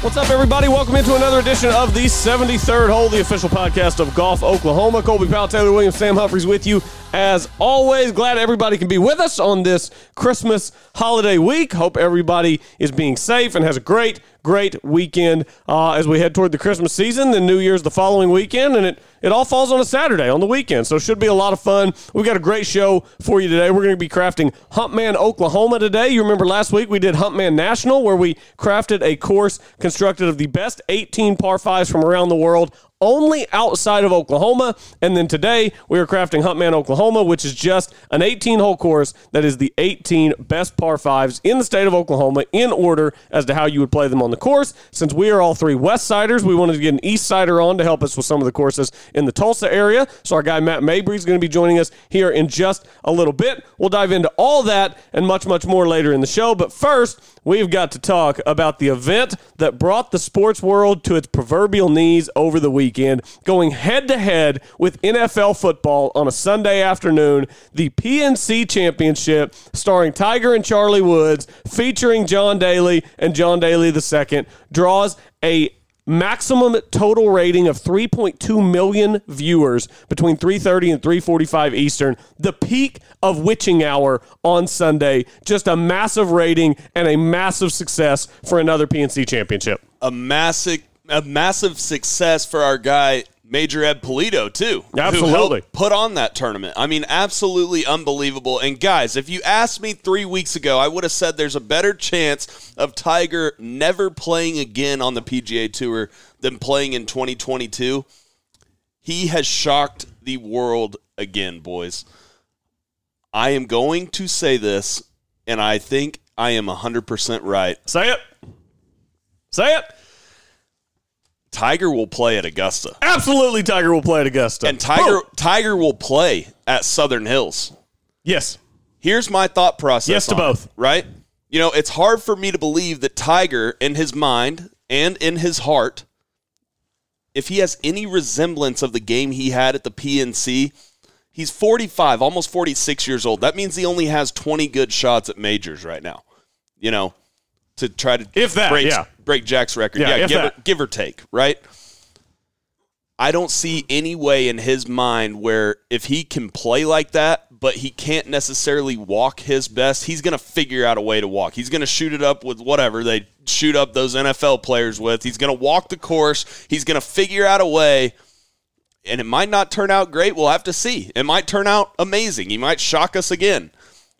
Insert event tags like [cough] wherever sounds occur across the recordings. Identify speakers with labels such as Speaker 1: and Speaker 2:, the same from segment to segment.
Speaker 1: What's up, everybody? Welcome into another edition of the 73rd Hole, the official podcast of Golf Oklahoma. Colby Powell, Taylor Williams, Sam Humphries with you. As always, glad everybody can be with us on this Christmas holiday week. Hope everybody is being safe and has a great, great weekend uh, as we head toward the Christmas season. Then New Year's the following weekend, and it, it all falls on a Saturday on the weekend. So it should be a lot of fun. We've got a great show for you today. We're going to be crafting Humpman, Oklahoma today. You remember last week we did Humpman National, where we crafted a course constructed of the best 18 par fives from around the world, only outside of Oklahoma. And then today we are crafting Huntman, Oklahoma, which is just an 18 hole course that is the 18 best par fives in the state of Oklahoma in order as to how you would play them on the course. Since we are all three West Siders, we wanted to get an East Sider on to help us with some of the courses in the Tulsa area. So our guy Matt Mabry is going to be joining us here in just a little bit. We'll dive into all that and much, much more later in the show. But first, we've got to talk about the event that brought the sports world to its proverbial knees over the weekend, going head to head with NFL football on a Sunday afternoon, the PNC Championship, starring Tiger and Charlie Woods, featuring John Daly and John Daly II, draws a maximum total rating of 3.2 million viewers between 3.30 and 3.45 eastern the peak of witching hour on sunday just a massive rating and a massive success for another pnc championship
Speaker 2: a massive a massive success for our guy Major Ed Polito too. who
Speaker 1: Absolutely.
Speaker 2: helped put on that tournament. I mean, absolutely unbelievable. And guys, if you asked me three weeks ago, I would have said there's a better chance of Tiger never playing again on the PGA Tour than playing in 2022. He has shocked the world again, boys. I am going to say this, and I think I am 100% right.
Speaker 1: say it say it
Speaker 2: Tiger will play at Augusta.
Speaker 1: absolutely tiger will play at augusta
Speaker 2: And Tiger
Speaker 1: Boom.
Speaker 2: Tiger will play at Southern Hills.
Speaker 1: yes
Speaker 2: Here's my thought process.
Speaker 1: Yes to
Speaker 2: on it,
Speaker 1: both.
Speaker 2: Right? You know, it's hard for me to believe that Tiger in his mind and in his heart, if he has any resemblance of the game he had at the PNC, he's 45, almost 46 years old. That means he only has 20 good shots at majors right now. You know, to try to
Speaker 1: If that,
Speaker 2: break,
Speaker 1: yeah.
Speaker 2: break Jack's record. Yeah,
Speaker 1: Yeah, if
Speaker 2: give, or,
Speaker 1: that.
Speaker 2: give or take, right? I don't see any way in his mind where if he can play like that, but he can't necessarily walk his best, he's going to figure out a way to walk. He's going to shoot it up with whatever they shoot up those NFL players with. He's going to walk the course. He's going to figure out a way. And it might not turn out great. We'll have to see. It might turn out amazing. He might shock us again.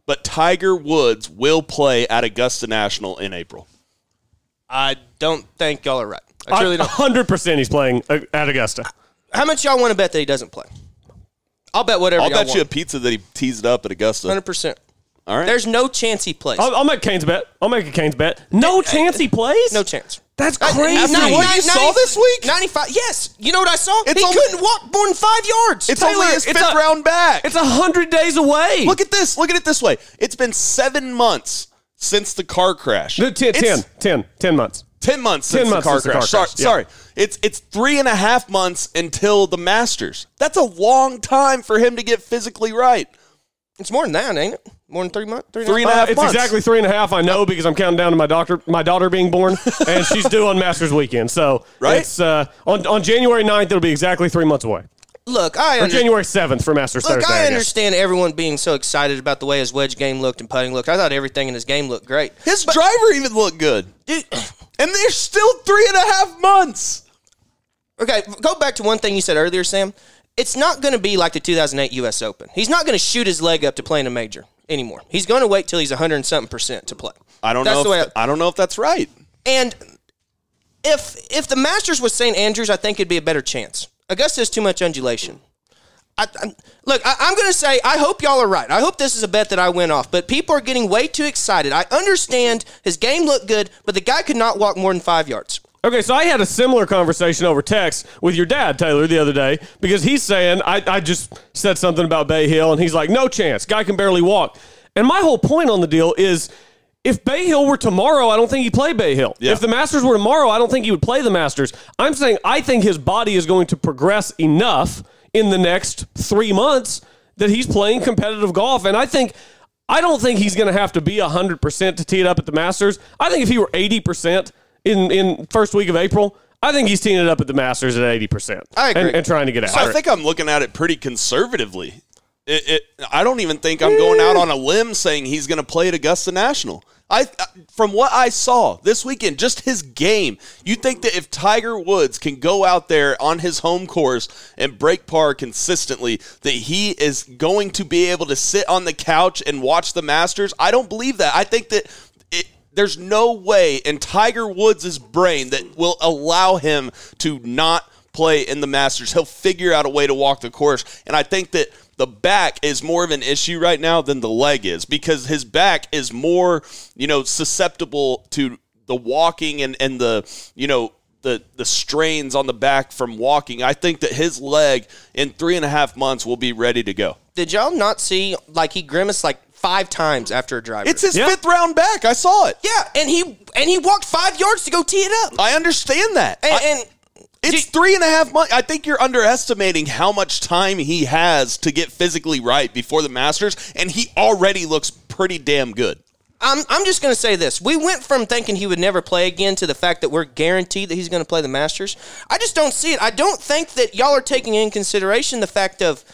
Speaker 2: But Tiger Woods will play at Augusta National in April.
Speaker 3: I don't think y'all are right. I truly don't.
Speaker 1: 100% he's playing uh, at augusta
Speaker 3: How much y'all want to bet that he doesn't play? I'll bet whatever.
Speaker 2: I'll
Speaker 3: y'all
Speaker 2: bet you a
Speaker 3: want.
Speaker 2: pizza that he teased up at Augusta.
Speaker 3: hundred percent.
Speaker 2: All right.
Speaker 3: There's no chance he plays.
Speaker 1: I'll, I'll make Kane's bet. I'll make a Kane's bet. No chance he plays.
Speaker 3: no chance.
Speaker 1: That's
Speaker 3: I-
Speaker 1: crazy.
Speaker 3: After what
Speaker 2: you saw this week?
Speaker 3: Ninety-five. Yes. You know what I saw?
Speaker 2: It's
Speaker 3: he
Speaker 2: only-
Speaker 3: couldn't walk more than five yards.
Speaker 2: It's
Speaker 1: Taylor,
Speaker 2: only his
Speaker 1: it's
Speaker 2: fifth
Speaker 1: a-
Speaker 2: round back.
Speaker 1: It's a hundred days away.
Speaker 2: look at this. Look at it this way. It's been seven months since the car crash.
Speaker 1: No, ten,
Speaker 2: It's
Speaker 1: ten, ten, ten months.
Speaker 2: ten months since,
Speaker 1: 10 months
Speaker 2: the, car
Speaker 1: since the car
Speaker 2: crash. Sorry,
Speaker 1: crash, yeah.
Speaker 2: sorry. It's it's three and a half months until the Masters. That's a long time for him to get physically right.
Speaker 3: It's more than that, ain't it? More than three months. Three,
Speaker 2: Three and a
Speaker 1: Uh,
Speaker 2: half
Speaker 1: it's
Speaker 2: months.
Speaker 1: exactly three and a half. I know because I'm counting down to my doctor, my daughter being
Speaker 3: [laughs]
Speaker 1: born, and she's due on Masters weekend. So
Speaker 2: Right?
Speaker 1: it's uh, on on January 9th, It'll be exactly three months away.
Speaker 3: Look, I
Speaker 1: Or
Speaker 3: under-
Speaker 1: January seventh for Masters
Speaker 3: Look,
Speaker 1: Thursday.
Speaker 3: I
Speaker 1: guess.
Speaker 3: understand everyone being so excited about the way his wedge game looked and putting looked. I thought everything in his game looked great.
Speaker 2: His driver even looked good.
Speaker 3: Dude,
Speaker 2: And there's still three and a half months.
Speaker 3: okay, go back to one thing you said earlier, Sam. It's not going to be like the 2008 U.S. Open. He's not going to shoot his leg up to play in a major anymore. He's going to wait till he's 100 and something percent to play.
Speaker 2: I don't
Speaker 3: That's
Speaker 2: know.
Speaker 3: The way
Speaker 2: if, I don't know if that's right.
Speaker 3: and if if the Masters was St. Andrews, I think it'd be a better chance. Augusta is too much undulation. I, I, look, I, I'm going to say I hope y'all are right. I hope this is a bet that I went off, but people are getting way too excited. I understand his game looked good, but the guy could not walk more than five yards.
Speaker 1: Okay, so I had a similar conversation over text with your dad, Taylor, the other day, because he's saying, I, I just said something about Bay Hill, and he's like, no chance. Guy can barely walk. And my whole point on the deal is if Bay Hill were tomorrow, I don't think he'd play Bay Hill.
Speaker 2: Yeah.
Speaker 1: If the Masters were tomorrow, I don't think he would play the Masters. I'm saying I think his body is going to progress enough in the next three months that he's playing competitive golf. And I think. I don't think he's going to have to be 100% to tee it up at the Masters. I think if he were 80% in, in first week of April, I think he's teeing it up at the Masters at 80%.
Speaker 3: I agree.
Speaker 1: And, and trying to get out.
Speaker 2: I think I'm looking at it pretty conservatively. It, it, I don't even think I'm going out on a limb saying he's going to play at Augusta National. I, from what I saw this weekend, just his game. You think that if Tiger Woods can go out there on his home course and break par consistently, that he is going to be able to sit on the couch and watch the Masters? I don't believe that. I think that it, there's no way in Tiger Woods' brain that will allow him to not play in the Masters. He'll figure out a way to walk the course. And I think that the back is more of an issue right now than the leg is because his back is more, you know, susceptible to the walking and, and the, you know, the, the strains on the back from walking. I think that his leg in three and a half months will be ready to go.
Speaker 3: Did y'all not see like he grimaced like five times after a driver?
Speaker 2: It's his
Speaker 1: Yeah.
Speaker 2: fifth round back. I saw it.
Speaker 3: yeah, and he and he walked five yards to go tee it up.
Speaker 2: I understand that.
Speaker 3: And,
Speaker 2: I-
Speaker 3: and
Speaker 2: It's three and a half months. I think you're underestimating how much time he has to get physically right before the Masters, and he already looks pretty damn good.
Speaker 3: I'm I'm just gonna say this: we went from thinking he would never play again to the fact that we're guaranteed that he's gonna play the Masters. I just don't see it. I don't think that y'all are taking in consideration the fact of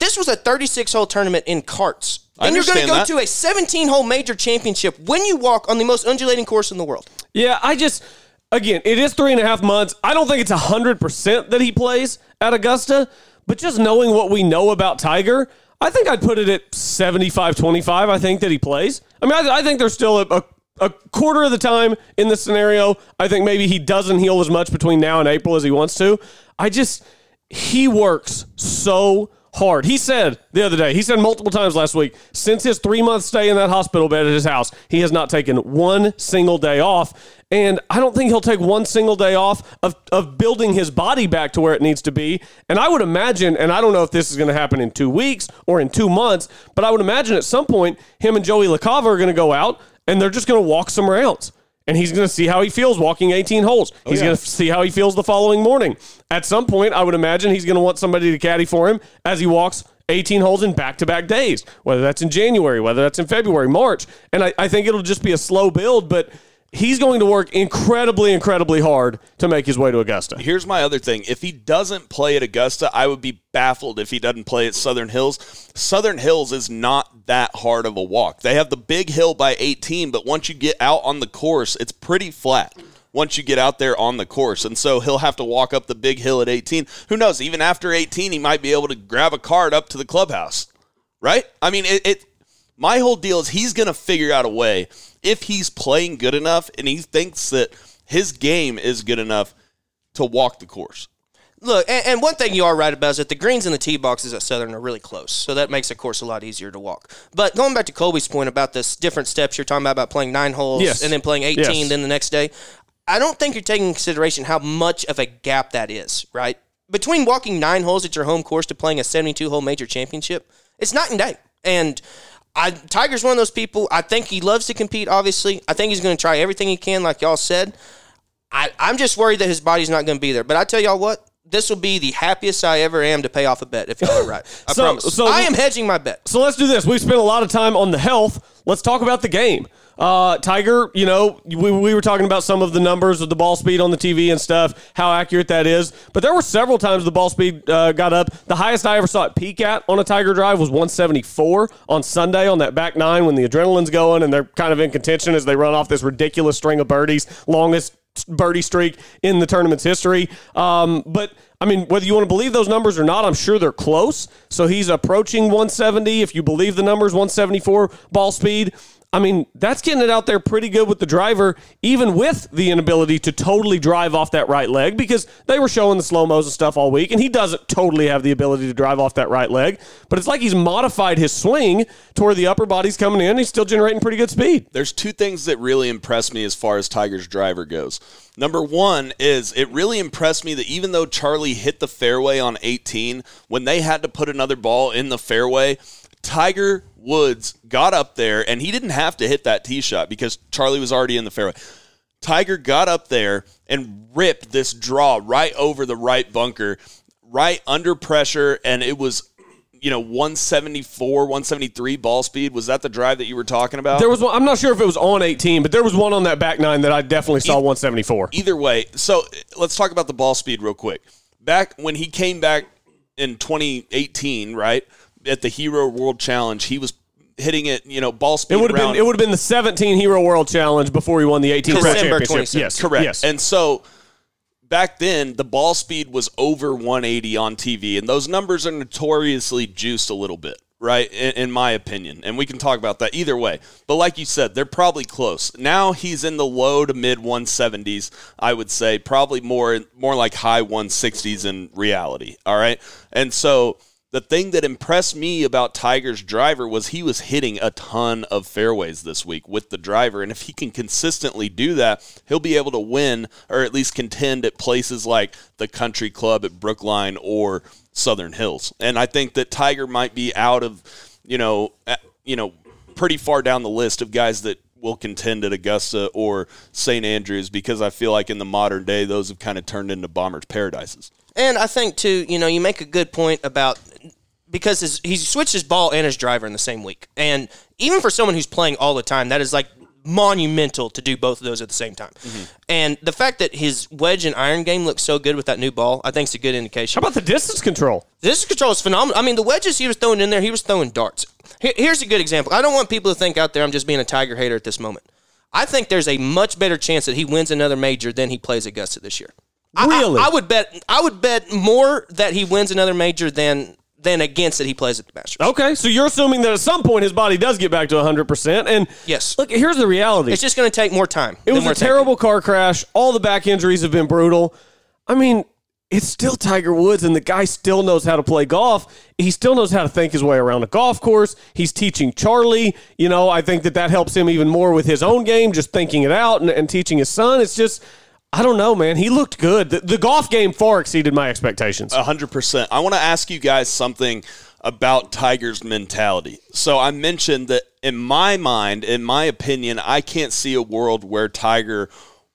Speaker 3: this was a 36 hole tournament in carts.
Speaker 2: I
Speaker 3: Then you're gonna go
Speaker 2: understand
Speaker 3: to a 17 hole major championship when you walk on the most undulating course in the world.
Speaker 1: Yeah, I just again, it is three and a half months. I don't think it's hundred percent that he plays at Augusta, but just knowing what we know about Tiger, I think I'd put it at 75-25. I think that he plays. I mean, I, I think there's still a, a a quarter of the time in this scenario. I think maybe he doesn't heal as much between now and April as he wants to. I just he works so hard. He said the other day, he said multiple times last week, since his three month stay in that hospital bed at his house, he has not taken one single day off. And I don't think he'll take one single day off of, of building his body back to where it needs to be. And I would imagine, and I don't know if this is going to happen in two weeks or in two months, but I would imagine at some point him and Joey LaCava are going to go out and they're just going to walk some rounds and he's going to see how he feels walking 18 holes. He's going to see how he feels the following morning. At some point, I would imagine he's going to want somebody to caddy for him as he walks 18 holes in back to back days, whether that's in January, whether that's in February, March. And I, I think it'll just be a slow build, but he's going to work incredibly, incredibly hard to make his way to Augusta.
Speaker 2: Here's my other thing. If he doesn't play at Augusta, I would be baffled if he doesn't play at Southern Hills. Southern Hills is not that hard of a walk. They have the big hill by 18, but once you get out on the course, it's pretty flat. Once you get out there on the course. And so he'll have to walk up the big hill at 18. Who knows? Even after 18, he might be able to grab a card up to the clubhouse. right? I mean, it, it. My whole deal is he's going to figure out a way if he's playing good enough and he thinks that his game is good enough to walk the course.
Speaker 3: Look, and, and one thing you are right about is that the greens and the tee boxes at Southern are really close, so that makes the course a lot easier to walk. But going back to Colby's point about this different steps you're talking about, about playing nine holes
Speaker 1: Yes.
Speaker 3: and then playing 18,
Speaker 1: Yes.
Speaker 3: then the next day, I don't think you're taking into consideration how much of a gap that is, right? Between walking nine holes at your home course to playing a 72 hole major championship, it's night and day. And I, Tiger's one of those people. I think he loves to compete, obviously. I think he's going to try everything he can, like y'all said. I, I'm just worried that his body's not going to be there. But I tell y'all what, this will be the happiest I ever am to pay off a bet if y'all are right.
Speaker 1: [laughs]
Speaker 3: I
Speaker 1: So-
Speaker 3: promise.
Speaker 1: so-
Speaker 3: I am hedging my bet.
Speaker 1: so let's do this. We've spent a lot of time on the health. Let's talk about the game. Uh, Tiger, you know, we, we were talking about some of the numbers of the ball speed on the TV and stuff, how accurate that is. But there were several times the ball speed uh, got up. The highest I ever saw it peak at on a Tiger drive was 174 on Sunday on that back nine when the adrenaline's going and they're kind of in contention as they run off this ridiculous string of birdies, longest birdie streak in the tournament's history. Um, but I mean, whether you want to believe those numbers or not, I'm sure they're close. So he's approaching 170. If you believe the numbers, 174 ball speed. I mean, that's getting it out there pretty good with the driver, even with the inability to totally drive off that right leg because they were showing the slow mos and stuff all week, and he doesn't totally have the ability to drive off that right leg. But it's like he's modified his swing to where the upper body's coming in. He's still generating pretty good speed.
Speaker 2: There's two things that really impressed me as far as Tiger's driver goes. Number one is it really impressed me that even though Charlie hit the fairway on 18, when they had to put another ball in the fairway, Tiger Woods got up there and he didn't have to hit that tee shot because Charlie was already in the fairway. Tiger got up there and ripped this draw right over the right bunker, right under pressure, and it was. You know, 174, 173 ball speed. Was that the drive that you were talking about?
Speaker 1: There was one, I'm not sure if it was on 18, but there was one on that back nine that I definitely saw 174.
Speaker 2: either way, so uh, let's talk about the ball speed real quick. Back when he came back in 2018, right at the Hero World Challenge, he was hitting it. You know, ball speed.
Speaker 1: It would have been
Speaker 2: round-
Speaker 1: it would have been the 17 Hero World Challenge before he won the 18
Speaker 3: Correct.
Speaker 1: Championship.
Speaker 3: December 26th.
Speaker 1: Yes,
Speaker 2: correct.
Speaker 1: Yes.
Speaker 2: And so back then, the ball speed was over 180 on TV, and those numbers are notoriously juiced a little bit. Right, in, in my opinion, and we can talk about that either way. But like you said, they're probably close. Now he's in the low to mid 170s, I would say, probably more more like high 160s in reality. All right, and so the thing that impressed me about Tiger's driver was he was hitting a ton of fairways this week with the driver. And if he can consistently do that, he'll be able to win or at least contend at places like the Country Club at Brookline or Southern Hills. And I think that Tiger might be out of, you know, a- you know, pretty far down the list of guys that will contend at Augusta or St. Andrews because I feel like in the modern day those have kind of turned into bombers paradises.
Speaker 3: And I think too, you know, you make a good point about because his, he switched his ball and his driver in the same week, and even for someone who's playing all the time, that is like monumental to do both of those at the same time.
Speaker 1: Mm-hmm.
Speaker 3: And the fact that his wedge and iron game looks so good with that new ball, I think is a good indication.
Speaker 1: How about the distance control?
Speaker 3: This control is phenomenal. I mean, the wedges he was throwing in there, he was throwing darts. Here- Here's a good example. I don't want people to think out there I'm just being a Tiger hater at this moment. I think there's a much better chance that he wins another major than he plays Augusta this year. I- I-
Speaker 1: Really?
Speaker 3: I, would bet. I would bet more that he wins another major than than against that he plays at the Masters.
Speaker 1: Okay, so you're assuming that at some point his body does get back to 100%. And
Speaker 3: Yes.
Speaker 1: look, here's the reality.
Speaker 3: It's just going to take more time.
Speaker 1: It
Speaker 3: than
Speaker 1: was
Speaker 3: we're
Speaker 1: a
Speaker 3: thinking.
Speaker 1: terrible car crash. All the back injuries have been brutal. I mean, it's still Tiger Woods, and the guy still knows how to play golf. He still knows how to think his way around a golf course. He's teaching Charlie. You know, I think that that helps him even more with his own game, just thinking it out and, and teaching his son. It's just, I don't know, man. He looked good. The, the golf game far exceeded my expectations.
Speaker 2: A hundred percent. I want to ask you guys something about Tiger's mentality. So I mentioned that in my mind, in my opinion, I can't see a world where Tiger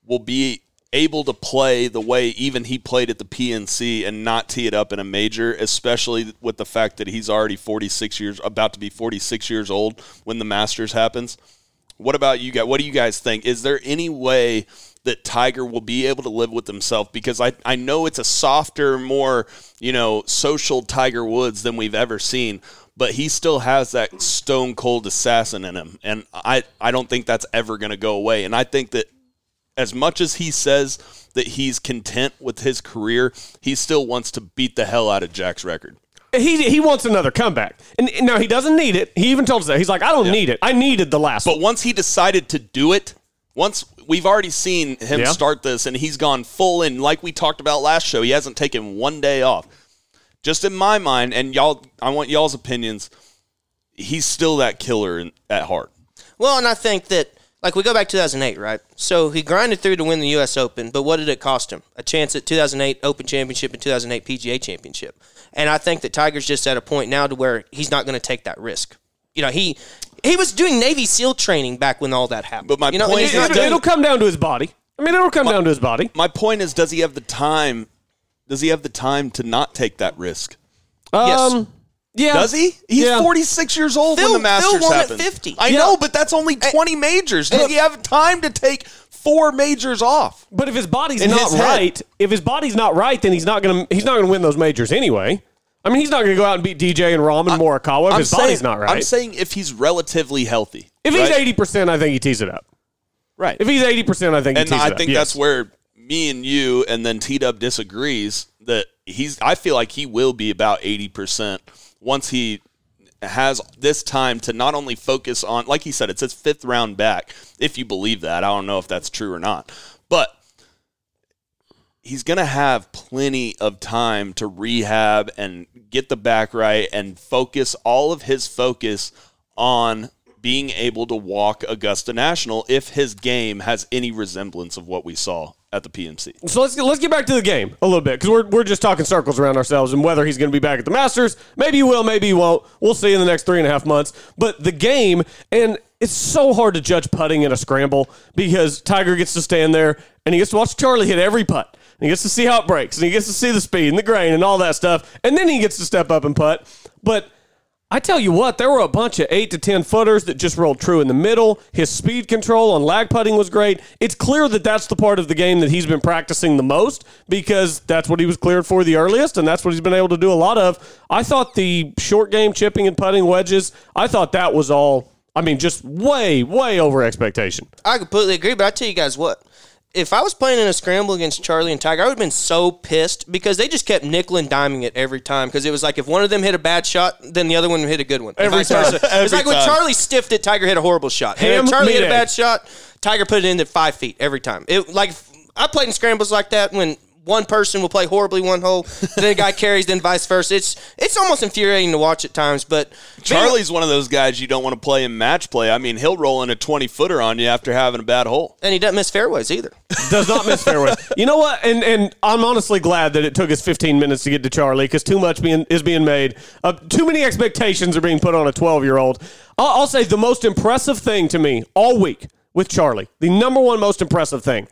Speaker 2: will be able to play the way even he played at the PNC and not tee it up in a major, especially with the fact that he's already 46 years about to be 46 years old when the Masters happens. What about you guys? What do you guys think? Is there any way that Tiger will be able to live with himself? Because I, I know it's a softer, more, you know, social Tiger Woods than we've ever seen, but he still has that stone cold assassin in him. And I, I don't think that's ever going to go away. And I think that as much as he says that he's content with his career, he still wants to beat the hell out of Jack's record.
Speaker 1: he he wants another comeback, and, and now he doesn't need it. He even told us that he's like, I don't need it. I needed the last.
Speaker 2: But once he decided to do it, once we've already seen him
Speaker 1: Yeah.
Speaker 2: start this and he's gone full in, like we talked about last show, he hasn't taken one day off. Just in my mind, and y'all, I want y'all's opinions. He's still that killer in, at heart.
Speaker 3: Well, and I think that like we go back to 2008, right? So he grinded through to win the U.S. Open, but what did it cost him? A chance at 2008 Open Championship and 2008 PGA Championship. And I think that Tiger's just at a point now to where he's not going to take that risk. You know, he he was doing Navy SEAL training back when all that happened.
Speaker 2: But my
Speaker 3: you know, and
Speaker 2: point
Speaker 3: he's
Speaker 2: is
Speaker 3: not
Speaker 1: It-
Speaker 2: that-
Speaker 3: doing-
Speaker 1: it'll come down to his body. I mean, it'll come down to his body.
Speaker 2: My point is, does he have the time? Does he have the time to not take that risk?
Speaker 3: Yes.
Speaker 1: Um, yeah.
Speaker 2: Does he? He's
Speaker 1: Yeah.
Speaker 2: 46 years old
Speaker 3: Phil-
Speaker 2: when the Masters
Speaker 3: Phil won at
Speaker 2: happened.
Speaker 3: 50.
Speaker 2: I
Speaker 1: Yeah.
Speaker 2: know, but that's only 20 majors. Does he have time to take four majors off?
Speaker 1: But if his body's
Speaker 2: In
Speaker 1: not
Speaker 2: his head.
Speaker 1: right, if his body's not right, then he's not gonna he's not gonna win those majors anyway. I mean, he's not gonna go out and beat DJ and Rahm and Morikawa if his body's not right.
Speaker 2: I'm saying if he's relatively healthy.
Speaker 1: if he's
Speaker 2: right?
Speaker 1: eighty percent, I think he tees it up.
Speaker 2: right?
Speaker 1: If he's eighty percent, I think
Speaker 2: and
Speaker 1: he tees
Speaker 2: I
Speaker 1: it up.
Speaker 2: think
Speaker 1: yes.
Speaker 2: that's where me and you and then T Dub disagrees that he's I feel like he will be about eighty percent once he has this time to not only focus on like he said, it's his fifth round back, if you believe that. I don't know if that's true or not. But he's going to have plenty of time to rehab and get the back right and focus all of his focus on being able to walk Augusta National if his game has any resemblance of what we saw at the PMC.
Speaker 1: So let's get, let's get back to the game a little bit because we're, we're just talking circles around ourselves and whether he's going to be back at the Masters. Maybe he will, maybe he won't. We'll see in the next three and a half months. But the game, and it's so hard to judge putting in a scramble because Tiger gets to stand there and he gets to watch Charlie hit every putt. And he gets to see how it breaks and he gets to see the speed and the grain and all that stuff. And then he gets to step up and putt. But I tell you what, there were a bunch of eight to ten footers that just rolled true in the middle. His speed control on lag putting was great. It's clear that that's the part of the game that he's been practicing the most because that's what he was cleared for the earliest, and that's what he's been able to do a lot of. I thought the short game chipping and putting wedges, I thought that was all. I mean, just way, way over expectation.
Speaker 3: I completely agree, but I tell you guys what. If I was playing in a scramble against Charlie and Tiger, I would have been so pissed because they just kept nickel and diming it every time. Because it was like if one of them hit a bad shot, then the other one hit a good one.
Speaker 1: Every
Speaker 3: Vice versa.
Speaker 1: time.
Speaker 3: it's
Speaker 2: Every
Speaker 3: like when
Speaker 2: time.
Speaker 3: Charlie stiffed it, Tiger hit a horrible shot. and
Speaker 1: Ham,
Speaker 3: if Charlie hit a
Speaker 1: mid-egg.
Speaker 3: bad shot, Tiger put it in at five feet every time. It like I played in scrambles like that when one person will play horribly one hole, then a guy carries, then vice versa. It's it's almost infuriating to watch at times, but
Speaker 2: Charlie's one of those guys you don't want to play in match play. I mean, he'll roll in a 20 footer on you after having a bad hole.
Speaker 3: and he doesn't miss fairways either.
Speaker 1: Does not miss fairways. You know what? And and I'm honestly glad that it took us 15 minutes to get to Charlie because too much being is being made. Uh, too many expectations are being put on a 12 year old. I'll, I'll say the most impressive thing to me all week with Charlie, the number one most impressive thing.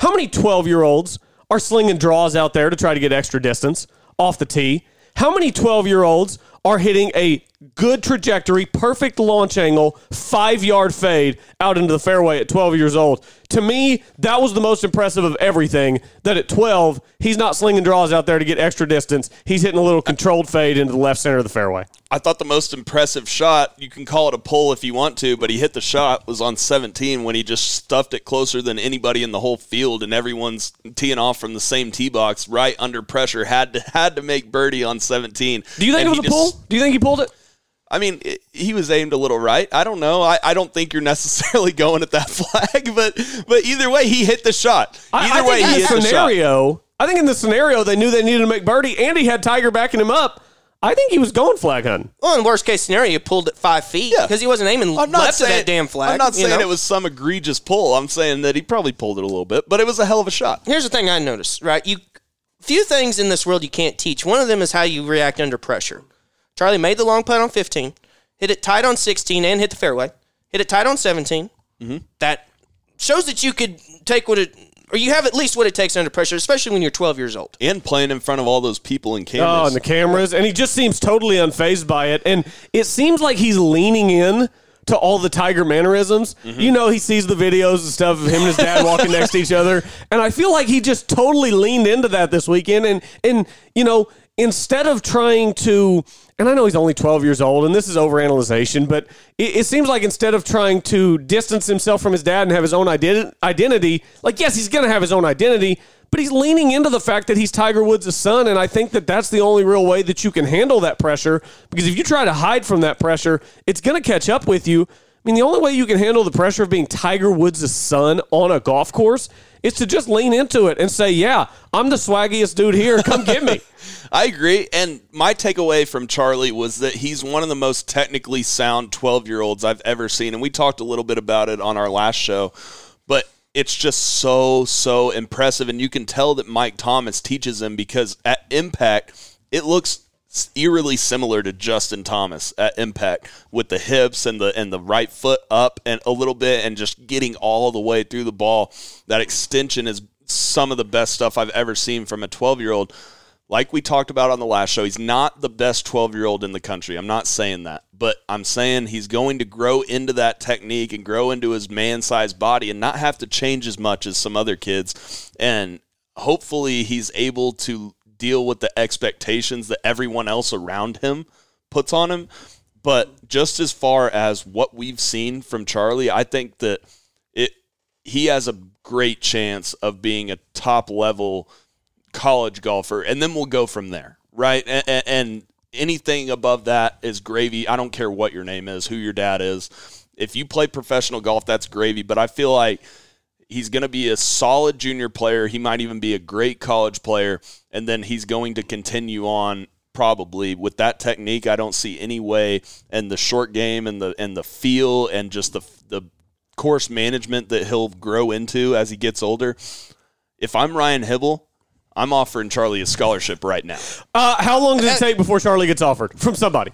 Speaker 1: How many 12 year olds are slinging draws out there to try to get extra distance off the tee? How many 12 year olds are hitting a good trajectory, perfect launch angle, five yard fade out into the fairway at 12 years old? To me, that was the most impressive of everything. That at 12, he's not slinging draws out there to get extra distance. He's hitting a little controlled fade into the left center of the fairway.
Speaker 2: I thought the most impressive shot, you can call it a pull if you want to, but he hit the shot was on 17 when he just stuffed it closer than anybody in the whole field and everyone's teeing off from the same tee box right under pressure had to had to make birdie on 17.
Speaker 1: Do you
Speaker 2: And
Speaker 1: think it was
Speaker 2: he
Speaker 1: a pull?
Speaker 2: just-
Speaker 1: Do you think he pulled it?
Speaker 2: I mean, it- he was aimed a little right. I don't know. I, I don't think you're [laughs] necessarily going at that [laughs] flag, but but either way he hit the shot.
Speaker 1: I-
Speaker 2: Either
Speaker 1: I,
Speaker 2: way
Speaker 1: think
Speaker 2: he
Speaker 1: in
Speaker 2: hit
Speaker 1: the
Speaker 2: the shot.
Speaker 1: scenario, I think in the scenario they knew they needed to make birdie, and he had Tiger backing him up. I think he was going flag hunting.
Speaker 3: Well, in worst case scenario, you pulled at five feet
Speaker 2: Yeah.
Speaker 3: because he wasn't aiming
Speaker 2: I'm not
Speaker 3: left
Speaker 2: saying
Speaker 3: of that damn flag.
Speaker 2: I'm not
Speaker 3: you
Speaker 2: saying
Speaker 3: know?
Speaker 2: it was some egregious pull. I'm saying that he probably pulled it a little bit, but it was a hell of a shot.
Speaker 3: Here's the thing I noticed, right? You few things in this world you can't teach. One of them is how you react under pressure. Charlie made the long putt on 15, hit it tight on 16, and hit the fairway. Hit it tight on 17.
Speaker 2: Mm-hmm.
Speaker 3: That shows that you could take what it, or you have at least what it takes under pressure, especially when you're 12 years old.
Speaker 2: And playing in front of all those people in cameras.
Speaker 1: Oh, and the cameras, and he just seems totally unfazed by it, and it seems like he's leaning in to all the Tiger mannerisms. You know, he sees the videos and stuff of him and his dad walking next to each other, and I feel like he just totally leaned into that this weekend, and and you know. Instead of trying to, and I know he's only 12 years old, and this is overanalyzation, but it, it seems like instead of trying to distance himself from his dad and have his own identi- identity, like, yes, he's going to have his own identity, but he's leaning into the fact that he's Tiger Woods' son, and I think that that's the only real way that you can handle that pressure. Because if you try to hide from that pressure, it's going to catch up with you. I mean, the only way you can handle the pressure of being Tiger Woods' son on a golf course is to just lean into it and say, "Yeah, I'm the swaggiest dude here. Come get me."
Speaker 2: I agree. And my takeaway from Charlie was that he's one of the most technically sound 12 year olds I've ever seen. And we talked a little bit about it on our last show, but it's just so, so impressive. And you can tell that Mike Thomas teaches him because at Impact, it looks eerily similar to Justin Thomas at impact with the hips and the and the right foot up and a little bit and just getting all the way through the ball that extension is some of the best stuff I've ever seen from a 12 year old like we talked about on the last show, he's not the best 12 year old in the country. I'm not saying that, but I'm saying he's going to grow into that technique and grow into his man sized body and not have to change as much as some other kids. And hopefully, he's able to deal with the expectations that everyone else around him puts on him. But just as far as what we've seen from Charlie, I think that it he has a great chance of being a top level college golfer, and then we'll go from there, right? And, and, anything above that is gravy. I don't care what your name is, who your dad is. If you play professional golf, that's gravy. But I feel like he's going to be a solid junior player. He might even be a great college player, and then he's going to continue on probably with that technique. I don't see any way, and the short game and the and the feel and just the the course management that he'll grow into as he gets older. If I'm Ryan Hibble, I'm offering Charlie a scholarship right now.
Speaker 1: Uh, how long does it take before Charlie gets offered from somebody?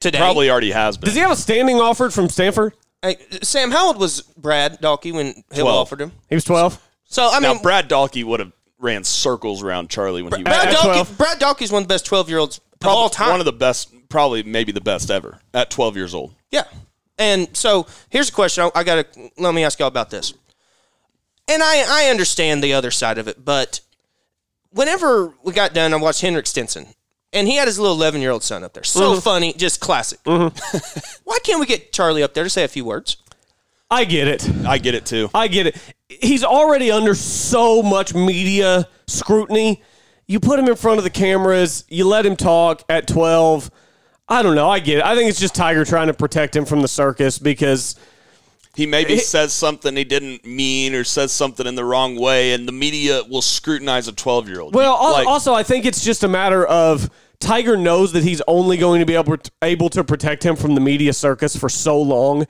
Speaker 3: today.
Speaker 2: Probably already has been.
Speaker 1: Does he have a standing offer from Stanford?
Speaker 3: Hey, Sam, how old was Brad Dalkey when Hill
Speaker 2: Twelve.
Speaker 3: offered him?
Speaker 1: He was 12.
Speaker 3: So I
Speaker 2: now
Speaker 3: mean,
Speaker 2: Brad Dahlke would have ran circles around Charlie when he was
Speaker 3: Brad,
Speaker 1: at
Speaker 3: Dalkey,
Speaker 1: 12.
Speaker 3: Brad Dalkey's one of the best twelve-year-olds of all time.
Speaker 2: one of the best, probably maybe the best ever at 12 years old.
Speaker 3: Yeah. And so here's a question I, I got to let me ask y'all about this. And I, I understand the other side of it, but whenever we got done, I watched Henrik Stenson, and he had his little 11 year old son up there. So funny, just classic. [laughs] Why can't we get Charlie up there to say a few words?
Speaker 1: I get it.
Speaker 2: I get it too.
Speaker 1: I get it. He's already under so much media scrutiny. You put him in front of the cameras, you let him talk at 12. I don't know. I get it. I think it's just Tiger trying to protect him from the circus because
Speaker 2: He maybe says something he didn't mean or says something in the wrong way, and the media will scrutinize a 12 year old.
Speaker 1: Well, al- also, I think it's just a matter of Tiger knows that he's only going to be able able to protect him from the media circus for so long,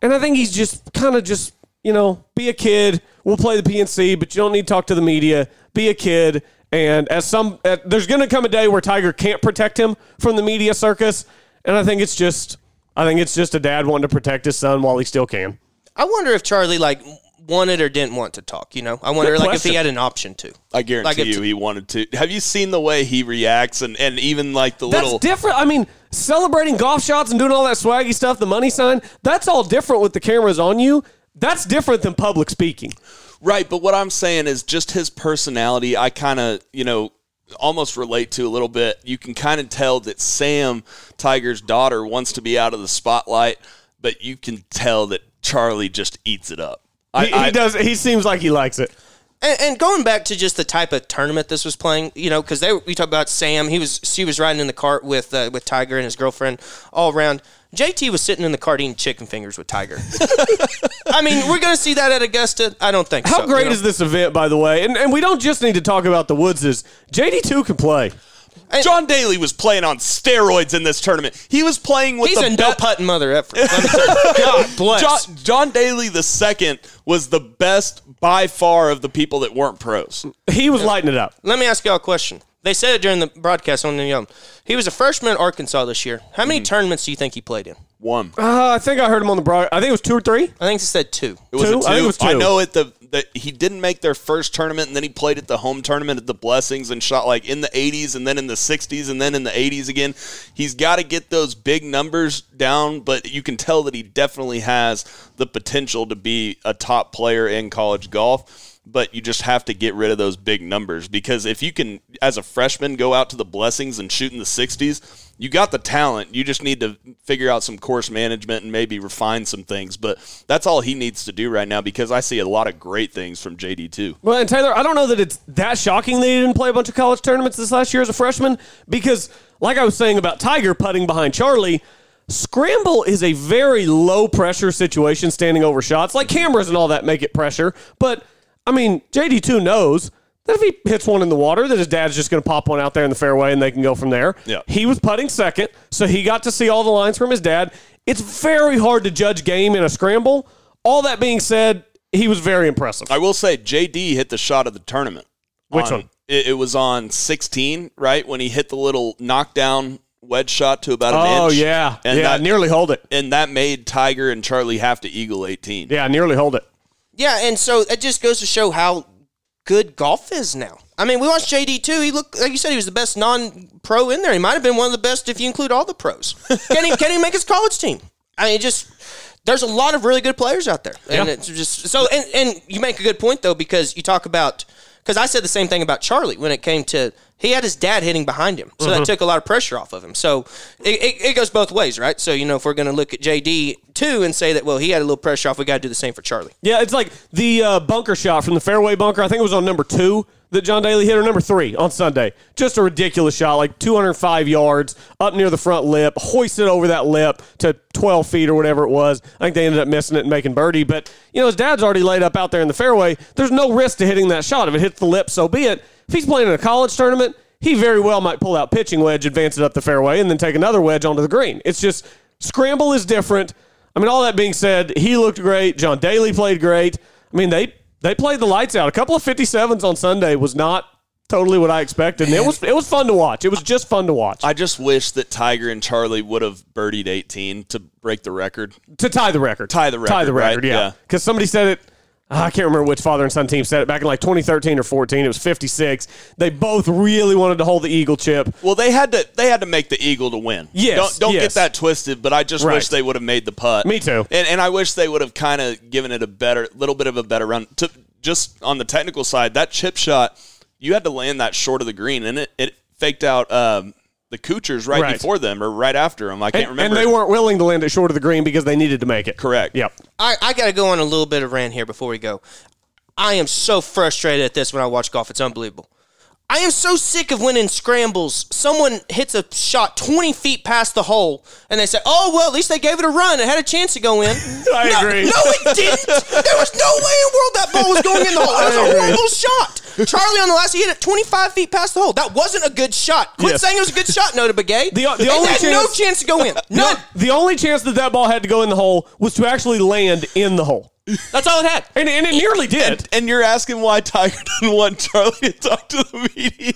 Speaker 1: and I think he's just kind of just you know be a kid. We'll play the PNC, but you don't need to talk to the media. Be a kid, and as some at, there's going to come a day where Tiger can't protect him from the media circus, and I think it's just I think it's just a dad wanting to protect his son while he still can.
Speaker 3: I wonder if Charlie, like, wanted or didn't want to talk, you know? I wonder, like, if
Speaker 1: question.
Speaker 3: he had an option to.
Speaker 2: I guarantee
Speaker 3: like if-
Speaker 2: you he wanted to. Have you seen the way he reacts and, and even like the
Speaker 1: That's
Speaker 2: little.
Speaker 1: different. I mean, celebrating golf shots and doing all that swaggy stuff, the money sign, that's all different with the cameras on you. That's different than public speaking.
Speaker 2: Right, but what I'm saying is just his personality, I kind of, you know, almost relate to a little bit. You can kind of tell that Sam, Tiger's daughter, wants to be out of the spotlight, but you can tell that Charlie just eats it up. I,
Speaker 1: he,
Speaker 2: I-
Speaker 1: he does. He seems like he likes it.
Speaker 3: And, and going back to just the type of tournament this was playing, you know, because they we talked about Sam. He was she was riding in the cart with uh, with Tiger and his girlfriend all around. JT was sitting in the cart eating chicken fingers
Speaker 1: [laughs]
Speaker 3: with Tiger. I mean, we're gonna see that at Augusta. I don't think.
Speaker 1: How
Speaker 3: so,
Speaker 1: great
Speaker 3: you know.
Speaker 1: is this event, by the way? And, and we don't just need to talk about the Woodses. JD2 can play.
Speaker 2: John Daly was playing on steroids in this tournament. He was playing with
Speaker 3: He's
Speaker 2: the
Speaker 3: a no
Speaker 2: best-
Speaker 3: putting mother effort. Let me tell
Speaker 1: [laughs]
Speaker 3: you. God bless.
Speaker 2: John, John Daly the second was the best by far of the people that weren't pros.
Speaker 1: He was lighting it up.
Speaker 3: Let me ask y'all a question. They said it during the broadcast on the Young. He was a freshman at Arkansas this year. How
Speaker 1: Mm-hmm.
Speaker 3: many tournaments do you think he played in?
Speaker 2: One.
Speaker 1: Uh, I think I heard him on the broad. I think it was two or three.
Speaker 3: I think they said two.
Speaker 2: It was
Speaker 1: Two?
Speaker 2: a two.
Speaker 1: I
Speaker 2: I,
Speaker 1: think it was two.
Speaker 2: know at the that he didn't make their first tournament, and then he played at the home tournament at the Blessings and shot like in the 80s, and then in the 60s, and then in the 80s again. He's got to get those big numbers down, but you can tell that he definitely has the potential to be a top player in college golf. But you just have to get rid of those big numbers because if you can, as a freshman, go out to the Blessings and shoot in the 60s, you got the talent. You just need to figure out some course management and maybe refine some things. But that's all he needs to do right now because I see a lot of great things from JD too.
Speaker 1: Well, and Taylor, I don't know that it's that shocking that he didn't play a bunch of college tournaments this last year as a freshman because, like I was saying about Tiger putting behind Charlie, scramble is a very low pressure situation standing over shots. Like cameras and all that make it pressure. But, I mean, JD2 knows that if he hits one in the water, that his dad's just going to pop one out there in the fairway and they can go from there.
Speaker 2: Yeah.
Speaker 1: He was putting second, so he got to see all the lines from his dad. It's very hard to judge game in a scramble. All that being said, he was very impressive.
Speaker 2: I will say JD hit the shot of the tournament.
Speaker 1: Which
Speaker 2: on-
Speaker 1: one?
Speaker 2: It, it was on 16, right? When he hit the little knockdown wedge shot to about an
Speaker 1: Oh
Speaker 2: inch.
Speaker 1: yeah,
Speaker 2: And
Speaker 1: yeah,
Speaker 2: that,
Speaker 1: nearly hold it.
Speaker 2: and that made Tiger and Charlie have to eagle 18.
Speaker 1: Yeah, nearly hold it.
Speaker 3: Yeah, and so it just goes to show how good golf is now. I mean, we watched JD too. He looked like you said he was the best non-pro in there. He might have been one of the best if you include all the pros. can he can he make his college team? I mean, it just there's a lot of really good players out there, and
Speaker 1: Yeah.
Speaker 3: it's just so. And, and you make a good point though because you talk about because I said the same thing about Charlie when it came to He had his dad hitting behind him, so that took a lot of pressure off of him. So it, it, it goes both ways, right? So you know, if we're going to look at JD too and say that, well, he had a little pressure off, we got to do the same for Charlie.
Speaker 1: Yeah, it's like the uh, bunker shot from the fairway bunker. I think it was on number two that John Daly hit, or number three on Sunday. Just a ridiculous shot, like 205 yards up near the front lip, hoisted over that lip to 12 feet or whatever it was. I think they ended up missing it and making birdie. But, you know, his dad's already laid up out there in the fairway. There's no risk to hitting that shot. If it hits the lip, so be it. If he's playing in a college tournament, he very well might pull out pitching wedge, advance it up the fairway, and then take another wedge onto the green. It's just scramble is different. I mean, all that being said, he looked great. John Daly played great. I mean, they they played the lights out. A couple of 57s on Sunday was not totally what I expected. And it was it was fun to watch. It was just fun to watch
Speaker 2: I just wish that Tiger and Charlie would have birdied 18 to break the record.
Speaker 1: to tie the record.
Speaker 2: Tie the record,
Speaker 1: Tie the record.
Speaker 2: right?
Speaker 1: Yeah.
Speaker 2: Yeah.
Speaker 1: Because somebody said it. ah, I can't remember which father and son team said it back in like 2013 or 14. It was 56. They both really wanted to hold the eagle chip.
Speaker 2: Well, they had to they had to make the eagle to win.
Speaker 1: Yes,
Speaker 2: don't don't get
Speaker 1: yes.
Speaker 2: that twisted. But I just
Speaker 1: Right.
Speaker 2: wish they would have made the putt.
Speaker 1: Me too.
Speaker 2: And and I wish they would have kind of given it a better little bit of a better run. To, just on the technical side, that chip shot you had to land that short of the green, and it, it faked out um, the Kuchers right,
Speaker 1: Right.
Speaker 2: before them or right after them. I can't
Speaker 1: And, and
Speaker 2: remember.
Speaker 1: they weren't willing to land it short of the green because they needed to make it.
Speaker 2: Correct.
Speaker 1: Yep.
Speaker 3: I, I got to go on a little bit of rant here before we go. I am so frustrated at this when I watch golf. It's unbelievable. I am so sick of winning scrambles. Someone hits a shot 20 feet past the hole, and they say, oh, well, at least they gave it a run. It had a chance to
Speaker 1: [laughs]
Speaker 3: go in.
Speaker 1: I
Speaker 3: no,
Speaker 1: agree.
Speaker 3: No, it didn't. There was no way in the world that ball was going in the hole.
Speaker 1: [laughs]
Speaker 3: That was a horrible shot. Charlie on the last, he hit it 25 feet past the hole. That wasn't a good shot. Quit
Speaker 1: Yes.
Speaker 3: saying it was a good shot, Nota Begay.
Speaker 1: The- the
Speaker 3: It
Speaker 1: only
Speaker 3: had no
Speaker 1: chance-
Speaker 3: chance to go
Speaker 1: [laughs]
Speaker 3: in. None.
Speaker 1: The only chance that that ball had to go in the hole was to actually land in
Speaker 2: [laughs]
Speaker 1: the hole.
Speaker 3: That's all it had.
Speaker 1: And, and [laughs] it nearly did.
Speaker 2: and, and you're asking why Tiger [laughs] didn't want Charlie to talk to the media.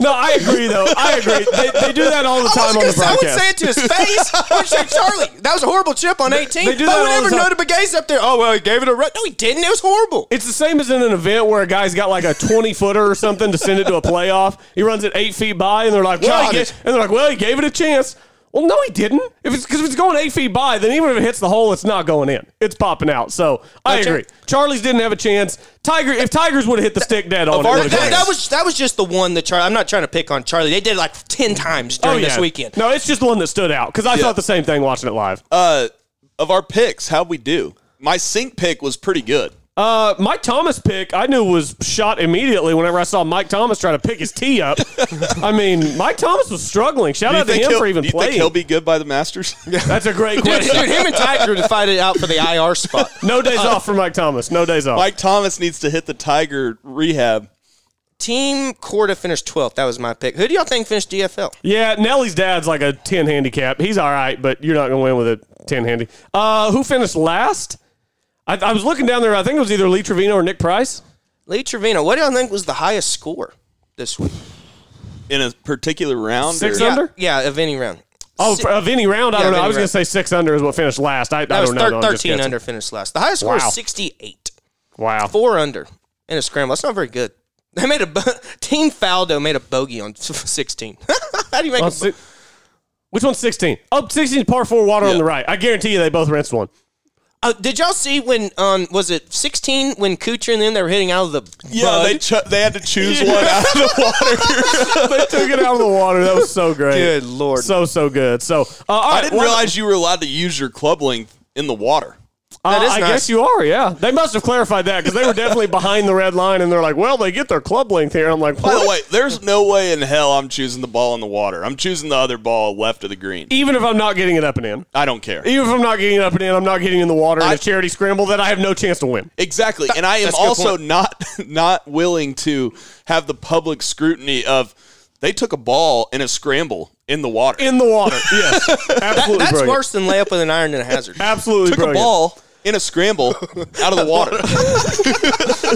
Speaker 1: No, I agree, though. I agree. They, they do that all the
Speaker 3: I
Speaker 1: time on the
Speaker 3: was gonna say,
Speaker 1: broadcast.
Speaker 3: I would say it to
Speaker 1: [laughs]
Speaker 3: his face. I would say, Charlie, that was a horrible chip on 18.
Speaker 1: they do
Speaker 3: but
Speaker 1: that all
Speaker 3: whenever
Speaker 1: the time.
Speaker 3: Nota Begay's up there, oh, well, he gave it a run. No, he didn't. It was horrible.
Speaker 1: It's the same as in an event where a guy's got like a twenty footer or something to send it to a playoff. He runs it eight feet by, and they're like, "Well,
Speaker 3: God,
Speaker 1: he ga-
Speaker 3: it's-
Speaker 1: and they're like, "Well, he gave it a chance." Well, no, he didn't. If it's because if it's going eight feet by, then even if it hits the hole, it's not going in. It's popping out. So I
Speaker 3: Okay.
Speaker 1: agree. Charlie's didn't have a chance. Tiger, if Tigers would have hit the stick dead on it,
Speaker 2: our-
Speaker 1: would've
Speaker 3: that,
Speaker 1: gone in.
Speaker 3: that was that was just the one that Charlie. I'm not trying to pick on Charlie. They did it like 10 times during this weekend.
Speaker 1: Oh, No, it's just the one that stood out because I thought the same thing watching it live.
Speaker 2: Uh, of our picks, how we do? My sink pick was pretty good.
Speaker 1: Uh, Mike Thomas pick I knew was shot immediately whenever I saw Mike Thomas try to pick his
Speaker 2: [laughs]
Speaker 1: tee up. I mean, Mike Thomas was struggling. Shout
Speaker 2: Do you
Speaker 1: out to
Speaker 2: think
Speaker 1: him
Speaker 2: he'll-
Speaker 1: for even
Speaker 2: do you
Speaker 1: playing.
Speaker 2: think he'll be good by the [laughs] Masters?
Speaker 1: That's a great
Speaker 3: Dude,
Speaker 1: question.
Speaker 3: dude, him and Tiger to fight it out for the IR spot. [laughs]
Speaker 1: No days off for Mike Thomas. No days off.
Speaker 2: Uh, Mike Thomas needs to hit the Tiger rehab.
Speaker 3: Team Corda finished 12th. That was my pick. Who do y'all think finished DFL?
Speaker 1: Yeah, Nelly's dad's like a 10 handicap. He's all right, but you're not going to win with a 10 handy. Uh, who finished last? I, I was looking down there. I think it was either Lee Trevino or Nick Price.
Speaker 3: Lee Trevino. What do y'all think was the highest score this week?
Speaker 2: in a particular round.
Speaker 1: Six
Speaker 2: or-
Speaker 1: under?
Speaker 3: Yeah, of any round.
Speaker 1: Oh, for- of any round, I
Speaker 3: Yeah,
Speaker 1: don't
Speaker 3: of
Speaker 1: know. I
Speaker 3: any
Speaker 1: was going to
Speaker 3: round.
Speaker 1: say six under is what finished last. I, I
Speaker 3: That was
Speaker 1: don't know.
Speaker 3: thir-
Speaker 1: No, I'm just
Speaker 3: 13
Speaker 1: guessing.
Speaker 3: under finished last. The highest score
Speaker 1: Wow.
Speaker 3: was 68.
Speaker 1: Wow.
Speaker 3: four under in a scramble. That's not very good. [laughs] They made a bo- team Faldo made a bogey on [laughs] sixteen. How do you make
Speaker 1: On
Speaker 3: a
Speaker 1: Uh, si- which one's 16? Oh, 16 is par four water on the right. I guarantee you they both rinsed one.
Speaker 3: uh, Did y'all see when um was it sixteen when Kuchar and them they were hitting out of the
Speaker 2: Yeah, they cho- they had to choose one out of [laughs] the water.
Speaker 1: they took it out of the water. That was
Speaker 2: [laughs]
Speaker 1: so great.
Speaker 3: Good Lord.
Speaker 1: So, so good. So, uh, all
Speaker 2: I
Speaker 1: right,
Speaker 2: didn't
Speaker 1: well-
Speaker 2: realize you were allowed to use your club length in the water.
Speaker 3: That
Speaker 1: Uh,
Speaker 3: is
Speaker 1: I
Speaker 3: nice.
Speaker 1: guess you are, yeah. They must have clarified that because they
Speaker 2: [laughs]
Speaker 1: were definitely behind the red line, and they're like, "Well, they get their club length here." I'm like,
Speaker 2: By the
Speaker 1: "What?"
Speaker 2: way, there's no way in hell I'm choosing the ball in the water. I'm choosing the other ball left of the green.
Speaker 1: even if I'm not getting it up and in,
Speaker 2: I don't care.
Speaker 1: even if I'm not getting it up and in, I'm not getting in the water in
Speaker 2: I-
Speaker 1: a charity scramble that I have no chance to win.
Speaker 2: Exactly. And I am
Speaker 3: that's a good
Speaker 2: also
Speaker 3: point.
Speaker 2: not [laughs] not willing to have the public scrutiny of they took a ball in a scramble in the water.
Speaker 1: In the water,
Speaker 2: [laughs]
Speaker 1: yes, absolutely.
Speaker 3: That's
Speaker 1: brilliant.
Speaker 3: worse than layup with an iron and
Speaker 1: [laughs]
Speaker 3: a hazard.
Speaker 1: Absolutely
Speaker 2: took a
Speaker 1: brilliant.
Speaker 2: ball in a scramble out of the water.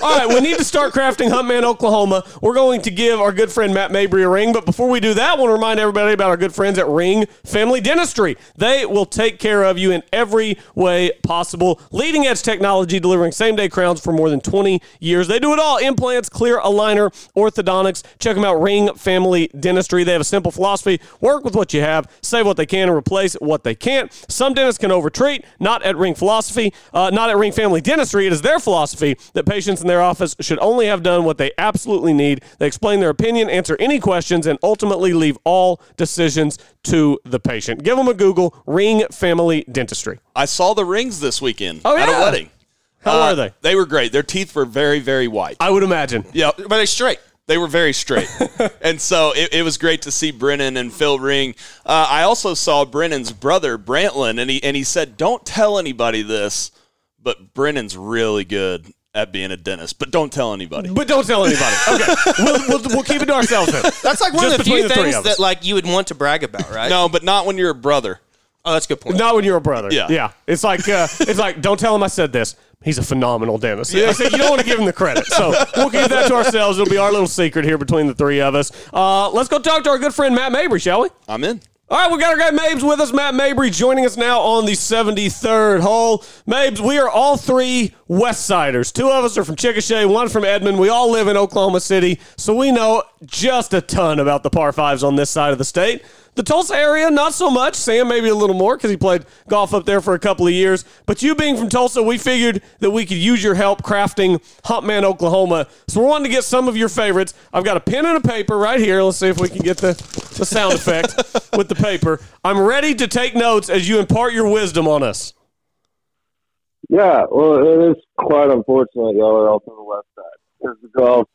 Speaker 1: All right, we need to start crafting Huntman, Oklahoma. We're going to give our good friend Matt Mabry a ring, but before we do that, I want to remind everybody about our good friends at Ring Family Dentistry. They will take care of you in every way possible. Leading edge technology delivering same day crowns for more than 20 years. They do it all implants, clear aligner, orthodontics. Check them out, Ring Family Dentistry. They have a simple philosophy work with what you have, save what they can, and replace what they can't. Some dentists can overtreat, not at Ring Philosophy. Uh, not at Ring Family Dentistry, it is their philosophy that patients in their office should only have done what they absolutely need. They explain their opinion, answer any questions, and ultimately leave all decisions to the patient. Give them a Google, Ring Family Dentistry.
Speaker 2: I saw the rings this weekend
Speaker 1: Oh,
Speaker 2: at a
Speaker 1: yeah.
Speaker 2: wedding.
Speaker 1: How
Speaker 2: Uh,
Speaker 1: are they?
Speaker 2: They were great. Their teeth were very, very white.
Speaker 1: I would imagine.
Speaker 2: Yep.
Speaker 3: But they straight.
Speaker 2: They were very [laughs] straight. and so it, it was great to see Brennan and Phil Ring. Uh, I also saw Brennan's brother, Brantlin, and he, and he said, Don't tell anybody this, but Brennan's really good at being a dentist, but don't tell anybody.
Speaker 1: But don't tell anybody. [laughs] Okay. we'll, we'll, we'll keep it to ourselves then.
Speaker 3: That's like one
Speaker 1: Just
Speaker 3: of the
Speaker 1: between
Speaker 3: few
Speaker 1: the three
Speaker 3: things
Speaker 1: of us.
Speaker 3: that like you would want to brag about,
Speaker 1: [laughs]
Speaker 3: right?
Speaker 2: No, but not when you're a brother.
Speaker 3: Oh, that's a good point.
Speaker 1: Not when you're a brother.
Speaker 2: Yeah.
Speaker 1: yeah. It's like uh, it's like don't tell him I said this. He's a phenomenal dentist. It's like, you don't want to give him the credit, so we'll keep that to ourselves. It'll be our little secret here between the three of us. Uh, let's go talk to our good friend Matt Mabry, shall we?
Speaker 2: I'm in.
Speaker 1: All right, we got our guy Mabes with us. Matt Mabry joining us now on the 73rd hole. Mabes, we are all three West Siders. Two of us are from Chickasha, one from Edmond. We all live in Oklahoma City, so we know just a ton about the par fives on this side of the state. The Tulsa area, not so much. Sam, maybe a little more because he played golf up there for a couple of years. But you being from Tulsa, we figured that we could use your help crafting Huntman, Oklahoma. So we're wanting to get some of your favorites. I've got a pen and a paper right here. Let's see if we can get the, the sound effect [laughs] with the paper. I'm ready to take notes as you impart your wisdom on us.
Speaker 4: Yeah, well, it is quite unfortunate y'all are all from the west side because the golf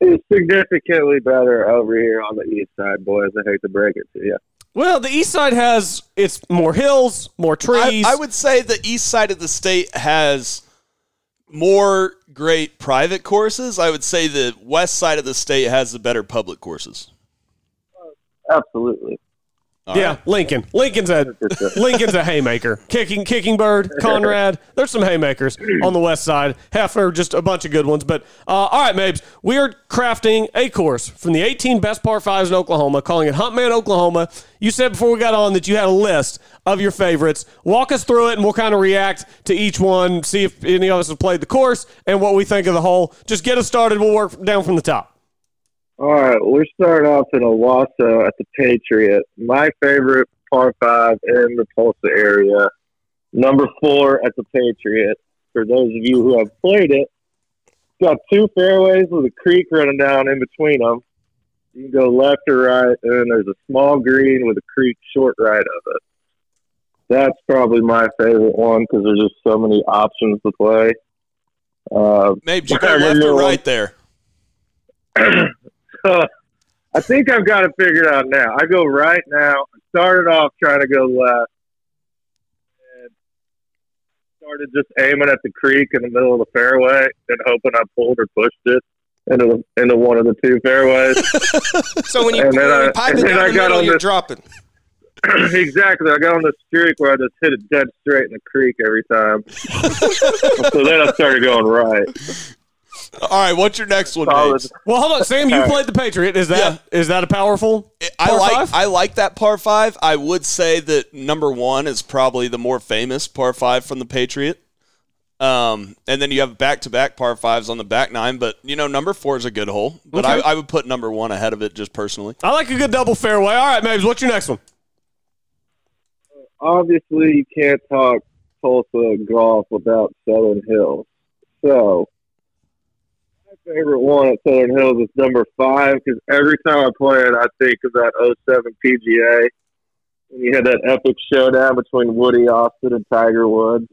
Speaker 4: is significantly better over here on the east side, boys. I hate to break it to you.
Speaker 1: Well, the east side has it's more hills, more
Speaker 2: I,
Speaker 1: trees.
Speaker 2: I would say the east side of the state has more great private courses. I would say the west side of the state has the better public courses.
Speaker 4: Absolutely.
Speaker 1: yeah, Lincoln.
Speaker 2: [laughs]
Speaker 1: Lincoln's a Lincoln's a haymaker. Kicking Kicking Bird, Conrad. There's some haymakers on the west side. Hefner, just a bunch of good ones. But uh, all right, Mabes, we are crafting a course from the 18 best par fives in Oklahoma, calling it Huntman, Oklahoma. You said before we got on that you had a list of your favorites. Walk us through it, and we'll kind of react to each one, see if any of us have played the course and what we think of the whole. Just get us started. We'll work down from the top.
Speaker 4: All right, we're starting off in Owasso at the Patriot. My favorite par five in the Tulsa area, number four at the Patriot. For those of you who have played it, it's got two fairways with a creek running down in between them. You can go left or right, and then there's a small green with a creek short right of it. That's probably my favorite one because there's just so many options to play. Uh,
Speaker 2: Maybe you go
Speaker 4: I
Speaker 2: left or
Speaker 4: remember
Speaker 2: right there.
Speaker 4: Uh, [laughs] I think I've got it figured out now. I go right now. I started off trying to go left. And started just aiming at the creek in the middle of the fairway and hoping I pulled or pushed it into the, into one of the two fairways. [laughs]
Speaker 3: So when you,
Speaker 4: And then
Speaker 3: when you
Speaker 4: I-
Speaker 3: pipe
Speaker 4: and
Speaker 3: it
Speaker 4: then
Speaker 3: down
Speaker 4: I
Speaker 3: the
Speaker 4: got
Speaker 3: middle,
Speaker 4: on
Speaker 3: you're
Speaker 4: this-
Speaker 3: dropping.
Speaker 4: exactly. I got on this streak where I just hit it dead straight in the creek every time. so then I started going right.
Speaker 2: All right, what's your next one?
Speaker 4: Solid.
Speaker 2: Mabes?
Speaker 1: Well, hold on, Sam. You played the Patriot. Is that is that a powerful?
Speaker 2: I
Speaker 1: par
Speaker 2: like
Speaker 1: five?
Speaker 2: I like that par five. I would say that number one is probably the more famous par five from the Patriot. Um, and then you have back to back par fives on the back nine, but you know number four is a good hole. But
Speaker 1: Okay.
Speaker 2: I, I would put number one ahead of it just personally.
Speaker 1: I like a good double fairway. All right, Mabes, what's your next one?
Speaker 4: obviously you can't talk Tulsa golf without Southern Hills. So my favorite one at Southern Hills is number five because every time I play it, I think of that 07 PGA when you had that epic showdown between Woody Austin and Tiger Woods,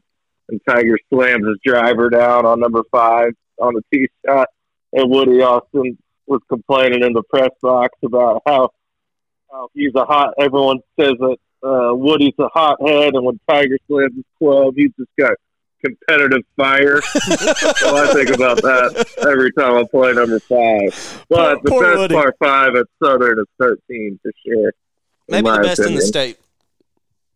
Speaker 4: and Tiger slams his driver down on number five on the tee shot, and Woody Austin was complaining in the press box about how how he's a hot. Everyone says that uh, Woody's a hothead, and when Tiger slams his club, he's just got competitive
Speaker 3: [laughs]
Speaker 4: fire. so I think about that every time I play number five. But
Speaker 1: Poor- poor
Speaker 4: the best
Speaker 1: Woody.
Speaker 4: par five at Southern is 13 for sure. in
Speaker 3: Maybe
Speaker 4: my
Speaker 3: the best in the
Speaker 4: opinion.
Speaker 3: state.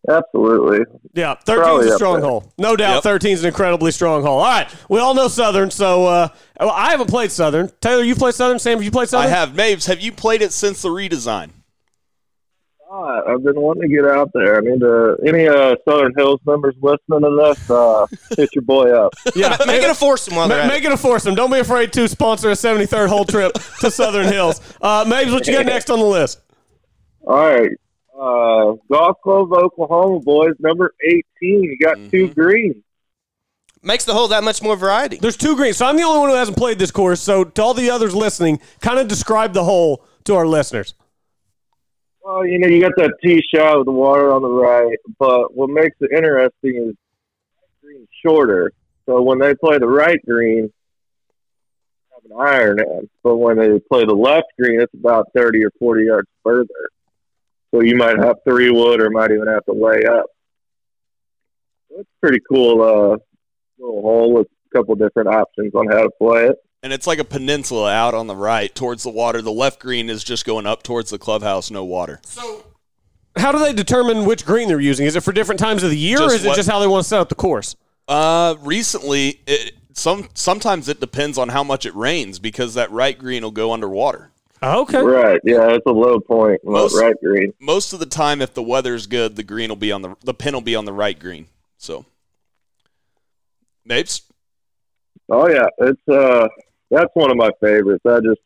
Speaker 4: Absolutely.
Speaker 1: Yeah, 13
Speaker 4: Probably
Speaker 1: is a
Speaker 4: up
Speaker 1: strong
Speaker 4: there.
Speaker 1: hole. No doubt,
Speaker 2: Yep.
Speaker 1: 13 is an incredibly strong hole. All right, we all know Southern, so uh, well, I haven't played Southern. Taylor, you played Southern? Sam, have you played
Speaker 2: I
Speaker 1: Southern?
Speaker 2: have Mabes. Have you played it since the redesign?
Speaker 4: God, I've been wanting to get out there. I mean, uh, any uh, Southern Hills members listening to this, uh, hit your boy up.
Speaker 1: [laughs] Yeah,
Speaker 3: Make it a foursome while they're
Speaker 1: Ma-
Speaker 3: at it.
Speaker 1: make it a foursome. Don't be afraid to sponsor a 73rd hole trip to Southern Hills. Uh, Mabes, what you got next on the list?
Speaker 4: All right. Uh, Golf Club of Oklahoma boys, number 18. You got two greens.
Speaker 3: Makes the hole that much
Speaker 1: [laughs]
Speaker 3: more variety.
Speaker 1: There's two greens. So I'm the only one who hasn't played this course. So to all the others listening, kind of describe the hole to our listeners.
Speaker 4: Well, you know, you got that tee shot with the water on the right, but what makes it interesting is that green's shorter. So when they play the right green, they have an iron in. But when they play the left green, it's about thirty or forty yards further. So you might have three wood, or might even have to lay up. It's pretty cool uh, little hole with a couple different options on how to play it.
Speaker 2: And it's like a peninsula out on the right towards the water. The left green is just going up towards the clubhouse, no water.
Speaker 1: How do they determine which green they're using? Is it for different times of the year, or
Speaker 2: Just
Speaker 1: is it
Speaker 2: what-
Speaker 1: just how they want to set up the course?
Speaker 2: Uh, recently, it, some sometimes it depends on how much it rains because that right green will go underwater.
Speaker 1: Okay.
Speaker 4: Right? Yeah, it's a low point.
Speaker 2: Most-
Speaker 4: Right green.
Speaker 2: Most of the time, if the weather's good, the green will be on the the pin will be on the right green. So, Mapes,
Speaker 4: Oh yeah, it's uh, that's one of my favorites. I just,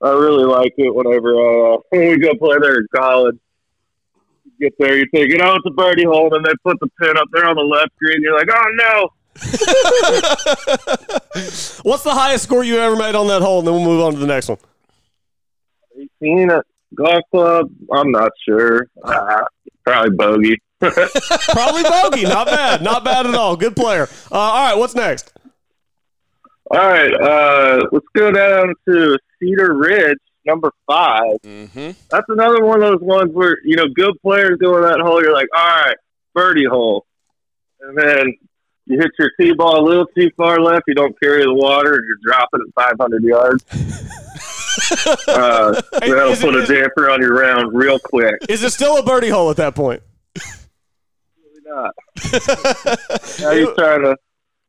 Speaker 4: I really like it. Whenever uh, [laughs] when we go play there in college, you get there, you're thinking, oh, it's a birdie hole, and they put the pin up there on the left green. You're like, oh no,
Speaker 1: What's the highest score you ever made on that hole, and then we'll move on to the next one.
Speaker 4: eighteen at golf club. I'm not sure. Ah, probably bogey.
Speaker 1: Probably bogey. Not bad. Not bad at all. Good player. Uh, all right. What's next?
Speaker 4: All right, uh, let's go down to Cedar Ridge, number five.
Speaker 2: mm-hmm.
Speaker 4: that's another one of those ones where you know good players go in that hole. You're like, all right, birdie hole, and then you hit your tee ball a little too far left. You don't carry the water, and you're dropping it
Speaker 1: [laughs]
Speaker 4: 500 yards. uh, that'll
Speaker 1: Is it-
Speaker 4: put a
Speaker 1: is-
Speaker 4: damper on your round real quick.
Speaker 1: [laughs] Is it still a birdie hole at that point?
Speaker 4: Not. now you're trying to.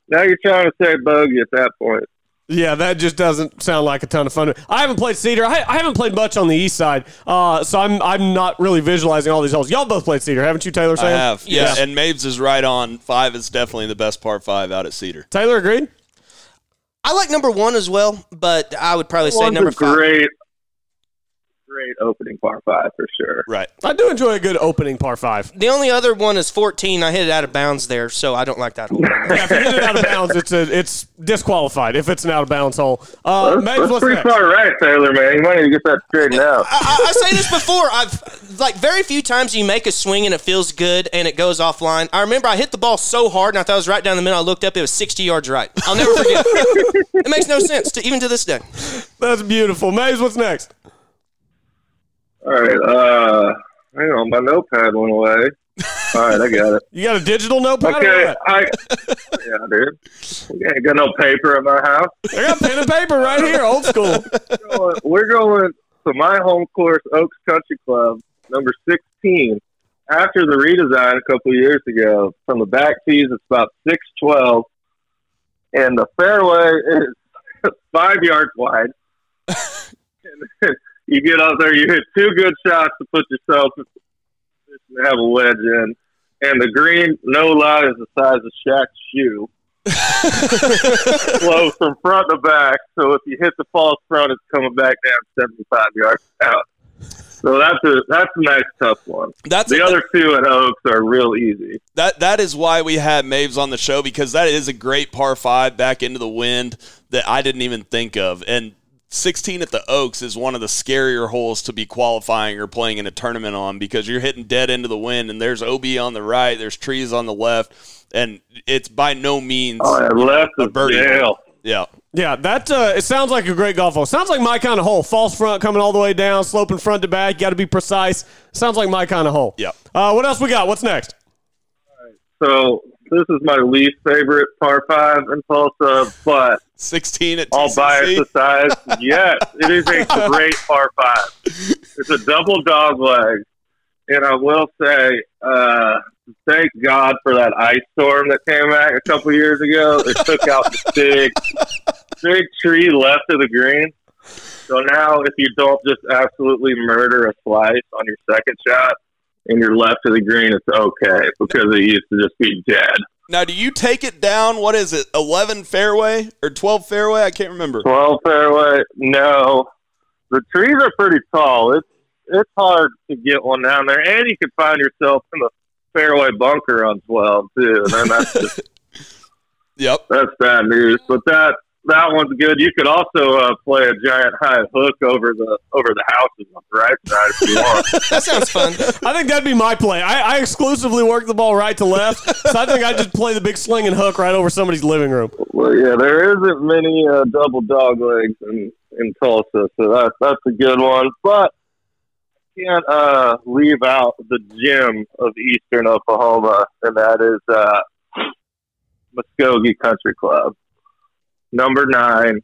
Speaker 4: Now you're trying to say bogey at that point.
Speaker 1: Yeah, that just doesn't sound like a ton of fun. I haven't played Cedar. I, I haven't played much on the east side, uh, so I'm I'm not really visualizing all these holes. Y'all both played Cedar, haven't you, Taylor?
Speaker 2: I
Speaker 1: Sam?
Speaker 2: have yeah. And Mapes is right on. Five is definitely the best par five out at Cedar.
Speaker 1: Taylor agreed.
Speaker 3: I like number one as well, but I would probably say
Speaker 4: One's
Speaker 3: number
Speaker 4: a
Speaker 3: five.
Speaker 4: great, great opening par five for sure.
Speaker 2: Right.
Speaker 1: I do enjoy a good opening par five.
Speaker 3: The only other one is 14. I hit it out of bounds there, so I don't like that
Speaker 4: [laughs]
Speaker 3: hole.
Speaker 1: Yeah, if you hit it out of bounds, it's a, it's disqualified if it's an out of bounds hole. Uh,
Speaker 4: That's,
Speaker 1: Mabes,
Speaker 4: that's
Speaker 1: what's
Speaker 4: pretty
Speaker 1: next?
Speaker 4: far right, Taylor man. You might need to get that straightened out.
Speaker 3: I, I, I say this before. I've like very few times you make a swing and it feels good and it goes offline. I remember I hit the ball so hard and I thought it was right down the middle. I looked up, it was sixty yards right. I'll never forget. it makes no sense to, even to this day.
Speaker 1: That's beautiful. Mabes, what's next?
Speaker 4: All right. Uh, hang on, my notepad went away. All right, I got
Speaker 1: [laughs]
Speaker 4: it.
Speaker 1: You got a digital notepad? or
Speaker 4: Okay,
Speaker 1: what?
Speaker 4: I [laughs] yeah, dude. You ain't got no paper at my house.
Speaker 1: I got pen and paper right here, old school.
Speaker 4: We're going- We're going to my home course, Oaks Country Club, number sixteen. After the redesign a couple years ago, from the back tees, it's about six twelve, and the fairway is [laughs] five yards wide. [laughs] and then you get out there, you hit two good shots to put yourself in position to have a wedge in, and the green, no lie, is the size of Shaq's shoe. Flows from front to back, so if you hit the false front, it's coming back down seventy-five yards out. So that's a that's a nice tough one.
Speaker 2: That's
Speaker 4: The other two at Oaks are real easy.
Speaker 2: That that is why we had Maves on the show because that is a great par five back into the wind that I didn't even think of. And 16 at the Oaks is one of the scarier holes to be qualifying or playing in a tournament on because you're hitting dead into the wind and there's OB on the right, there's trees on the left, and it's by no means
Speaker 4: Oh, yeah, left
Speaker 2: a
Speaker 4: is
Speaker 2: birdie.
Speaker 4: jail.
Speaker 2: yeah.
Speaker 1: Yeah, that uh, it sounds like a great golf hole. Sounds like my kind of hole. False front coming all the way down, sloping front to back. You got to be precise. Sounds like my kind of hole.
Speaker 2: Yep.
Speaker 1: Uh, what else we got? What's next?
Speaker 4: So this is my least favorite par five in Tulsa, but
Speaker 2: 16 at
Speaker 4: all bias
Speaker 2: TCC.
Speaker 4: aside, yes, it is a great par five. It's a double dog leg, and I will say, uh, thank God for that ice storm that came back a couple years ago. It took out the big, big tree left of the green. So now, if you don't just absolutely murder a slice on your second shot and you're left of the green, it's okay because it used to just be dead.
Speaker 2: Now, do you take it down? What is it? 11 fairway or 12 fairway? I can't remember.
Speaker 4: 12 fairway. No, the trees are pretty tall. It's it's hard to get one down there, and you can find yourself in the fairway bunker on 12 too. And then that's just
Speaker 2: Yep.
Speaker 4: [laughs] That's bad news. But that that one's good. You could also uh, play a giant high hook over the over the houses on the right side if you want.
Speaker 3: That sounds fun.
Speaker 1: I think that'd be my play. I, I exclusively work the ball right to left, so I think I just play the big sling and hook right over somebody's living room.
Speaker 4: well, yeah, there isn't many uh, double dog legs in in Tulsa, so that that's a good one. But I can't uh, leave out the gem of Eastern Oklahoma, and that is uh, Muskogee Country Club, number nine.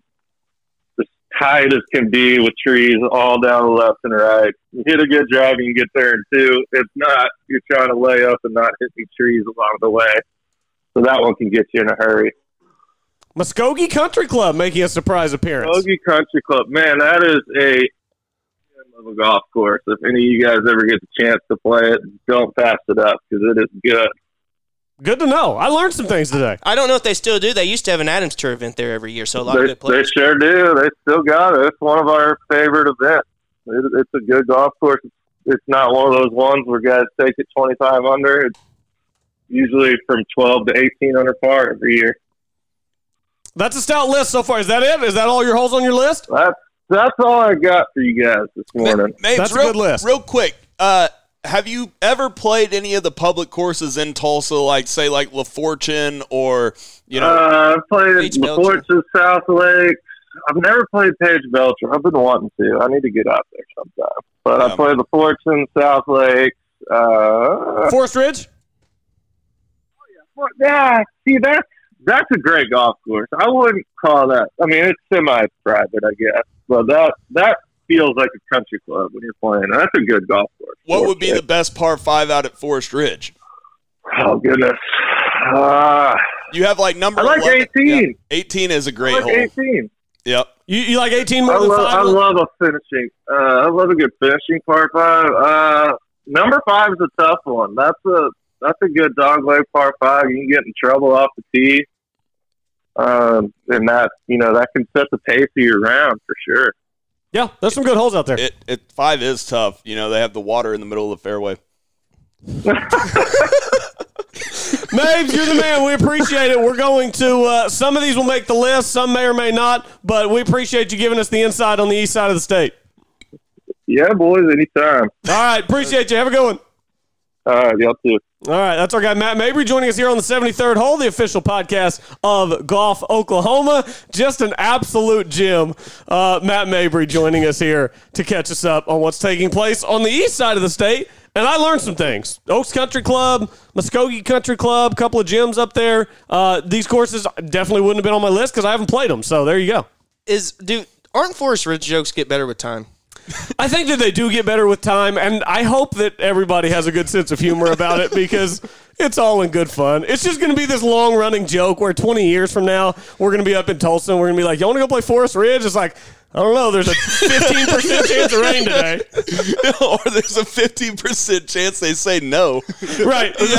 Speaker 4: Just tight as can be with trees all down the left and right. You hit a good drive, you can get there in two. If not, you're trying to lay up and not hit any trees along the way. So that one can get you in a hurry.
Speaker 1: Muskogee Country Club making a surprise appearance.
Speaker 4: Bogey Country Club, man, that is a gem of a golf course. If any of you guys ever get the chance to play it, don't pass it up because it is good.
Speaker 1: Good to know. I learned some things today.
Speaker 3: I don't know if they still do. They used to have an Adams Tour event there every year, so a lot of
Speaker 4: They,
Speaker 3: good
Speaker 4: they
Speaker 3: players.
Speaker 4: sure do. They still got it. It's one of our favorite events. It, it's a good golf course. It's not one of those ones where guys take it 25 under. It's usually from 12 to 18 under par every year.
Speaker 1: That's a stout list so far. Is that it? Is that all your holes on your list?
Speaker 4: That's that's all I got for you guys this morning.
Speaker 2: Mabes,
Speaker 1: That's a
Speaker 2: real,
Speaker 1: good list.
Speaker 2: Real quick, uh, have you ever played any of the public courses in Tulsa, like say like La Fortune or you know?
Speaker 4: Uh, I've played
Speaker 3: Paige
Speaker 4: La
Speaker 3: Belcher.
Speaker 4: Fortune, South Lakes. I've never played Page Belcher. I've been wanting to. I need to get out there sometime. But
Speaker 2: Yeah.
Speaker 4: I played the Fortune, South Lakes. Uh,
Speaker 1: Forest Ridge?
Speaker 4: for- yeah, see that's that's a great golf course. I wouldn't call that. I mean, it's semi-private, I guess. But that that feels like a country club when you're playing. That's a good golf course.
Speaker 2: what would be
Speaker 4: Yeah.
Speaker 2: the best par five out at Forest Ridge?
Speaker 4: Oh goodness. Uh,
Speaker 2: You have like number.
Speaker 4: I like
Speaker 2: 11.
Speaker 4: 18.
Speaker 2: Yeah, Eighteen is a
Speaker 4: I
Speaker 2: great
Speaker 4: like
Speaker 2: hole.
Speaker 4: 18.
Speaker 2: Yep.
Speaker 1: You, you like 18 more
Speaker 4: I
Speaker 1: than
Speaker 4: love,
Speaker 1: five?
Speaker 4: I love a finishing. Uh, I love a good finishing par five. Uh, number five is a tough one. That's a that's a good dog leg par five. You can get in trouble off the tee, um, and that you know that can set the pace of your round for sure.
Speaker 1: yeah, there's some good holes out there.
Speaker 2: It, it five is tough. You know they have the water in the middle of the fairway. [laughs]
Speaker 1: Mabes, you're the man. We appreciate it. We're going to, uh, some of these will make the list, some may or may not, but we appreciate you giving us the insight on the east side of the state.
Speaker 4: Yeah, boys, anytime.
Speaker 1: All right, appreciate you. Have a good one.
Speaker 4: All right, y'all too.
Speaker 1: All right, that's our guy Matt Mabry joining us here on the 73rd Hole, the official podcast of Golf Oklahoma. Just an absolute gem. Uh, Matt Mabry joining us here to catch us up on what's taking place on the east side of the state. And I learned some things. Oaks Country Club, Muskogee Country Club, couple of gyms up there. Uh, these courses definitely wouldn't have been on my list because I haven't played them. So there you go.
Speaker 3: Is do aren't Forest Ridge jokes get better with time?
Speaker 1: I think that they do get better with time, and I hope that everybody has a good sense of humor about it
Speaker 2: [laughs]
Speaker 1: because it's all in good fun. It's just going to be this long running joke where 20 years from now, we're going to be up in Tulsa and we're going to be like, You want to go play Forest Ridge? It's like, I don't know, there's a
Speaker 2: [laughs]
Speaker 1: 15% chance of rain today.
Speaker 2: or there's a fifteen percent chance they say no.
Speaker 1: Right. There's a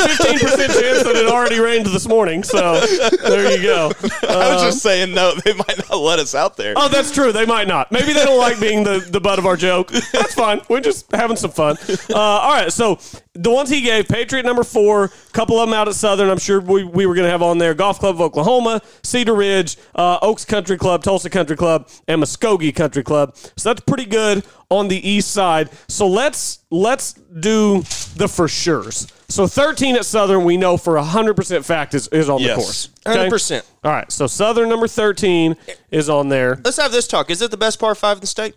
Speaker 1: 15% chance that it already rained this morning. So there you go. Uh,
Speaker 2: I was just saying no. They might not let us out there.
Speaker 4: Uh,
Speaker 1: Oh, that's true. They might not. Maybe they don't like being the, the butt of our joke. That's fine. We're just having some fun. Uh, all right. So the ones he gave Patriot number four, couple of them out at Southern. I'm sure we, we were going to have on there Golf Club of Oklahoma, Cedar Ridge, uh, Oaks Country Club, Tulsa Country Club, and Muskogee Country Club. So that's pretty good on the east side. So let's let's do the for sure's. So 13 at Southern, we know for 100% fact is, is on
Speaker 2: Yes.
Speaker 1: the course. Okay?
Speaker 3: 100%.
Speaker 1: All right. So Southern number 13 is on there.
Speaker 3: Let's have this talk. Is it the best par five in the state?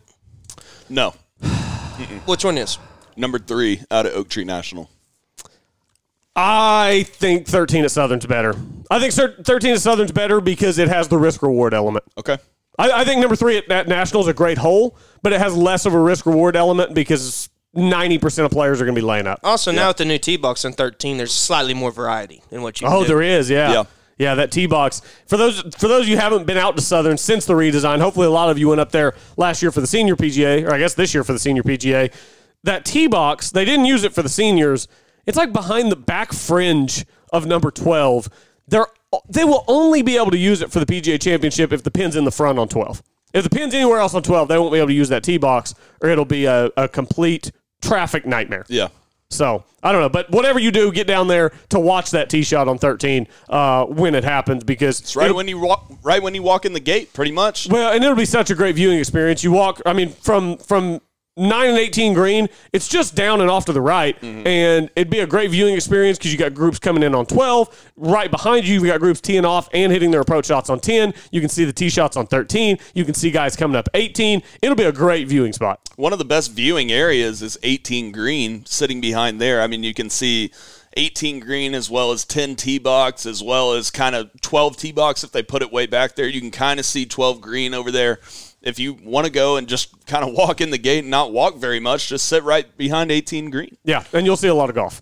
Speaker 2: No.
Speaker 3: Which one is?
Speaker 2: Number three out of Oak Tree National.
Speaker 1: I think 13 at Southern's better. I think cer- 13 at Southern's better because it has the risk reward element.
Speaker 2: Okay.
Speaker 1: I, I think number three at, at Nationals a great hole, but it has less of a risk reward element because 90% of players are going to be laying up.
Speaker 3: Also, now with the new tee box on 13, there's slightly more variety in what you can
Speaker 1: Oh,
Speaker 3: do.
Speaker 1: there is, yeah.
Speaker 2: Yeah.
Speaker 1: yeah. that tee box. For those for those you who haven't been out to Southern since the redesign, hopefully a lot of you went up there last year for the senior PGA, or I guess this year for the senior PGA. That tee box, they didn't use it for the seniors. It's like behind the back fringe of number twelve. They're they will only be able to use it for the PGA championship if the pin's in the front on twelve. If the pin's anywhere else on twelve, they won't be able to use that tee box, or it'll be a, a complete traffic nightmare.
Speaker 2: Yeah.
Speaker 1: So I don't know, but whatever you do, get down there to watch that tee shot on 13 uh, when it happens because
Speaker 2: It's right
Speaker 1: it'll-
Speaker 2: when you walk, right when you walk in the gate, pretty much.
Speaker 1: well, and it'll be such a great viewing experience. You walk, I mean, from from nine and eighteen green, it's just down and off to the right,
Speaker 2: Mm-hmm.
Speaker 1: and it'd be a great viewing experience because you got groups coming in on twelve, right behind you. You got groups teeing off and hitting their approach shots on ten. You can see the tee shots on thirteen. You can see guys coming up eighteen. It'll be a great viewing spot.
Speaker 2: One of the best viewing areas is 18 green, sitting behind there. I mean, you can see 18 green as well as 10 tee box, as well as kind of 12 tee box if they put it way back there. You can kind of see 12 green over there. If you want to go and just kind of [laughs] walk in the gate and not walk very much, just sit right behind 18 green.
Speaker 1: Yeah, and you'll see a lot of golf.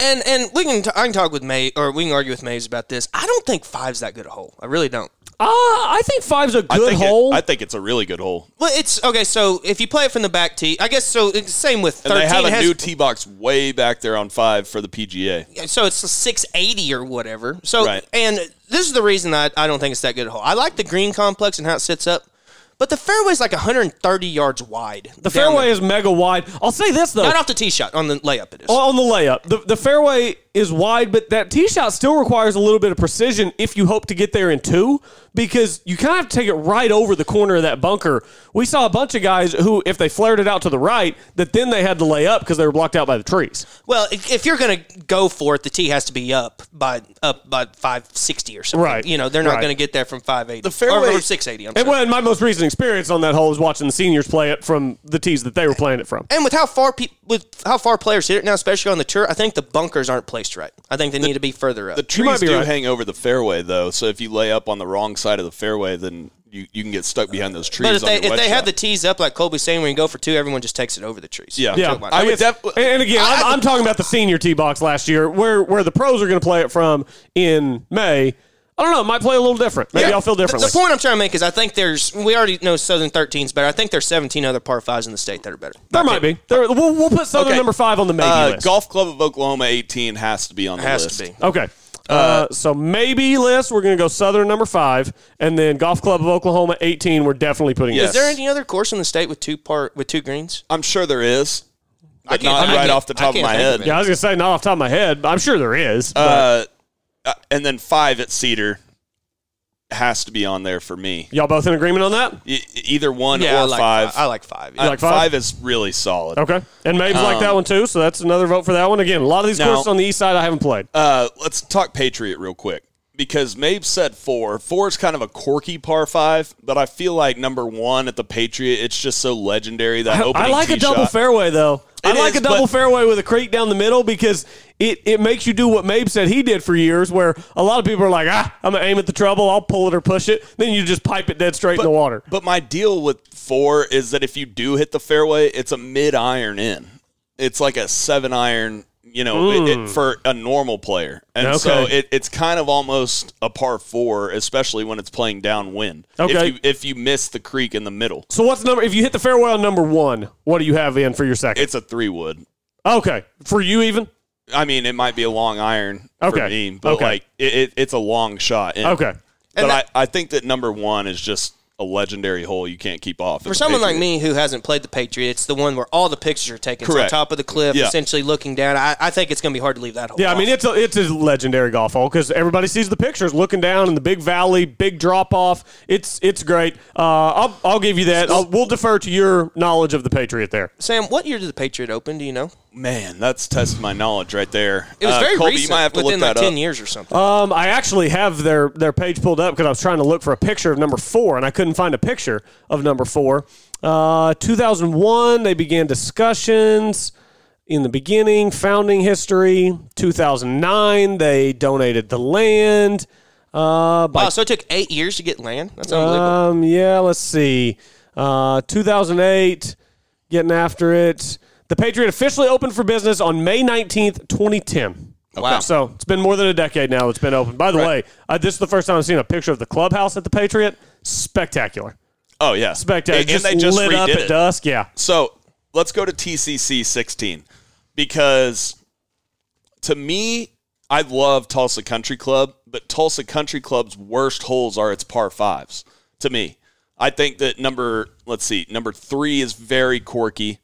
Speaker 3: And and we can t- I can talk with May or we can argue with Mays about this. I don't think five's that good a hole. I really don't.
Speaker 1: Uh, I think five's a good
Speaker 2: I think it-
Speaker 1: hole.
Speaker 2: I think it's a really good hole.
Speaker 3: Well, it's okay. So if you play it from the back tee, I guess so. It's same with
Speaker 2: And
Speaker 3: thirteen.
Speaker 2: they have a
Speaker 3: It has-
Speaker 2: new tee box way back there on five for the PGA.
Speaker 3: so it's a 680 or whatever. So
Speaker 2: Right.
Speaker 3: and this is the reason I, I don't think it's that good a hole. I like the green complex and how it sits up, but the fairway's like 130 yards wide.
Speaker 1: the fairway is Oh, mega wide. I'll say this though.
Speaker 3: not off the tee shot on the layup. It is.
Speaker 1: on the layup. The, the fairway is wide, but that tee shot still requires a little bit of precision if you hope to get there in two, because you kind of have to take it right over the corner of that bunker. We saw a bunch of guys who, if they flared it out to the right, that then they had to lay up because they were blocked out by the trees.
Speaker 3: Well, if, if you're gonna go for it, the tee has to be up by up by 560 or something.
Speaker 1: Right.
Speaker 3: You know they're not
Speaker 1: Right.
Speaker 3: gonna get there from 580. The
Speaker 2: fairway-
Speaker 3: or, 680. I'm
Speaker 1: And
Speaker 3: sorry.
Speaker 1: well, and my most recent experience on that hole is watching the seniors play it from the tees that they were playing it from.
Speaker 3: and with how far pe- with how far players hit it now, especially on the tour, I think the bunkers aren't placed right. I think they need to be further up.
Speaker 2: The
Speaker 1: You might
Speaker 2: trees
Speaker 1: be
Speaker 2: do
Speaker 1: right.
Speaker 2: hang over the fairway though, so if you lay up on the wrong side of the fairway, then you, you can get stuck behind those trees.
Speaker 3: but if
Speaker 2: on
Speaker 3: they
Speaker 2: your
Speaker 3: if
Speaker 2: wedge
Speaker 3: they have
Speaker 2: shot.
Speaker 3: the tees up like Colby's saying, when you go for two, everyone just takes it over the trees.
Speaker 2: yeah, I,
Speaker 1: Yeah,
Speaker 2: would
Speaker 1: guess- and-
Speaker 2: definitely.
Speaker 1: And again, I'm, I'm talking about the senior tee box last year, where where the pros are going to play it from in May. I don't know. It might play a little different. Maybe I'll feel
Speaker 3: The-
Speaker 1: differently.
Speaker 3: The, point I'm trying to make is I think there's we already know Southern 13's better. I think there's 17 other par fives in the state that are better.
Speaker 1: There might be. There, we'll, we'll put Southern
Speaker 2: Okay.
Speaker 1: number five on the maybe
Speaker 2: Uh,
Speaker 1: list.
Speaker 2: Golf Club of Oklahoma 18 has to be on the
Speaker 3: Has
Speaker 2: list.
Speaker 3: to be.
Speaker 1: Okay. Uh, so maybe list, we're going to go Southern number five, and then Golf Club of Oklahoma 18, we're definitely putting
Speaker 2: Yes.
Speaker 3: Is there any other course in the state with two par with two greens?
Speaker 2: I'm sure there is, but
Speaker 3: can't-
Speaker 2: not
Speaker 3: I
Speaker 2: right
Speaker 3: can't-
Speaker 2: off the
Speaker 3: I
Speaker 2: top of
Speaker 3: can't
Speaker 2: my
Speaker 3: think of
Speaker 2: head.
Speaker 3: it.
Speaker 1: Yeah, I was going to say, not off the top of my head, but I'm sure there is. but-
Speaker 2: Uh, uh, and then five at Cedar has to be on there for me.
Speaker 1: y'all both in agreement on that?
Speaker 2: E- either one
Speaker 3: Yeah, I
Speaker 2: or
Speaker 3: like
Speaker 2: five.
Speaker 3: I like five.
Speaker 2: Uh,
Speaker 3: Yeah.
Speaker 1: like five?
Speaker 2: is really solid.
Speaker 1: Okay. And Mabes like that one too, so that's another vote for that one. Again, a lot of these
Speaker 2: Now-
Speaker 1: courses on the east side I haven't played.
Speaker 2: Uh, let's talk Patriot real quick because Mabe said four. Four is kind of a quirky par five, but I feel like number one at the Patriot, it's just so legendary that opening
Speaker 1: I like
Speaker 2: tee
Speaker 1: a double
Speaker 2: shot.
Speaker 1: fairway though.
Speaker 2: It
Speaker 1: I like
Speaker 2: is,
Speaker 1: a double
Speaker 2: but-
Speaker 1: fairway with a creek down the middle because it, it makes you do what Mabe said he did for years, where a lot of people are like, ah, I'm gonna aim at the trouble, I'll pull it or push it, then you just pipe it dead straight in the water.
Speaker 2: But my deal with four is that if you do hit the fairway, it's a mid iron in. It's like a seven iron, you know, it, it, for a normal player, and so
Speaker 1: Mm. Okay.
Speaker 2: it, it's kind of almost a par four, especially when it's playing downwind.
Speaker 1: Okay.
Speaker 2: If you if you miss the creek in the middle,
Speaker 1: So what's number? If you hit the fairway on number one, what do you have in for your second?
Speaker 2: it's a three wood.
Speaker 1: okay, for you even.
Speaker 2: I mean, it might be a long iron
Speaker 1: Okay.
Speaker 2: for me, but
Speaker 1: Okay.
Speaker 2: like it, it, it's a long shot. in.
Speaker 1: Okay,
Speaker 2: but
Speaker 3: And that-
Speaker 2: I, I think that number one is just a legendary hole you can't keep off.
Speaker 3: For someone like me who hasn't played the Patriot, it's the one where all the pictures are taken. It's
Speaker 2: Correct.
Speaker 3: on top of the cliff,
Speaker 2: Yeah.
Speaker 3: essentially looking down. I, I think it's going to be hard to leave that hole.
Speaker 1: yeah. I mean,
Speaker 3: off.
Speaker 1: it's a it's a legendary golf hole because everybody sees the pictures, looking down in the big valley, big drop off. It's it's great. Uh, I'll I'll give you that. I'll, we'll defer to your knowledge of the Patriot there.
Speaker 3: Sam, what year did the Patriot open? Do you know?
Speaker 2: man, that's testing my knowledge right there.
Speaker 3: It was
Speaker 2: Uh,
Speaker 3: very
Speaker 2: Colby,
Speaker 3: recent,
Speaker 2: You might have to
Speaker 3: within
Speaker 2: look
Speaker 3: like
Speaker 2: that
Speaker 3: ten
Speaker 2: up. Uh,
Speaker 3: years or something.
Speaker 1: Um, I actually have their their page pulled up because I was trying to look for a picture of number four, and I couldn't find a picture of number four. Uh, 2001, they began discussions in the beginning, founding history. 2009, they donated the land. Uh, by
Speaker 3: wow, so it took eight years to get land. That's unbelievable.
Speaker 2: Uh,
Speaker 1: um, yeah, let's see. Uh, 2008, getting after it. The Patriot officially opened for business on May 19th, 2010.
Speaker 3: Wow.
Speaker 1: So it's been more than a decade now it's been open. By the way, uh, this is the first time I've seen a picture of the clubhouse at the Patriot. Spectacular.
Speaker 2: Oh yeah,
Speaker 1: Spectacular.
Speaker 2: And, and
Speaker 1: just
Speaker 2: they just
Speaker 1: lit
Speaker 2: redid
Speaker 1: up
Speaker 2: it.
Speaker 1: at dusk. Yeah.
Speaker 2: So let's go to TCC 16 because to me, I love Tulsa Country Club, but Tulsa Country Club's worst holes are its par fives to me. I think that number, let's see, number three is very quirky.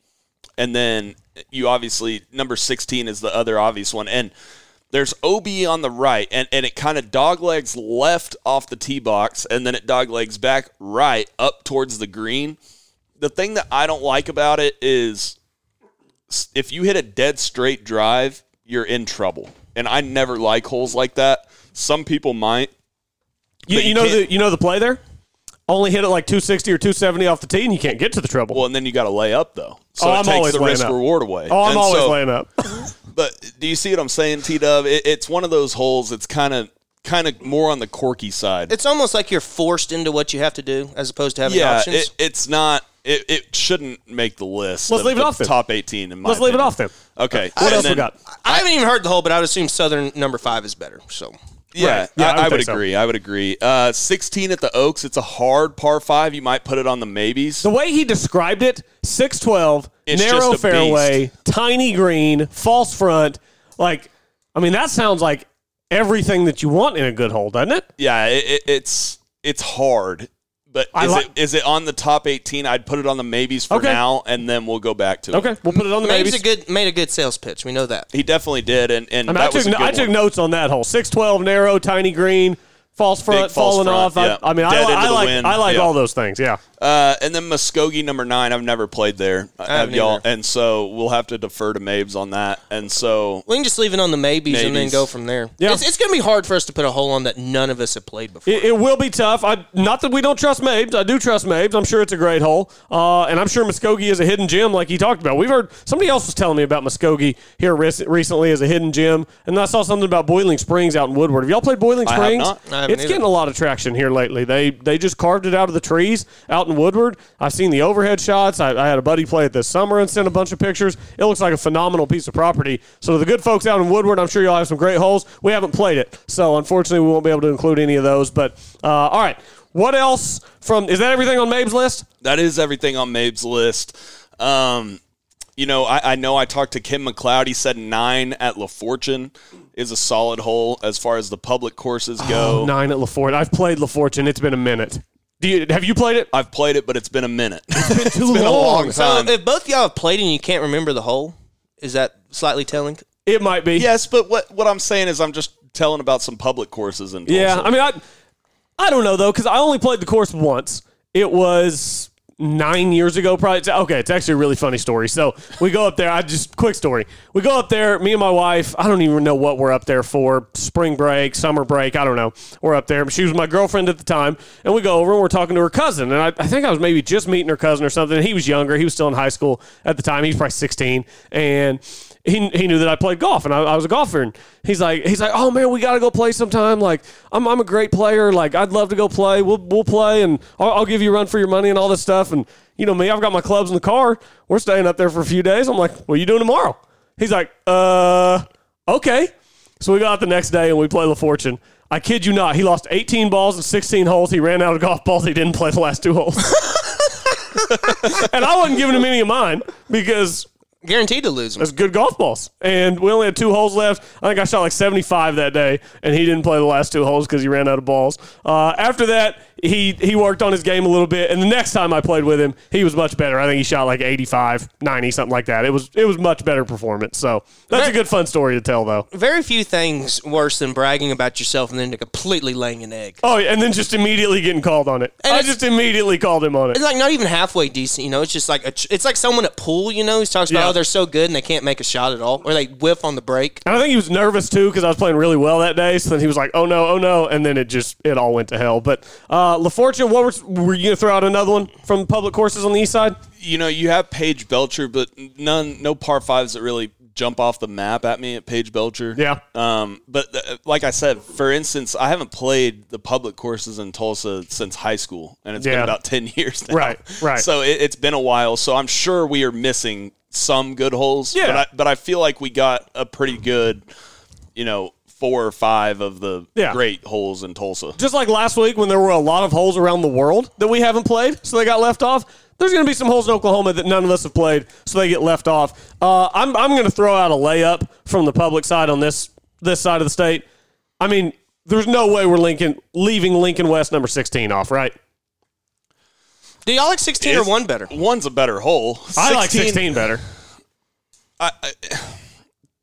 Speaker 2: And then you obviously number 16 is the other obvious one and there's OB on the right and, and it kind of doglegs left off the tee box and then it doglegs back right up towards the green. The thing that I don't like about it is s- if you hit a dead straight drive, you're in trouble. And I never like holes like that. Some people might.
Speaker 1: You,
Speaker 2: But you
Speaker 1: you know
Speaker 2: can't-
Speaker 1: the you know the play there. Only hit it like 260 or 270 off the tee, and you can't get to the treble.
Speaker 2: Well, and then you got to lay up though. So
Speaker 1: Oh,
Speaker 2: it
Speaker 1: I'm
Speaker 2: takes
Speaker 1: always
Speaker 2: the
Speaker 1: laying
Speaker 2: risk
Speaker 1: up.
Speaker 2: reward away.
Speaker 1: oh, I'm
Speaker 2: And
Speaker 1: always
Speaker 2: so- [laughs]
Speaker 1: laying up.
Speaker 2: But do you see what I'm saying, T Dub? It, it's one of those holes. It's kind of kind of more on the quirky side.
Speaker 3: It's almost like you're forced into what you have to do as opposed to having
Speaker 2: yeah,
Speaker 3: options.
Speaker 2: it, it's not. It, it shouldn't make the list.
Speaker 1: Let's
Speaker 2: of
Speaker 1: leave it
Speaker 2: the
Speaker 1: off then.
Speaker 2: Top 18 in my.
Speaker 1: Let's leave it
Speaker 2: opinion.
Speaker 1: off then.
Speaker 2: Okay.
Speaker 1: What
Speaker 2: and
Speaker 1: else we
Speaker 2: then-
Speaker 1: got?
Speaker 3: I haven't even heard the whole, but I would assume Southern number five is better. So
Speaker 2: Yeah,
Speaker 1: Right. Yeah,
Speaker 2: I, I would
Speaker 1: think so.
Speaker 2: agree. I would agree. Uh, 16 at the Oaks. It's a hard par five. You might put it on the maybes.
Speaker 1: The way he described it, 612,
Speaker 2: It's
Speaker 1: narrow
Speaker 2: just a
Speaker 1: fairway, tiny green, false front. Like, I mean, that sounds like everything that you want in a good hole, doesn't it?
Speaker 2: yeah, it, it, it's it's hard. But
Speaker 1: I
Speaker 2: is,
Speaker 1: like-
Speaker 2: it, is it on the top 18? I'd put it on the maybes for
Speaker 1: Okay.
Speaker 2: now, and then we'll go back to it.
Speaker 1: Okay, we'll put it on the
Speaker 3: Mabe's a
Speaker 1: maybe.
Speaker 3: good made a good sales pitch. We know that.
Speaker 2: He definitely did, and and
Speaker 1: I, mean, I
Speaker 2: that
Speaker 1: took
Speaker 2: was a
Speaker 1: no-
Speaker 2: good
Speaker 1: I took
Speaker 2: one.
Speaker 1: notes on that hole. 612, narrow, tiny green, false front,
Speaker 2: false
Speaker 1: falling
Speaker 2: front,
Speaker 1: off.
Speaker 2: yeah.
Speaker 1: I, I mean,
Speaker 2: Dead
Speaker 1: I, li-
Speaker 2: into
Speaker 1: I
Speaker 2: the
Speaker 1: like
Speaker 2: wind,
Speaker 1: I like
Speaker 2: yeah.
Speaker 1: all those things. Yeah.
Speaker 2: Uh, and then Muskogee number nine. I've never played there. have
Speaker 3: haven't
Speaker 2: y'all?
Speaker 3: either.
Speaker 2: And so we'll have to defer to Mabes on that. And so
Speaker 3: We can just leave it on the maybes, and then
Speaker 2: Maybes.
Speaker 3: go from there.
Speaker 1: Yeah.
Speaker 3: It's, it's going to be hard for us to put a hole on that none of us have played before.
Speaker 1: It, it will be tough. I, not that we don't trust Mabes. I do trust Mabes. I'm sure it's a great hole. Uh, and I'm sure Muskogee is a hidden gem, like he talked about. We've heard somebody else was telling me about Muskogee here rec- recently as a hidden gem. And I saw something about Boiling Springs out in Woodward. Have y'all played Boiling
Speaker 2: I have
Speaker 1: Springs?
Speaker 2: not.
Speaker 3: I haven't
Speaker 1: it's
Speaker 3: either.
Speaker 1: getting a lot of traction here lately. They they just carved it out of the trees out in Woodward. I've seen the overhead shots. I, I had a buddy play it this summer and sent a bunch of pictures. It looks like a phenomenal piece of property. So to the good folks out in Woodward, I'm sure y'all have some great holes. We haven't played it, so unfortunately we won't be able to include any of those. But uh, all right, what else from? Is that everything on Mabe's list?
Speaker 2: that is everything on Mabes' list. Um, you know, I, I know I talked to Kim McLeod. He said nine at La Fortune is a solid hole as far as the public courses go.
Speaker 1: Nine at LaFortune. I've played LaFortune. It's been a minute. Do you have you played it?
Speaker 2: I've played it, but it's been a minute.
Speaker 1: It's been too
Speaker 2: a long
Speaker 3: so
Speaker 2: time.
Speaker 3: if both y'all have played and you can't remember the hole, is that slightly telling?
Speaker 1: It might be.
Speaker 2: [laughs] yes, but what what I'm saying is I'm just telling about some public courses in Tulsa.
Speaker 1: Yeah, I mean, I, I don't know though, because I only played the course once. It was nine years ago, probably. It's- okay, it's actually a really funny story. So we go up there. I just quick story. We go up there. Me and my wife. I don't even know what we're up there for. Spring break, summer break. I don't know. We're up there. She was my girlfriend at the time, and we go over and we're talking to her cousin. And I, I think I was maybe just meeting her cousin or something. He was younger. He was still in high school at the time. He was probably sixteen, and he, he knew that I played golf and I, I was a golfer and he's like he's like oh man we got to go play sometime like I'm, I'm a great player like I'd love to go play we'll, we'll play and I'll, I'll give you a run for your money and all this stuff and you know me I've got my clubs in the car we're staying up there for a few days I'm like what are you doing tomorrow he's like uh okay so we go out the next day and we play La Fortune I kid you not he lost 18 balls and 16 holes he ran out of golf balls he didn't play the last two holes [laughs] and I wasn't giving him any of mine because
Speaker 3: Guaranteed to lose them.
Speaker 1: that's good golf balls. And we only had two holes left. I think I shot like 75 that day, and he didn't play the last two holes because he ran out of balls. Uh, after that, he, he worked on his game a little bit, and the next time I played with him, he was much better. I think he shot like 85, 90, something like that. It was it was much better performance. So that's a good fun story to tell, though.
Speaker 3: Uh, Very few things worse than bragging about yourself and then completely laying an egg.
Speaker 1: Oh, yeah, and then just immediately getting called on it.
Speaker 3: And
Speaker 1: I
Speaker 3: it's-
Speaker 1: just immediately called him on it.
Speaker 3: It's like not even halfway decent, you know. It's just like a, tr- it's like someone at pool, you know, who talks about
Speaker 1: Yeah.
Speaker 3: oh they're so good and they can't make a shot at all, or they whiff on the break.
Speaker 1: And I think he was nervous too because I was playing really well that day. So then he was like, "Oh no, oh no," and then it just it all went to hell. But uh, LaFortune, what were, were you gonna throw out another one from public courses on the east side?
Speaker 2: you know, you have Paige Belcher, but none, no par fives that really jump off the map at me at Paige Belcher.
Speaker 1: Yeah.
Speaker 2: Um, but uh, like I said, for instance, I haven't played the public courses in Tulsa since high school, and it's been
Speaker 1: Yeah.
Speaker 2: about [laughs] ten years now.
Speaker 1: Right, right.
Speaker 2: So it, it's been a while. So I'm sure we are missing some good holes.
Speaker 1: Yeah.
Speaker 2: But I, but I feel like we got a pretty good, you know, four or five of the
Speaker 1: Yeah.
Speaker 2: great holes in Tulsa.
Speaker 1: Just like last week when there were a lot of holes around the world that we haven't played, so they got left off. There's gonna be some holes in Oklahoma that none of us have played, so they get left off. Uh, I'm I'm gonna throw out a layup from the public side on this this side of the state. I mean, there's no way we're Lincoln leaving Lincoln West number 16 off, right?
Speaker 3: Do y'all like sixteen or
Speaker 2: Is-
Speaker 3: one better?
Speaker 2: One's a better hole.
Speaker 1: I like 16 better.
Speaker 2: I, I,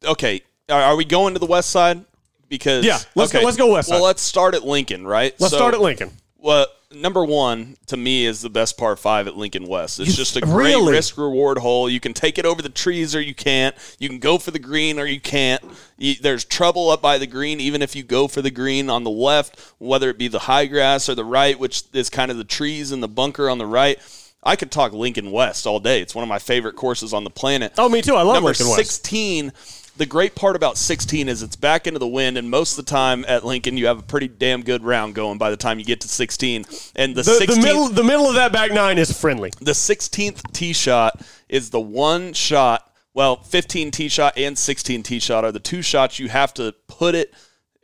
Speaker 2: okay, are, are we going to the west side? Because
Speaker 1: Yeah, let's go-
Speaker 2: okay.
Speaker 1: let's go west
Speaker 2: Well,
Speaker 1: side.
Speaker 2: let's start at Lincoln, right?
Speaker 1: Let's start at Lincoln.
Speaker 2: Well, number one to me is the best par five at Lincoln West. It's
Speaker 1: You-
Speaker 2: just a great
Speaker 1: really?
Speaker 2: risk reward hole. You can take it over the trees or you can't. You can go for the green or you can't. You, there's trouble up by the green, even if you go for the green on the left, whether it be the high grass or the right, which is kind of the trees and the bunker on the right. I could talk Lincoln West all day. It's one of my favorite courses on the planet
Speaker 1: Oh, me too. I love
Speaker 2: number
Speaker 1: Lincoln West.
Speaker 2: 16 the great part about 16 is it's back into the wind and most of the time at lincoln you have a pretty damn good round going by the time you get to 16 and the,
Speaker 1: The,
Speaker 2: 16th,
Speaker 1: the middle, the middle of that back nine is friendly.
Speaker 2: the 16th tee shot is the one shot well 15 tee shot and 16 tee shot are the two shots you have to put it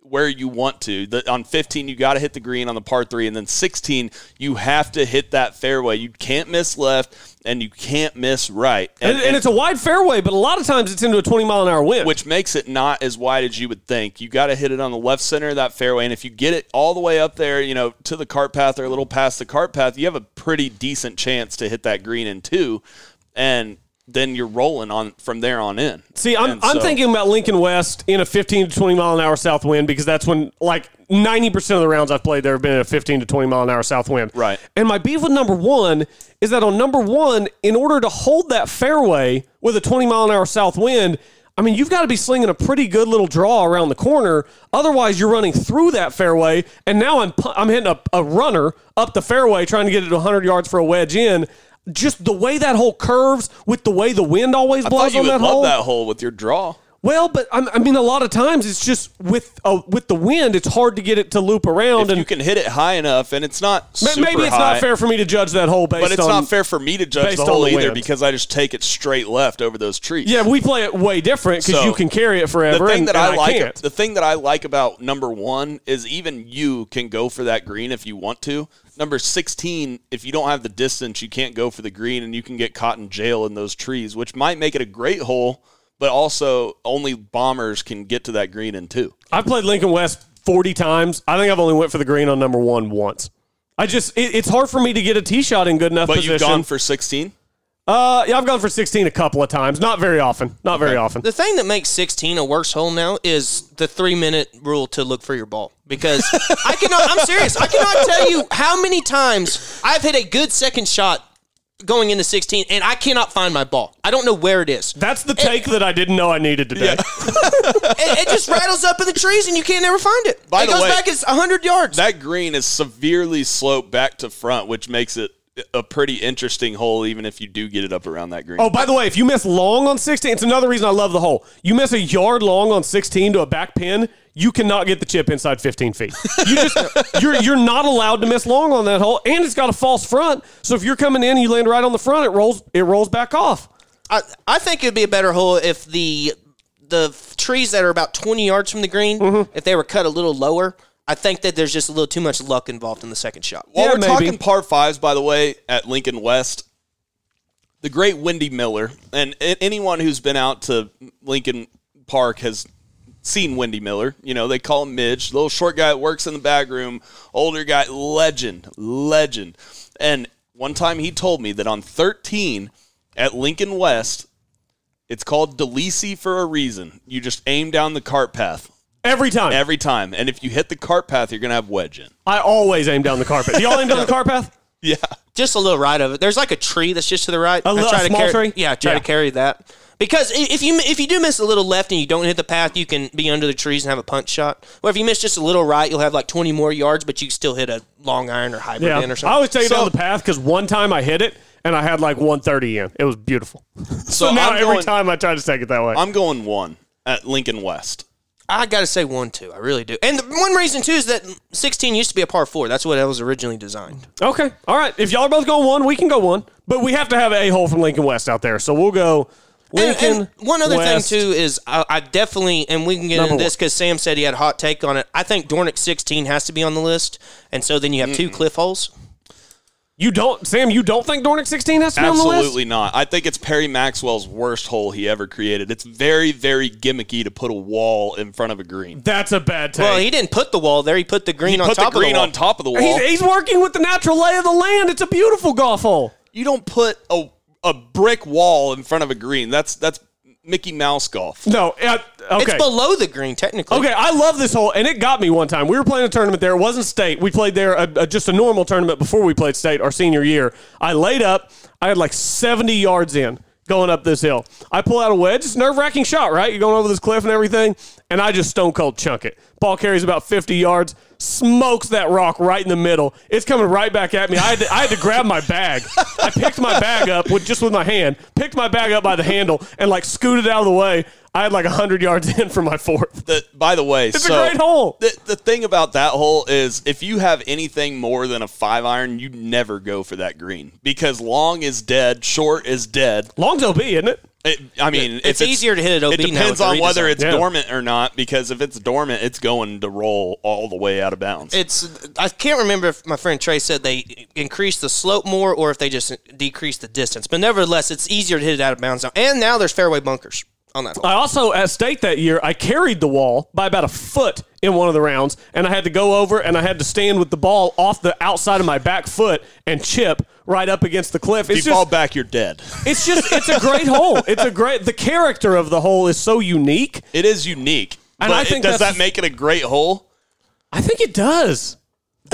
Speaker 2: where you want to the, on 15 you got to hit the green on the par 3 and then 16 you have to hit that fairway you can't miss left and you can't miss right
Speaker 1: And, and it's a wide fairway, but a lot of times it's into a 20 mile an hour wind.
Speaker 2: which makes it not as wide as you would think. You got to hit it on the left center of that fairway, and if you get it all the way up there, you know, to the cart path or a little past the cart path, you have a pretty decent chance to hit that green in two, and then you're rolling on from there on in.
Speaker 1: See, I'm,
Speaker 2: And
Speaker 1: I'm
Speaker 2: so-
Speaker 1: thinking about Lincoln West in a 15 to 20 mile an hour south wind because that's when like 90% of the rounds I've played there have been in a 15 to 20 mile an hour south wind.
Speaker 2: Right.
Speaker 1: And my beef with number one is that on number one, in order to hold that fairway with a 20 mile an hour south wind, I mean, you've got to be slinging a pretty good little draw around the corner. Otherwise, you're running through that fairway. And now I'm, pu- I'm hitting a, a runner up the fairway trying to get it to 100 yards for a wedge in. Just the way that hole curves with the way the wind always
Speaker 2: I thought
Speaker 1: blows
Speaker 2: you
Speaker 1: on
Speaker 2: would
Speaker 1: that
Speaker 2: love
Speaker 1: hole.
Speaker 2: that hole with your draw.
Speaker 1: Well, but I'm, I mean, a lot of times it's just with uh, with the wind, it's hard to get it to loop around,
Speaker 2: If
Speaker 1: and
Speaker 2: you can hit it high enough, and it's not
Speaker 1: ma-
Speaker 2: super
Speaker 1: maybe it's
Speaker 2: high,
Speaker 1: not fair for me to judge that hole based
Speaker 2: But it's
Speaker 1: on.
Speaker 2: not fair for me to judge
Speaker 1: based
Speaker 2: the
Speaker 1: on
Speaker 2: hole
Speaker 1: the
Speaker 2: either
Speaker 1: wind.
Speaker 2: because I just take it straight left over those trees.
Speaker 1: Yeah, we play it way different because
Speaker 2: So,
Speaker 1: you can carry it forever.
Speaker 2: the thing
Speaker 1: and,
Speaker 2: that
Speaker 1: and
Speaker 2: I like
Speaker 1: can't.
Speaker 2: the thing that I like about number 1 is even you can go for that green if you want to. Number 16, if you don't have the distance, you can't go for the green and you can get caught in jail in those trees, which might make it a great hole, but also only bombers can get to that green in two.
Speaker 1: I've played Lincoln West 40 times. I think I've only went for the green on number one once. I just it, it's hard for me to get a tee shot in good enough
Speaker 2: But
Speaker 1: position.
Speaker 2: you've gone for 16?
Speaker 1: uh, yeah, I've gone for 16 a couple of times. Not very often. Not very often.
Speaker 3: The thing that makes 16 a worse hole now is the three minute rule to look for your ball. Because I cannot, I'm serious, I cannot tell you how many times I've hit a good second shot going into 16 and I cannot find my ball. I don't know where it is.
Speaker 1: That's the take that I didn't know I needed today. [laughs]
Speaker 3: It, it
Speaker 2: [laughs]
Speaker 3: just rattles up in the trees and you can't ever find it.
Speaker 2: By
Speaker 3: it
Speaker 2: the
Speaker 3: goes
Speaker 2: way,
Speaker 3: back as 100 yards.
Speaker 2: That green is severely sloped back to front, which makes it a pretty interesting hole even if you do get it up around that green.
Speaker 1: Oh, by the way, if you miss long on 16, it's another reason I love the hole. You miss a yard long on 16 to a back pin, you cannot get the chip inside 15 feet. You just [laughs] you're you're not allowed to miss long on that hole, and it's got a false front. So if you're coming in and you land right on the front, it rolls it rolls back off.
Speaker 3: I, I think it would be a better hole if the the f- trees that are about 20 yards from the green,
Speaker 2: Mm-hmm.
Speaker 3: if they were cut a little lower. I think that there's just a little too much luck involved in the second shot.
Speaker 2: While
Speaker 1: Yeah,
Speaker 2: we're
Speaker 1: maybe.
Speaker 2: talking par fives, by the way, at Lincoln West, the great Wendy Miller, and a- anyone who's been out to Lincoln Park has seen Wendy Miller. You know, they call him Midge, little short guy that works in the back room, older guy, legend, legend. And one time he told me that on 13 at Lincoln West, it's called Delisi for a reason. You just aim down the cart path
Speaker 1: Every time,
Speaker 2: every time. And if you hit the cart path, you're going to have wedge in.
Speaker 1: I always aim down the carpet. Do y'all aim
Speaker 2: [laughs]
Speaker 1: down the cart path?
Speaker 2: Yeah.
Speaker 3: just a little right of it. There's like a tree that's just to the right. I
Speaker 1: little- a
Speaker 3: to
Speaker 1: small
Speaker 3: carry,
Speaker 1: tree?
Speaker 3: Yeah, I try
Speaker 1: Yeah.
Speaker 3: to carry that because i- if you if you do miss a little left and you don't hit the path, you can be under the trees and have a punch shot. Or if you miss just a little right, you'll have like 20 more yards, but you still hit a long iron or hybrid
Speaker 1: Yeah,
Speaker 3: in
Speaker 1: I
Speaker 3: or something.
Speaker 1: always take it
Speaker 2: So-
Speaker 1: down the path because one time I hit it and I had like 130 in. It was beautiful.
Speaker 2: So,
Speaker 1: now
Speaker 2: I'm
Speaker 1: every
Speaker 2: going-
Speaker 1: time I try to take it that way,
Speaker 2: I'm going one at Lincoln West.
Speaker 3: I got to say one two. I really do. And the one reason too is that 16 used to be a par four. That's what it was originally designed.
Speaker 1: Okay. All right. If y'all are both going one, we can go one. But we have to have a hole from Lincoln West out there. So we'll go
Speaker 3: And-
Speaker 1: Lincoln.
Speaker 3: and one other
Speaker 1: West.
Speaker 3: thing too is I, I definitely and we can get
Speaker 1: Number
Speaker 3: into this because Sam said he had a hot take on it. I think Dornick 16 has to be on the list, and so then you have two cliff holes.
Speaker 1: You don't, Sam, you don't think Dornick 16 has to be on the list?
Speaker 2: Absolutely not. I think it's Perry Maxwell's worst hole he ever created. It's very, very gimmicky to put a wall in front of a green.
Speaker 1: That's a bad take.
Speaker 3: Well, he didn't put the wall there. He put the green on
Speaker 2: Put the
Speaker 3: top
Speaker 2: green
Speaker 3: of the wall.
Speaker 2: on top of the wall.
Speaker 1: He's, he's working with the natural lay of the land. It's a beautiful golf hole.
Speaker 2: you don't put a a brick wall in front of a green. That's that's Mickey Mouse golf.
Speaker 1: No, uh, okay.
Speaker 3: It's below the green, technically.
Speaker 1: Okay, I love this whole, and it got me one time. We were playing a tournament there. It wasn't state. We played there a, a- just a normal tournament before we played state our senior year. I laid up. I had like 70 yards in going up this hill. I pull out a wedge. It's nerve wracking shot, right? You're going over this cliff and everything, and I just stone cold chunk it. Ball carries about 50 yards, smokes that rock right in the middle. It's coming right back at me. I had to, I had to grab my bag. I picked my bag up with just with my hand, picked my bag up by the handle, and like scooted out of the way. I had like 100 yards [laughs] in for my fourth.
Speaker 2: The, by the way,
Speaker 1: It's a
Speaker 2: so
Speaker 1: great hole.
Speaker 2: The, the thing about that hole is if you have anything more than a five iron, you never go for that green because long is dead, short is dead.
Speaker 1: Long's OB, isn't it?
Speaker 2: It, I mean, if
Speaker 3: It's easier to hit at
Speaker 2: It
Speaker 3: OB now
Speaker 2: depends
Speaker 3: with the
Speaker 2: on whether
Speaker 3: redesign.
Speaker 2: it's
Speaker 1: Yeah.
Speaker 2: dormant or not because if it's dormant, it's going to roll all the way out of bounds.
Speaker 3: It's I can't remember if my friend Trey said they increased the slope more or if they just decreased the distance. But nevertheless, it's easier to hit it out of bounds now. And now there's fairway bunkers on that hole.
Speaker 1: I also at state that year I carried the wall by about a foot in one of the rounds, and I had to go over and I had to stand with the ball off the outside of my back foot and chip right up against the cliff. It's
Speaker 2: if you fall
Speaker 1: just,
Speaker 2: back, you're dead.
Speaker 1: it's just, it's a great hole. It's a great. The character of the hole is so unique.
Speaker 2: It is unique.
Speaker 1: And
Speaker 2: but
Speaker 1: I
Speaker 2: it-
Speaker 1: think
Speaker 2: does
Speaker 1: that's-
Speaker 2: that make it a great hole?
Speaker 1: I think it does.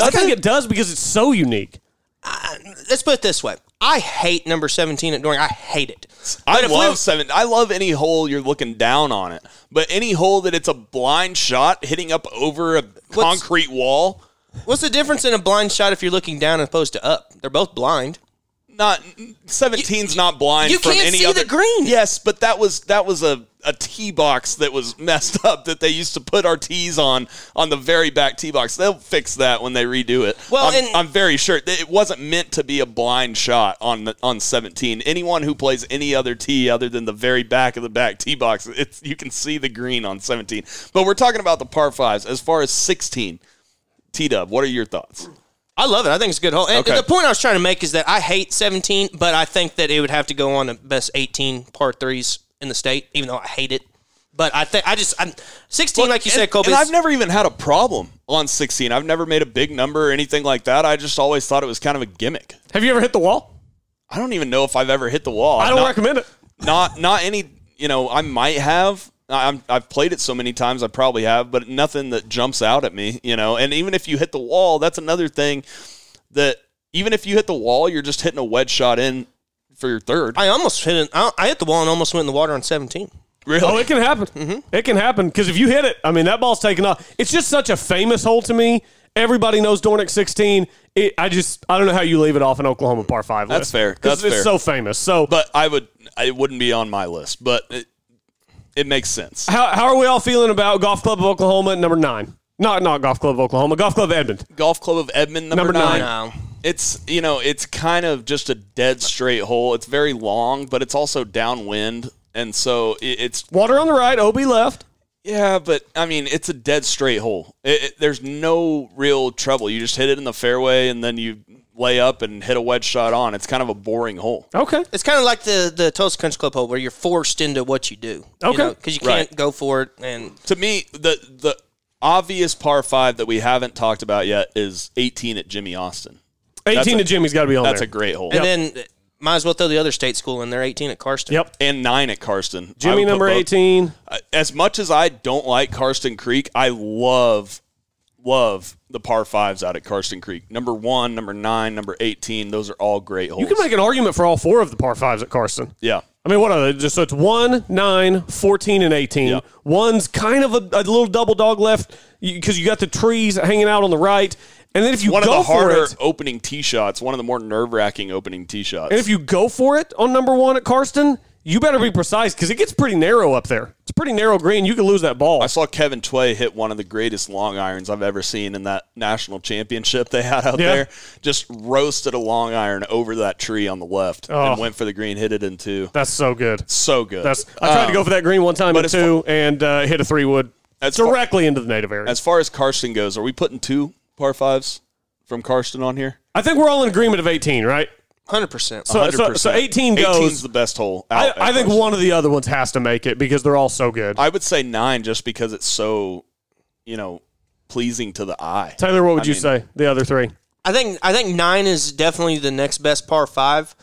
Speaker 1: I think it does because it's so unique.
Speaker 3: Uh, Let's put it this way. I hate number 17 at Doring. I hate it.
Speaker 2: I
Speaker 3: But if we-
Speaker 2: love seven. I love any hole you're looking down on it, but any hole that it's a blind shot hitting up over a concrete wall,
Speaker 3: What's the difference in a blind shot if you're looking down as opposed to up? They're both blind.
Speaker 2: not 17's not blind.
Speaker 3: you
Speaker 2: from
Speaker 3: can't
Speaker 2: any
Speaker 3: see
Speaker 2: other,
Speaker 3: the green.
Speaker 2: Yes, but that was that was a a tee box that was messed [laughs] up that they used to put our tees on on the very back tee box. They'll fix that when they redo it.
Speaker 3: Well,
Speaker 2: I'm,
Speaker 3: and-
Speaker 2: I'm very sure that it wasn't meant to be a blind shot on the, on 17. Anyone who plays any other tee other than the very back of the back tee box, it's you can see the green on 17. But we're talking about the par fives. As far as 16, T Dub, what are your thoughts?
Speaker 3: I love it. I think it's a good hole. And
Speaker 2: Okay.
Speaker 3: the point I was trying to make is that I hate 17, but I think that it would have to go on the best 18 par threes in the state, even though I hate it. But I think I just I'm 16, like you
Speaker 2: and,
Speaker 3: said, Colby.
Speaker 2: and
Speaker 3: is-
Speaker 2: I've never even had a problem on 16. I've never made a big number or anything like that. I just always thought it was kind of a gimmick.
Speaker 1: Have you ever hit the wall?
Speaker 2: I don't even know if I've ever hit the wall.
Speaker 1: I don't
Speaker 2: not,
Speaker 1: recommend it.
Speaker 2: [laughs] Not not any. You know, I might have. I- I'm, I've played it so many times, I probably have, but nothing that jumps out at me. You know, and even if you hit the wall, that's another thing that even if you hit the wall, you're just hitting a wedge shot in for your third.
Speaker 3: I almost hit it. I I hit the wall and almost went in the water on 17.
Speaker 2: really?
Speaker 1: Oh, it can happen.
Speaker 2: Mm-hmm.
Speaker 1: It can happen because if you hit it, I mean, that ball's taken off. It's just such a famous hole to me. Everybody knows Dornick 16. It, I just, I don't know how you leave it off an Oklahoma par five list.
Speaker 2: That's fair.
Speaker 1: 'Cause
Speaker 2: That's
Speaker 1: it's
Speaker 2: fair.
Speaker 1: so famous. So,
Speaker 2: but I would. It wouldn't be on my list, but it, it makes sense.
Speaker 1: how, how are we all feeling about Golf Club of Oklahoma at number nine? Not not Golf Club of Oklahoma, Golf Club of Edmond.
Speaker 2: Golf Club of Edmond, number,
Speaker 1: Number
Speaker 2: nine.
Speaker 1: nine.
Speaker 3: No.
Speaker 2: It's you know, it's kind of just a dead straight hole. It's very long, but it's also downwind, and so it, it's
Speaker 1: Water on the right, OB left.
Speaker 2: yeah. But I mean, it's a dead straight hole. It, it- there's no real trouble. You just hit it in the fairway, and then you lay up and hit a wedge shot on. It's kind of a boring hole.
Speaker 1: Okay.
Speaker 3: It's kind of like the the Tulsa Country Club hole where you're forced into what you do.
Speaker 1: Okay.
Speaker 3: Because you,
Speaker 2: Right.
Speaker 3: can't go for it. And
Speaker 2: To me, the the obvious par five that we haven't talked about yet is 18 at Jimmy Austin.
Speaker 1: 18
Speaker 2: a-
Speaker 1: to Jimmy's got to be on
Speaker 2: That's
Speaker 1: there.
Speaker 2: a great hole.
Speaker 3: and then eh, might as well throw the other state school in there, 18 at Karsten.
Speaker 1: Yep.
Speaker 2: And nine at Karsten. I
Speaker 1: Jimmy
Speaker 2: would put
Speaker 1: number
Speaker 2: both-
Speaker 1: 18.
Speaker 2: as much as I don't like Karsten Creek, I love love the par fives out at Karsten Creek. Number one, number nine, number eighteen. Those are all great holes.
Speaker 1: You can make an argument for all four of the par fives at Carson.
Speaker 2: yeah.
Speaker 1: I mean, what are they? Just so it's 1, 9, 14, and 18.
Speaker 2: Yeah.
Speaker 1: One's kind of a, a little double dog left because you got the trees hanging out on the right. And then if you
Speaker 2: One of
Speaker 1: go
Speaker 2: the harder
Speaker 1: for it,
Speaker 2: opening tee shots. One of the more nerve wracking opening tee shots.
Speaker 1: and if you go for it on number one at Karsten, you better be precise because it gets pretty narrow up there. It's a pretty narrow green. You could lose that ball.
Speaker 2: I saw Kevin Tway hit one of the greatest long irons I've ever seen in that national championship they had out
Speaker 1: Yeah.
Speaker 2: there. Just roasted a long iron over that tree on the left
Speaker 1: Oh.
Speaker 2: and went for the green, hit it in two.
Speaker 1: That's so good.
Speaker 2: So good.
Speaker 1: That's I tried to go for that green one time
Speaker 2: um, but
Speaker 1: at
Speaker 2: it's
Speaker 1: two and uh, hit a three wood
Speaker 2: That's fu-
Speaker 1: directly into the native area.
Speaker 2: As far as Karsten goes, are we putting two par fives from Karsten on here?
Speaker 1: I think we're all in agreement of 18, right?
Speaker 3: 100%.
Speaker 2: Uh,
Speaker 1: So, so, so 18
Speaker 2: 18's
Speaker 1: goes.
Speaker 2: the best hole. out
Speaker 1: I,
Speaker 2: at
Speaker 1: I think
Speaker 2: Carson.
Speaker 1: one of the other ones has to make it because they're all so good.
Speaker 2: I would say nine just because it's so, you know, pleasing to the eye.
Speaker 1: Taylor, what would
Speaker 2: I
Speaker 1: you
Speaker 2: mean-
Speaker 1: say? The other three.
Speaker 3: I think I think nine is definitely the next best par five.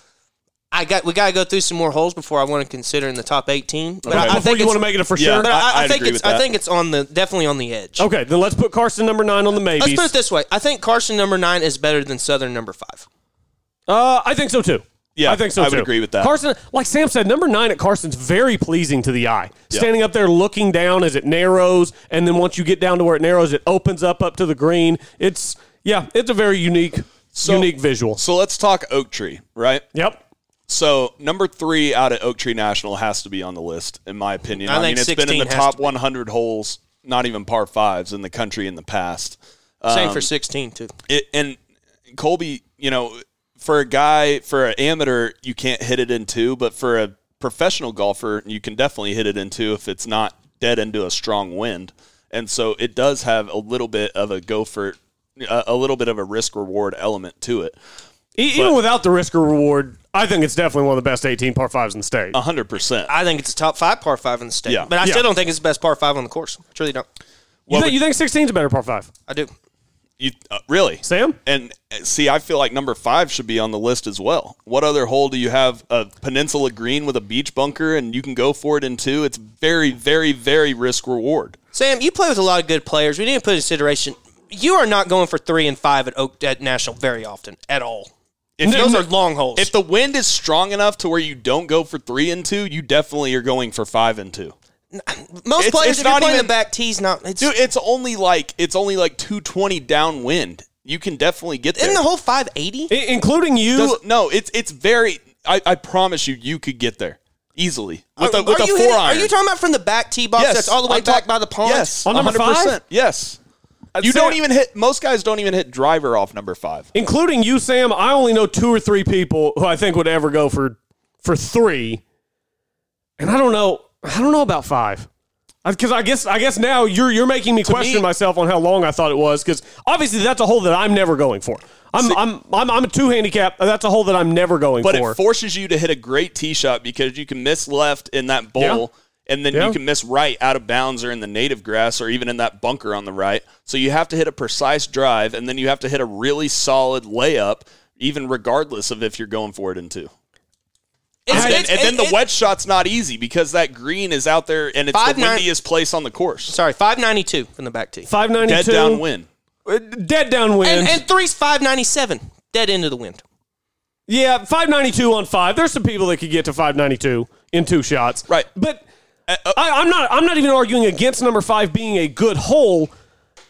Speaker 3: I got we got to go through some more holes before I want to consider in the top 18. But I- I,
Speaker 1: Before
Speaker 3: think
Speaker 1: you
Speaker 3: it's-
Speaker 1: want to make it a for
Speaker 2: Yeah.
Speaker 1: sure.
Speaker 3: But I, I,
Speaker 2: I'd
Speaker 3: think
Speaker 2: agree
Speaker 3: it's
Speaker 2: with that.
Speaker 3: I think it's on the definitely on the edge.
Speaker 1: Okay, then let's put Carson number nine on the
Speaker 3: Let's
Speaker 1: maybes.
Speaker 3: put it this way. I think Carson number nine is better than Southern number five.
Speaker 1: Uh, I think so too.
Speaker 2: Yeah,
Speaker 1: I think so
Speaker 2: I would
Speaker 1: too.
Speaker 2: agree with that.
Speaker 1: Carson, like Sam said, number nine at Carson's very pleasing to the eye.
Speaker 2: Yeah.
Speaker 1: Standing up there, looking down as it narrows, and then once you get down to where it narrows, it opens up up to the green. It's yeah, it's a very unique, unique visual.
Speaker 2: So let's talk Oak Tree, right?
Speaker 1: Yep.
Speaker 2: So number three out of Oak Tree National has to be on the list, in my opinion.
Speaker 3: I
Speaker 2: I,
Speaker 3: think
Speaker 2: mean, it's been in
Speaker 3: 16
Speaker 2: the
Speaker 3: has
Speaker 2: top
Speaker 3: to be.
Speaker 2: 100 holes, not even par fives in the country in the past.
Speaker 3: Same
Speaker 2: Um,
Speaker 3: for 16 too.
Speaker 2: It, and Colby, you know, for a guy, for an amateur, you can't hit it in two, but for a professional golfer, you can definitely hit it in two if it's not dead into a strong wind. And so it does have a little bit of a go for, a, a little bit of a risk reward element to it.
Speaker 1: E- Even without the risk or reward, I think it's definitely one of the best eighteen par fives in the state.
Speaker 2: Uh, 100%.
Speaker 3: I think it's a top five par five in the state.
Speaker 2: Yeah.
Speaker 3: But I
Speaker 1: Yeah.
Speaker 3: still don't think it's the best par five on the course. I truly don't.
Speaker 1: you, think, you think sixteen's a better par five,
Speaker 3: I do.
Speaker 2: You uh, really,
Speaker 1: Sam?
Speaker 2: And uh, see, I feel like number five should be on the list as well. What other hole do you have a peninsula green with a beach bunker, and you can go for it in two? It's very, very, very risk reward.
Speaker 3: Sam, you play with a lot of good players. We need to put in consideration. You are not going for three and five at Oak at National very often at all.
Speaker 2: If
Speaker 3: Those
Speaker 2: you-
Speaker 3: are long holes.
Speaker 2: If the wind is strong enough to where you don't go for three and two, you definitely are going for five and two.
Speaker 3: Most
Speaker 2: it's-
Speaker 3: players,
Speaker 2: it's
Speaker 3: if you're
Speaker 2: not
Speaker 3: playing
Speaker 2: even-
Speaker 3: the back tees, not it's
Speaker 2: Dude, it's only like it's only like two twenty downwind. You can definitely get there.
Speaker 3: in the whole five eighty.
Speaker 1: I- including you?
Speaker 2: Does- no, it's it's very. I, I promise you, you could get there easily with a with
Speaker 3: are
Speaker 2: a
Speaker 3: you
Speaker 2: four
Speaker 3: hitting-
Speaker 2: iron.
Speaker 3: Are you talking about from the back tee box that's all the way
Speaker 2: I'm
Speaker 3: back
Speaker 2: talk-
Speaker 3: by the pond?
Speaker 2: Yes,
Speaker 1: On number five?
Speaker 2: Yes, you
Speaker 1: Sam-
Speaker 2: don't even hit. Most guys don't even hit driver off number five.
Speaker 1: including you, Sam. I only know two or three people who I think would ever go for for three, and I don't know. I don't know about five. Because I guess I guess now you're you're making me question
Speaker 2: me-
Speaker 1: myself on how long I thought it was. Because obviously that's a hole that I'm never going for. I'm I'm, I'm I'm a two handicap. That's a hole that I'm never going
Speaker 2: But
Speaker 1: for.
Speaker 2: it forces you to hit a great tee shot because you can miss left in that bowl, and then
Speaker 1: Yeah.
Speaker 2: you can miss right out of bounds or in the native grass or even in that bunker on the right. So you have to hit a precise drive, and then you have to hit a really solid layup, even regardless of if you're going for it in two.
Speaker 3: It's-
Speaker 2: And, then-
Speaker 3: it's-
Speaker 2: and then
Speaker 3: it-
Speaker 2: the
Speaker 3: it-
Speaker 2: wet shot's not easy because that green is out there and it's
Speaker 3: Five
Speaker 2: the
Speaker 3: nine-
Speaker 2: windiest place on the course.
Speaker 3: Sorry, five ninety two from the back tee,
Speaker 1: five ninety
Speaker 2: Dead
Speaker 1: two Uh,
Speaker 2: downwind.
Speaker 1: Dead downwind.
Speaker 3: and, and three's five ninety seven, dead end of the wind.
Speaker 1: yeah, five ninety two on five. There's some people that could get to five ninety two in two shots.
Speaker 2: Right. Uh,
Speaker 1: But I, I'm not. I'm not even arguing against number five being a good hole.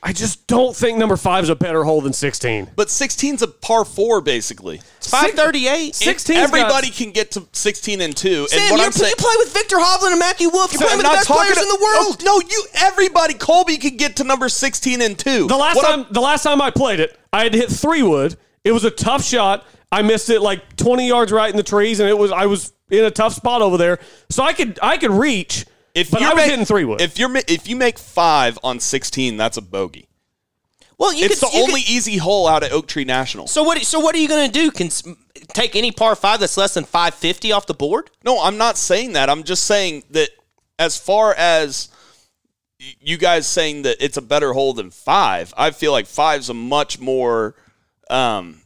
Speaker 1: I just don't think number five is a better hole than sixteen.
Speaker 2: But 16's a par four, basically.
Speaker 3: Five thirty eight.
Speaker 1: 16 's
Speaker 2: Everybody
Speaker 1: got-
Speaker 2: can get to 16 and 2. and
Speaker 3: Sam,
Speaker 2: what
Speaker 3: you're,
Speaker 2: I'm saying,
Speaker 3: you play with Victor Hovland and Matthew Wolf. You're
Speaker 2: So
Speaker 3: playing
Speaker 2: I'm
Speaker 3: with the
Speaker 2: not
Speaker 3: best
Speaker 2: talking
Speaker 3: players in the
Speaker 2: to-
Speaker 3: world.
Speaker 2: No, no, you, everybody, Colby could get to number 16 and 2.
Speaker 1: The last
Speaker 2: What I'm-
Speaker 1: time, the last time I played it, I had to hit three wood. It was a tough shot. I missed it like 20 yards right in the trees, and it was I was in a tough spot over there, so I could I could reach.
Speaker 2: if
Speaker 1: but
Speaker 2: you
Speaker 1: I was
Speaker 2: make-
Speaker 1: hitting three wood.
Speaker 2: If, you're, ma- if you make five on 16, that's a bogey.
Speaker 3: Well, you
Speaker 2: it's
Speaker 3: could,
Speaker 2: the
Speaker 3: you
Speaker 2: only
Speaker 3: Could,
Speaker 2: easy hole out at Oak Tree National.
Speaker 3: so what? So what are you going to do? Can take any par five that's less than five fifty off the board?
Speaker 2: No, I'm not saying that. I'm just saying that as far as y- you guys saying that it's a better hole than five, I feel like five's a much more, um,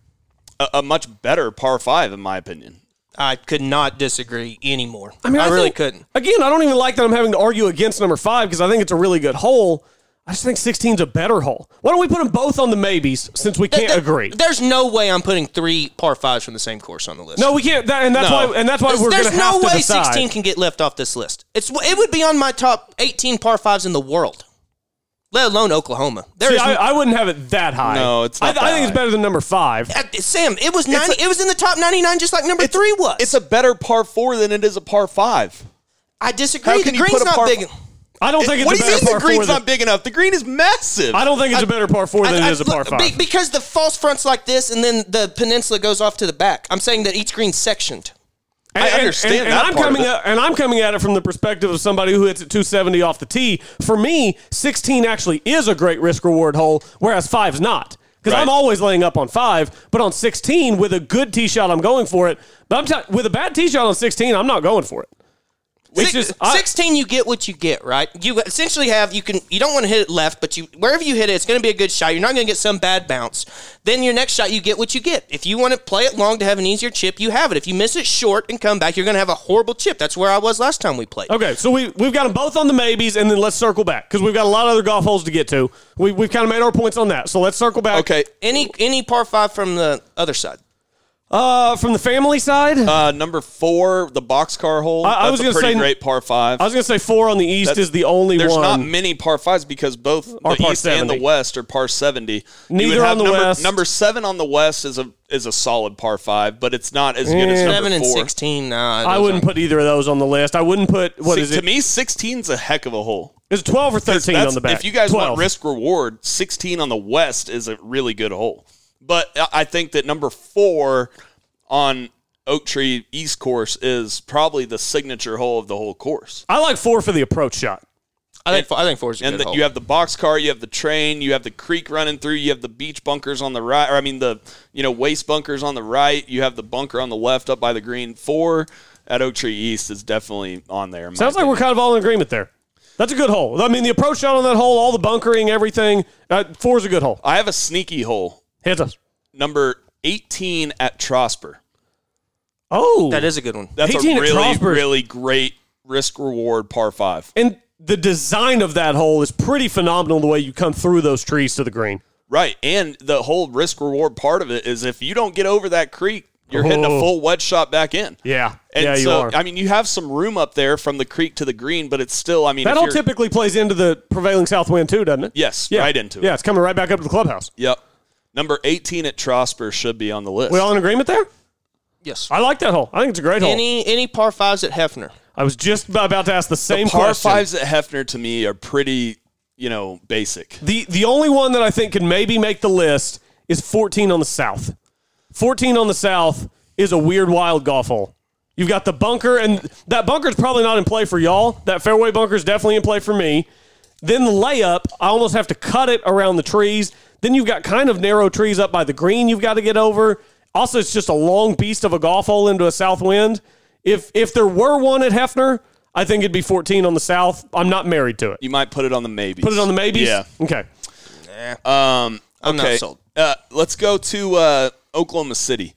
Speaker 2: a, a much better par five in my opinion.
Speaker 3: I could not disagree anymore. I
Speaker 1: mean,
Speaker 3: really
Speaker 1: think-
Speaker 3: couldn't.
Speaker 1: Again, I don't even like that I'm having to argue against number five because I think it's a really good hole. I just think 16's a better hole. Why don't we put them both on the maybes since we can't
Speaker 3: There-
Speaker 1: agree?
Speaker 3: There's no way I'm putting three par fives from the same course on the list.
Speaker 1: No, we can't. That, and that's
Speaker 2: No.
Speaker 1: why. And that's why
Speaker 3: There's,
Speaker 1: we're going
Speaker 3: there's
Speaker 1: to
Speaker 3: no
Speaker 1: have to
Speaker 3: way
Speaker 1: decide.
Speaker 3: 16 can get left off this list. It's it would be on my top 18 par fives in the world, let alone Oklahoma. There
Speaker 1: See,
Speaker 3: is
Speaker 1: I, I wouldn't have it that high.
Speaker 2: No, it's not
Speaker 1: I, I
Speaker 2: that
Speaker 1: think it's
Speaker 2: high.
Speaker 1: better than number five.
Speaker 3: uh, Sam. It was 90. it was in the top 99, just like number three was.
Speaker 2: It's a better par four than it is a par five.
Speaker 3: I disagree.
Speaker 2: How
Speaker 3: the
Speaker 2: can you
Speaker 3: green's
Speaker 2: put a
Speaker 3: not
Speaker 2: par-
Speaker 3: big.
Speaker 1: I don't think it's
Speaker 2: what
Speaker 1: a
Speaker 2: do
Speaker 1: better
Speaker 2: you mean
Speaker 1: par
Speaker 2: the green's
Speaker 1: four.
Speaker 2: not big enough? The green is massive.
Speaker 1: I don't think it's a better par four than it is a par
Speaker 3: look,
Speaker 1: five.
Speaker 3: be- because the false fronts like this, and then the peninsula goes off to the back. I'm saying that each green's sectioned.
Speaker 1: And-
Speaker 2: I
Speaker 1: and-
Speaker 2: understand
Speaker 1: and, and,
Speaker 2: that
Speaker 1: I'm
Speaker 2: part of
Speaker 1: coming
Speaker 2: it.
Speaker 1: at, and I'm coming at it from the perspective of somebody who hits at 270 off the tee. For me, 16 actually is a great risk reward hole, whereas five's not. Because
Speaker 2: Right.
Speaker 1: I'm always laying up on five, but on 16 with a good tee shot, I'm going for it. But I'm t- with a bad tee shot on 16, I'm not going for it. It's
Speaker 3: Six-
Speaker 1: just I-
Speaker 3: sixteen. You get what you get, right? You essentially have you can you don't want to hit it left, but you wherever you hit it, it's going to be a good shot. You're not going to get some bad bounce. Then your next shot, you get what you get. If you want to play it long to have an easier chip, you have it. If you miss it short and come back, you're going to have a horrible chip. That's where I was last time we played.
Speaker 1: Okay, so we we've got them both on the maybes, and then let's circle back because we've got a lot of other golf holes to get to. We we've kind of made our points on that, so let's circle back.
Speaker 2: Okay.
Speaker 3: Any any par five from the other side.
Speaker 1: Uh, from the family side,
Speaker 2: Uh, number four, the boxcar hole.
Speaker 1: I- I
Speaker 2: That's
Speaker 1: was
Speaker 2: a
Speaker 1: gonna
Speaker 2: pretty
Speaker 1: say-
Speaker 2: great par five.
Speaker 1: I was gonna say four on the east
Speaker 2: That's-
Speaker 1: is the only
Speaker 2: There's
Speaker 1: one.
Speaker 2: not many par fives because both
Speaker 1: Are
Speaker 2: the
Speaker 1: par
Speaker 2: east
Speaker 1: 70.
Speaker 2: and the west are par seventy. You
Speaker 1: Neither
Speaker 2: would
Speaker 1: on
Speaker 2: have
Speaker 1: the
Speaker 2: number,
Speaker 1: west.
Speaker 2: Number seven on the west is a is a solid par five, but it's not as good as
Speaker 1: Eh.
Speaker 2: number
Speaker 3: Seven and
Speaker 2: four.
Speaker 3: sixteen. Nah,
Speaker 1: I
Speaker 3: those
Speaker 1: wouldn't put either of those on the list. I wouldn't put what
Speaker 2: Si-
Speaker 1: is
Speaker 2: to
Speaker 1: it?
Speaker 2: me, 16's a heck of a hole.
Speaker 1: It's twelve or thirteen
Speaker 2: That's-
Speaker 1: on the back.
Speaker 2: If you guys
Speaker 1: 12.
Speaker 2: want risk reward, 16 on the west is a really good hole. But I- I think that number four on Oak Tree East Course is probably the signature hole of the whole course.
Speaker 1: I like four for the approach shot.
Speaker 3: I think four, I think four is a
Speaker 2: And
Speaker 3: good
Speaker 2: that
Speaker 3: hole.
Speaker 2: you have the box car, you have the train, you have the creek running through, you have the beach bunkers on the right, or I mean the you know waste bunkers on the right, you have the bunker on the left up by the green. Four at Oak Tree East is definitely on there. in my
Speaker 1: Sounds like
Speaker 2: opinion.
Speaker 1: we're kind of all in agreement there. That's a good hole. I mean, the approach shot on that hole, all the bunkering, everything. Uh, four is a good hole.
Speaker 2: I have a sneaky hole
Speaker 1: Hit us.
Speaker 2: number 18 at Trosper.
Speaker 1: Oh,
Speaker 3: that is a good one.
Speaker 2: That's
Speaker 1: 18
Speaker 2: a
Speaker 1: at
Speaker 2: really,
Speaker 1: Trosper.
Speaker 2: really great risk reward par five.
Speaker 1: and the design of that hole is pretty phenomenal. The way you come through those trees to the green.
Speaker 2: Right. And the whole risk reward part of it is if you don't get over that creek, you're hitting a
Speaker 1: Oh.
Speaker 2: full wedge shot back in.
Speaker 1: Yeah,
Speaker 2: And
Speaker 1: yeah, you
Speaker 2: so,
Speaker 1: are.
Speaker 2: I mean, you have some room up there from the creek to the green, but it's still, I mean,
Speaker 1: That
Speaker 2: if
Speaker 1: all
Speaker 2: you're-
Speaker 1: typically plays into the prevailing south wind too, doesn't it?
Speaker 2: Yes,
Speaker 1: Yeah.
Speaker 2: right into it.
Speaker 1: Yeah, it's coming right back up to the clubhouse.
Speaker 2: Yep. Number 18 at Trosper should be on the list.
Speaker 1: We all in agreement there?
Speaker 3: Yes.
Speaker 1: I like that hole. I think it's a great hole.
Speaker 3: Any any par fives at Hefner.
Speaker 1: I was just about to ask the
Speaker 2: the
Speaker 1: same
Speaker 2: par
Speaker 1: question.
Speaker 2: fives at Hefner to me are pretty, you know, basic.
Speaker 1: The the only one that I think could maybe make the list is 14 on the south. 14 on the south is a weird wild golf hole. You've got the bunker, and that bunker's probably not in play for y'all. That fairway bunker's definitely in play for me. Then the layup, I almost have to cut it around the trees. Then you've got kind of narrow trees up by the green you've got to get over. Also, it's just a long beast of a golf hole into a south wind. If if there were one at Hefner, I think it'd be 14 on the south. I'm not married to it.
Speaker 2: You might put it on the maybe.
Speaker 1: Put it on the maybes?
Speaker 2: Yeah.
Speaker 1: Okay.
Speaker 2: Um,
Speaker 3: I'm not
Speaker 2: okay.
Speaker 3: sold.
Speaker 2: Uh, let's go to uh, Oklahoma City,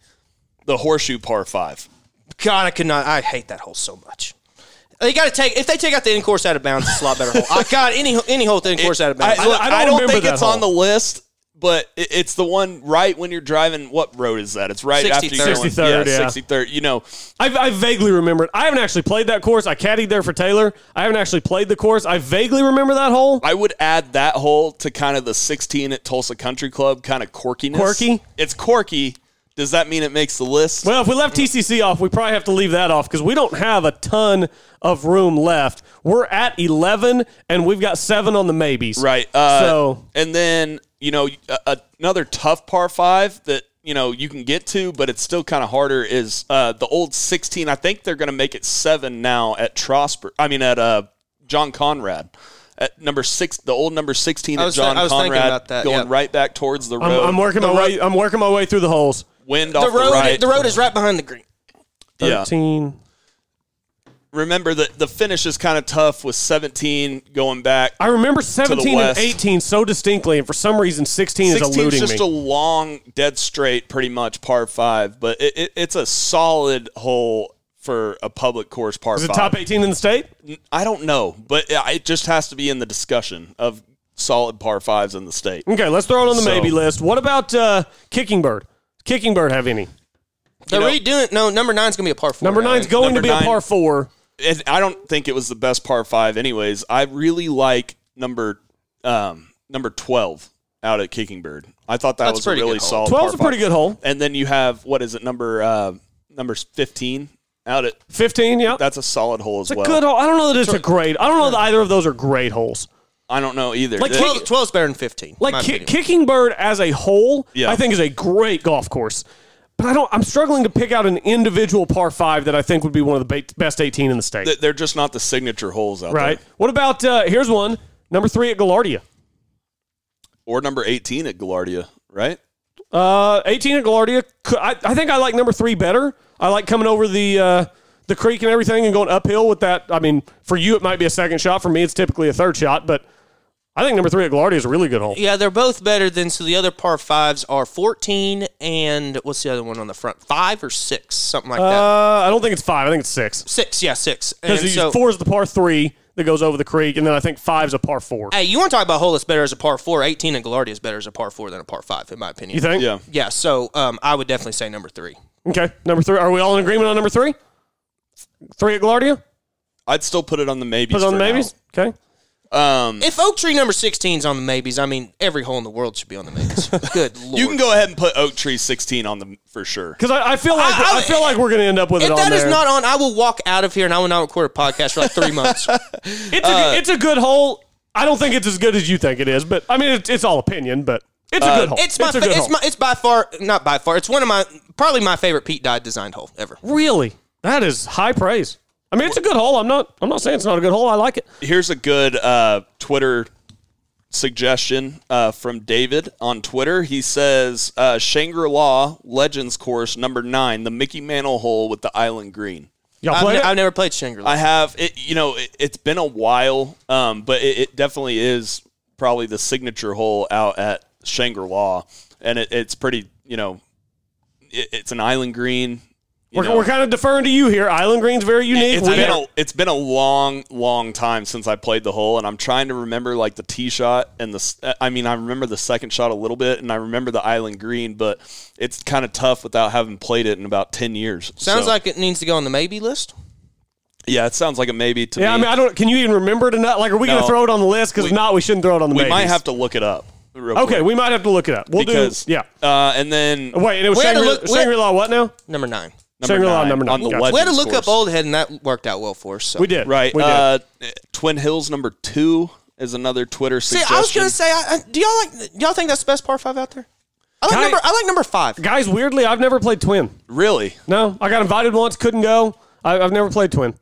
Speaker 2: the horseshoe par five.
Speaker 3: God, I could not. I hate that hole so much. They got to take if they take out the in course out of bounds, it's a lot better hole. I got any any hole with the in course out of bounds.
Speaker 2: I, look,
Speaker 1: I
Speaker 2: I
Speaker 1: don't
Speaker 2: don't,
Speaker 1: remember
Speaker 2: think
Speaker 1: that
Speaker 2: it's on the
Speaker 1: hole.
Speaker 2: list, but it, it's the one right when you're driving. What road is that? It's right after
Speaker 3: 63rd.
Speaker 2: you're
Speaker 1: 63rd, yeah.
Speaker 2: 63rd. You know,
Speaker 1: I, I vaguely remember it. I haven't actually played that course. I caddied there for Taylor. I haven't actually played the course. I vaguely remember that hole.
Speaker 2: I would add that hole to kind of the 16 at Tulsa Country Club kind of quirkiness.
Speaker 1: Quirky?
Speaker 2: It's quirky. Does that mean it makes the list?
Speaker 1: Well, if we left TCC off, we probably have to leave that off because we don't have a ton of room left. We're at 11, and we've got seven on the maybes.
Speaker 2: Right. Uh,
Speaker 1: So-
Speaker 2: and then you know a, a- another tough par five that you know you can get to, but it's still kind of harder is uh, the old sixteen. I think they're going to make it seven now at Trosper. I mean at uh, John Conrad. At number six, the old number sixteen
Speaker 3: I
Speaker 2: at
Speaker 3: was
Speaker 2: John
Speaker 3: thi- I was thinking
Speaker 2: Conrad,
Speaker 3: about that,
Speaker 2: going
Speaker 3: yeah.
Speaker 2: right back towards the
Speaker 1: I'm,
Speaker 2: road.
Speaker 1: I'm working my
Speaker 3: The
Speaker 1: way. I'm working my way through the holes.
Speaker 2: wind
Speaker 3: the
Speaker 2: off
Speaker 3: road
Speaker 2: the right.
Speaker 3: the road is right behind the green.
Speaker 2: yeah.
Speaker 1: 13.
Speaker 2: Remember that the finish is kind of tough with seventeen going back.
Speaker 1: I remember 17 and
Speaker 2: west.
Speaker 1: 18 so distinctly, and for some reason, 16,
Speaker 2: 16
Speaker 1: is eluding
Speaker 2: just
Speaker 1: me.
Speaker 2: a long dead straight, pretty much par five, but it, it, it's a solid hole for a public course par
Speaker 1: is it
Speaker 2: five.
Speaker 1: top 18 in the state?
Speaker 2: I don't know, but it it just has to be in the discussion of solid par fives in the state.
Speaker 1: Okay, let's throw it on the
Speaker 2: So-
Speaker 1: maybe list. What about uh, Kicking Bird? Kicking Bird have any?
Speaker 3: They're
Speaker 2: know-
Speaker 3: redoing no number nine's gonna be a par four.
Speaker 1: Number
Speaker 3: now.
Speaker 1: nine's going
Speaker 2: number
Speaker 1: to be
Speaker 2: nine-
Speaker 1: a par four.
Speaker 2: And I don't think it was the best par five, anyways. I really like number um, number twelve out at Kicking Bird. I thought that
Speaker 3: That's
Speaker 2: was a
Speaker 3: pretty good
Speaker 2: really
Speaker 3: hole.
Speaker 2: solid. Oh, par
Speaker 1: Twelve's a pretty
Speaker 2: five.
Speaker 1: good hole.
Speaker 2: And then you have what is it number uh, number fifteen out at.
Speaker 1: Fifteen, yeah,
Speaker 2: That's a solid hole as
Speaker 1: it's a
Speaker 2: well.
Speaker 1: good hole. I don't know that it's a great. I don't know that either of those are great holes.
Speaker 2: I don't know either.
Speaker 1: Like
Speaker 2: It-
Speaker 3: 12, 12's better than fifteen. in my
Speaker 1: Like ki-
Speaker 3: opinion.
Speaker 1: Kicking Bird as a whole,
Speaker 2: Yeah.
Speaker 1: I think is a great golf course. But I don't. I'm struggling to pick out an individual par five that I think would be one of the ba- best eighteen in the state.
Speaker 2: Th- They're just not the signature holes out
Speaker 1: right.
Speaker 2: there.
Speaker 1: What about uh, here's one number three at Gallardia.
Speaker 2: Or number 18 at Gallardia, right?
Speaker 1: Uh, 18 at Gallardia. Could- I, I think I like number three better. I like coming over the uh, the creek and everything and going uphill with that. I mean, for you, it might be a second shot. For me, it's typically a third shot, but I think number three at Gallardi is a really good hole.
Speaker 3: Yeah, they're both better than so the other par fives are fourteen and what's the other one on the front? Five or six, something like that.
Speaker 1: Uh, I don't think it's five. I think it's six.
Speaker 3: Six, yeah, six. And
Speaker 1: Because
Speaker 3: so,
Speaker 1: four is the par three that goes over the creek, and then I think five's a par four.
Speaker 3: hey, you want to talk about hole that's better as a par four? Eighteen and Gallardi is better as a par four than a par five, in my opinion.
Speaker 1: You think?
Speaker 2: Yeah.
Speaker 3: Yeah, so um, I would definitely say number three.
Speaker 1: Okay. Number three. Are we all in agreement on number three? Three at Gallardia?
Speaker 2: I'd still put it on the maybe.
Speaker 1: Put it on the maybes? Okay.
Speaker 2: Um,
Speaker 3: If Oak Tree number 16's on the maybes, I mean, every hole in the world should be on
Speaker 1: [laughs]
Speaker 3: the maybes. Good lord.
Speaker 2: you can go ahead and put Oak Tree 16 on them for sure.
Speaker 1: Because I, I feel like I,
Speaker 3: I-
Speaker 1: feel like we're gonna end up with
Speaker 3: If
Speaker 1: it on
Speaker 3: that is
Speaker 1: there.
Speaker 3: not on, I will walk out of here and I will not record a podcast for like
Speaker 1: [laughs]
Speaker 3: three months.
Speaker 1: it's, a,
Speaker 3: Uh,
Speaker 1: it's a good hole. I don't think it's as good as you think it is, but I mean it's, it's all opinion. But it's a good hole.
Speaker 3: Uh, It's my,
Speaker 1: a
Speaker 3: fa-
Speaker 1: good
Speaker 3: it's
Speaker 1: hole.
Speaker 3: my, it's by far, not by far, it's one of my, probably my favorite Pete Dye designed hole ever.
Speaker 1: really that is high praise. I mean it's a good hole. I'm not I'm not saying it's not a good hole. I like it.
Speaker 2: Here's a good uh, Twitter suggestion uh, from David on Twitter. He says uh, Shangri La Legends Course number nine, the Mickey Mantle hole with the island green.
Speaker 1: Y'all
Speaker 3: I've,
Speaker 1: play
Speaker 3: ne-
Speaker 1: it?
Speaker 3: I've never played Shangri-La.
Speaker 2: I have it. You know, it, it's been a while, um, but it, it definitely is probably the signature hole out at Shangri La, and it, it's pretty. You know, it, it's an island green. you
Speaker 1: we're,
Speaker 2: know.
Speaker 1: we're kind of deferring to you here. Island Green's very unique.
Speaker 2: It's
Speaker 1: We-
Speaker 2: been a, it's been a long, long time since I played the hole, and I'm trying to remember like the tee shot and the. s- I mean, I remember the second shot a little bit, and I remember the island green, but it's kind of tough without having played it in about ten years.
Speaker 3: Sounds
Speaker 2: So,
Speaker 3: like it needs to go on the maybe list.
Speaker 2: yeah, it sounds like a maybe to
Speaker 1: yeah,
Speaker 2: me.
Speaker 1: I mean I don't. Can you even remember it or not? Like are we
Speaker 2: No.
Speaker 1: gonna throw it on the list? Because
Speaker 2: We-
Speaker 1: if not, we shouldn't throw it on the.
Speaker 2: we might
Speaker 1: maybes.
Speaker 2: have to look it up. real
Speaker 1: Okay,
Speaker 2: quick,
Speaker 1: we might have to look it up. We'll
Speaker 2: because
Speaker 1: do. Yeah.
Speaker 2: uh, and then
Speaker 1: Wait, and it was
Speaker 3: We had to
Speaker 1: Shangri-
Speaker 3: look- we had-
Speaker 1: Shangri-La what now?
Speaker 3: Number nine.
Speaker 1: Shangri-La number nine.
Speaker 2: on the
Speaker 1: Gotcha.
Speaker 2: legends
Speaker 3: We had to look
Speaker 2: course.
Speaker 3: up Old Head and that worked out well for us. So.
Speaker 1: We did.
Speaker 2: right.
Speaker 1: We did.
Speaker 2: uh, Twin Hills number two is another Twitter
Speaker 3: See,
Speaker 2: suggestion.
Speaker 3: I was gonna say, I, I, do y'all like? Do y'all think that's the best par five out there? I like
Speaker 1: Guy-
Speaker 3: number. I like number five.
Speaker 1: Guys, weirdly, I've never played twin.
Speaker 2: really.
Speaker 3: Oh
Speaker 1: No, I got invited once, couldn't go. I, I've never played twin.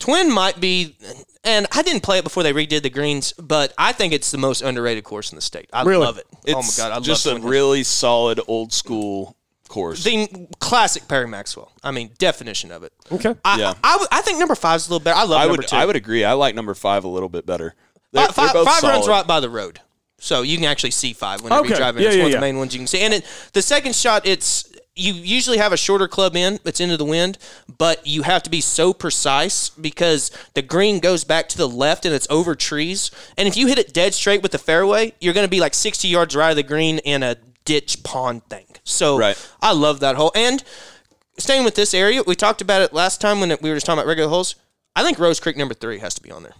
Speaker 3: Twin might be, and I didn't play it before they redid the greens, but I think it's the most underrated course in the state. I
Speaker 1: Really?
Speaker 3: love it. oh my
Speaker 2: It's
Speaker 3: god, I love
Speaker 2: just a
Speaker 3: Twin Hills.
Speaker 2: really solid old school course.
Speaker 3: the classic Perry Maxwell. I mean, definition of it.
Speaker 1: Okay.
Speaker 3: I,
Speaker 2: Yeah.
Speaker 3: I, I would- I think number five's a little better. I love
Speaker 2: I
Speaker 3: number
Speaker 2: would
Speaker 3: two.
Speaker 2: I would agree. I like number five a little bit better. They're,
Speaker 3: Fi- five
Speaker 2: they're both
Speaker 3: five
Speaker 2: solid.
Speaker 3: runs right by the road, so you can actually see five whenever
Speaker 1: Okay.
Speaker 3: you drive in.
Speaker 1: Yeah,
Speaker 3: it's
Speaker 1: yeah,
Speaker 3: one of
Speaker 1: yeah.
Speaker 3: the main ones you can see. And it, the second shot, it's you usually have a shorter club in, it's into the wind, but you have to be so precise because the green goes back to the left and it's over trees. And if you hit it dead straight with the fairway, you're going to be like 60 yards right of the green in a ditch pond thing. So
Speaker 2: Right.
Speaker 3: I love that hole. And staying with this area, we talked about it last time when we were just talking about regular holes. I think Rose Creek number three has to be on there.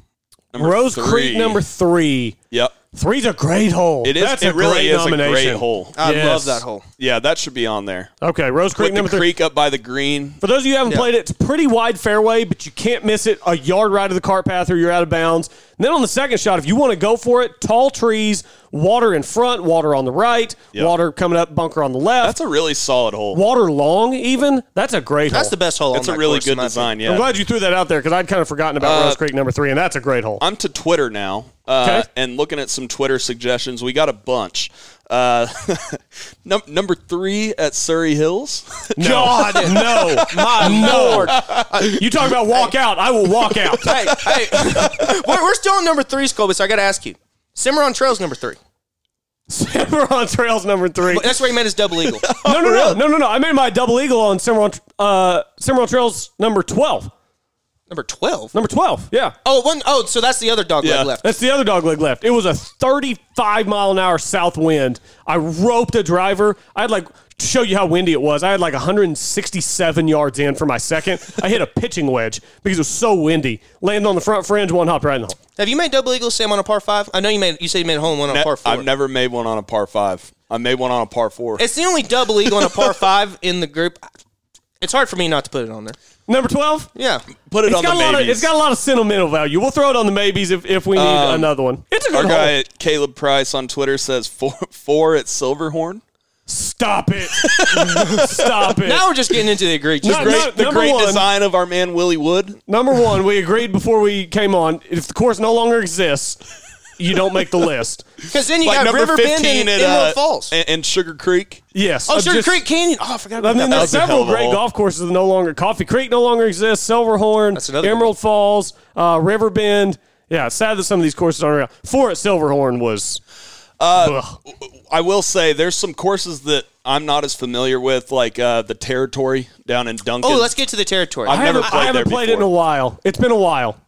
Speaker 2: Number
Speaker 1: Rose Creek
Speaker 2: three.
Speaker 1: number three.
Speaker 2: Yep.
Speaker 1: Three's a great hole.
Speaker 2: It is.
Speaker 1: That's
Speaker 2: it
Speaker 1: a
Speaker 2: really
Speaker 1: great
Speaker 2: is
Speaker 1: nomination.
Speaker 2: a great hole.
Speaker 3: I
Speaker 1: Yes.
Speaker 3: love that hole.
Speaker 2: yeah, that should be on there.
Speaker 1: Okay, Rose Creek
Speaker 2: Put the
Speaker 1: number three.
Speaker 2: creek up by the green.
Speaker 1: For those of you who haven't played it, it's a pretty wide fairway, but you can't miss it a yard right of the cart path or you're out of bounds. And then on the second shot, if you want to go for it, tall trees, water in front, water on the right,
Speaker 2: Yep.
Speaker 1: water coming up, bunker on the left,
Speaker 2: That's a really solid hole.
Speaker 1: water long even. That's a great hole.
Speaker 3: That's the best hole.
Speaker 2: That's
Speaker 3: on
Speaker 2: a
Speaker 3: that
Speaker 2: really
Speaker 3: course, in
Speaker 2: good
Speaker 3: my
Speaker 2: design.
Speaker 3: opinion.
Speaker 2: Yeah.
Speaker 1: I'm glad you threw that out there because I'd kind of forgotten
Speaker 2: Uh,
Speaker 1: about Rose Creek number three, and that's a great hole.
Speaker 2: I'm to Twitter now, uh,
Speaker 1: Okay.
Speaker 2: and looking at some Twitter suggestions. We got a bunch. Uh, [laughs] num- number three at Surrey Hills.
Speaker 1: [laughs] No. God, no, my lord! You talk about walk out. I will [laughs] walk out.
Speaker 3: Hey, hey, [laughs] we're, we're still on number three, Colby. So I got to ask you, Cimarron Trails number three.
Speaker 1: Cimarron Trails number three.
Speaker 3: But that's where he made his double eagle.
Speaker 2: [laughs]
Speaker 1: No, no, no, no, no, no. I made my double eagle on Cimarron, uh, Cimarron Trails number twelve.
Speaker 3: number twelve.
Speaker 1: Number twelve. Yeah,
Speaker 3: Oh, one, oh, so that's the other dog
Speaker 2: Yeah.
Speaker 3: leg left.
Speaker 1: that's the other dog leg left. It was a 35 mile an hour south wind. I roped a driver. I had like to show you how windy it was. I had like 167 yards in for my second. I hit a pitching wedge because it was so windy. Landed on the front fringe, one hop right in the hole.
Speaker 3: Have you made double eagles, Sam, on a par five? I know you made. You said you made a hole in one on a
Speaker 2: Ne-
Speaker 3: par 4
Speaker 2: I've never made one on a par five. I made one on a par four.
Speaker 3: it's the only double eagle on a par five in the group. It's hard for me not to put it on there.
Speaker 1: Number 12?
Speaker 3: Yeah,
Speaker 2: Put it
Speaker 1: It's
Speaker 2: on the
Speaker 1: got, a lot of,
Speaker 2: maybes.
Speaker 1: it's got a lot of sentimental value. We'll throw it on the maybes if, if we need another one. It's a
Speaker 2: Our
Speaker 1: good hole.
Speaker 2: guy Caleb Price on Twitter says four [laughs] four at Silverhorn.
Speaker 1: Stop it. Stop it.
Speaker 3: now we're just getting into the egregious.
Speaker 1: No,
Speaker 2: Great,
Speaker 1: no.
Speaker 2: the
Speaker 1: number
Speaker 2: great
Speaker 1: one.
Speaker 2: design of our man Willie Wood.
Speaker 1: Number one, we agreed before we came on if the course no longer exists, you don't make the list.
Speaker 3: Because then you
Speaker 2: like
Speaker 3: got
Speaker 2: number
Speaker 3: River Bend
Speaker 2: fifteen
Speaker 3: and
Speaker 2: at
Speaker 3: Inwood
Speaker 2: uh,
Speaker 3: Falls.
Speaker 2: and, and Sugar Creek.
Speaker 1: Yes.
Speaker 3: oh,
Speaker 1: I'm
Speaker 3: Sugar
Speaker 1: just-
Speaker 3: Creek Canyon. Oh, I forgot about
Speaker 1: I mean,
Speaker 3: that.
Speaker 1: there's
Speaker 2: was a hell
Speaker 1: several
Speaker 2: of a
Speaker 1: great
Speaker 2: hole.
Speaker 1: golf courses that no longer. Coffee Creek no longer exists. Silverhorn,
Speaker 3: That's another
Speaker 1: Emerald Falls, uh, River Bend. Yeah, it's sad that some of these courses aren't around. Four at Silverhorn was.
Speaker 2: Uh,
Speaker 1: Ugh.
Speaker 2: I will say there's some courses that I'm not as familiar with, like uh, the Territory down in Duncan.
Speaker 3: Oh, let's get to the territory.
Speaker 2: I've
Speaker 1: I
Speaker 2: never
Speaker 1: haven't,
Speaker 2: played
Speaker 1: I
Speaker 2: there
Speaker 1: haven't played it in
Speaker 2: before.
Speaker 1: a while. It's been a while.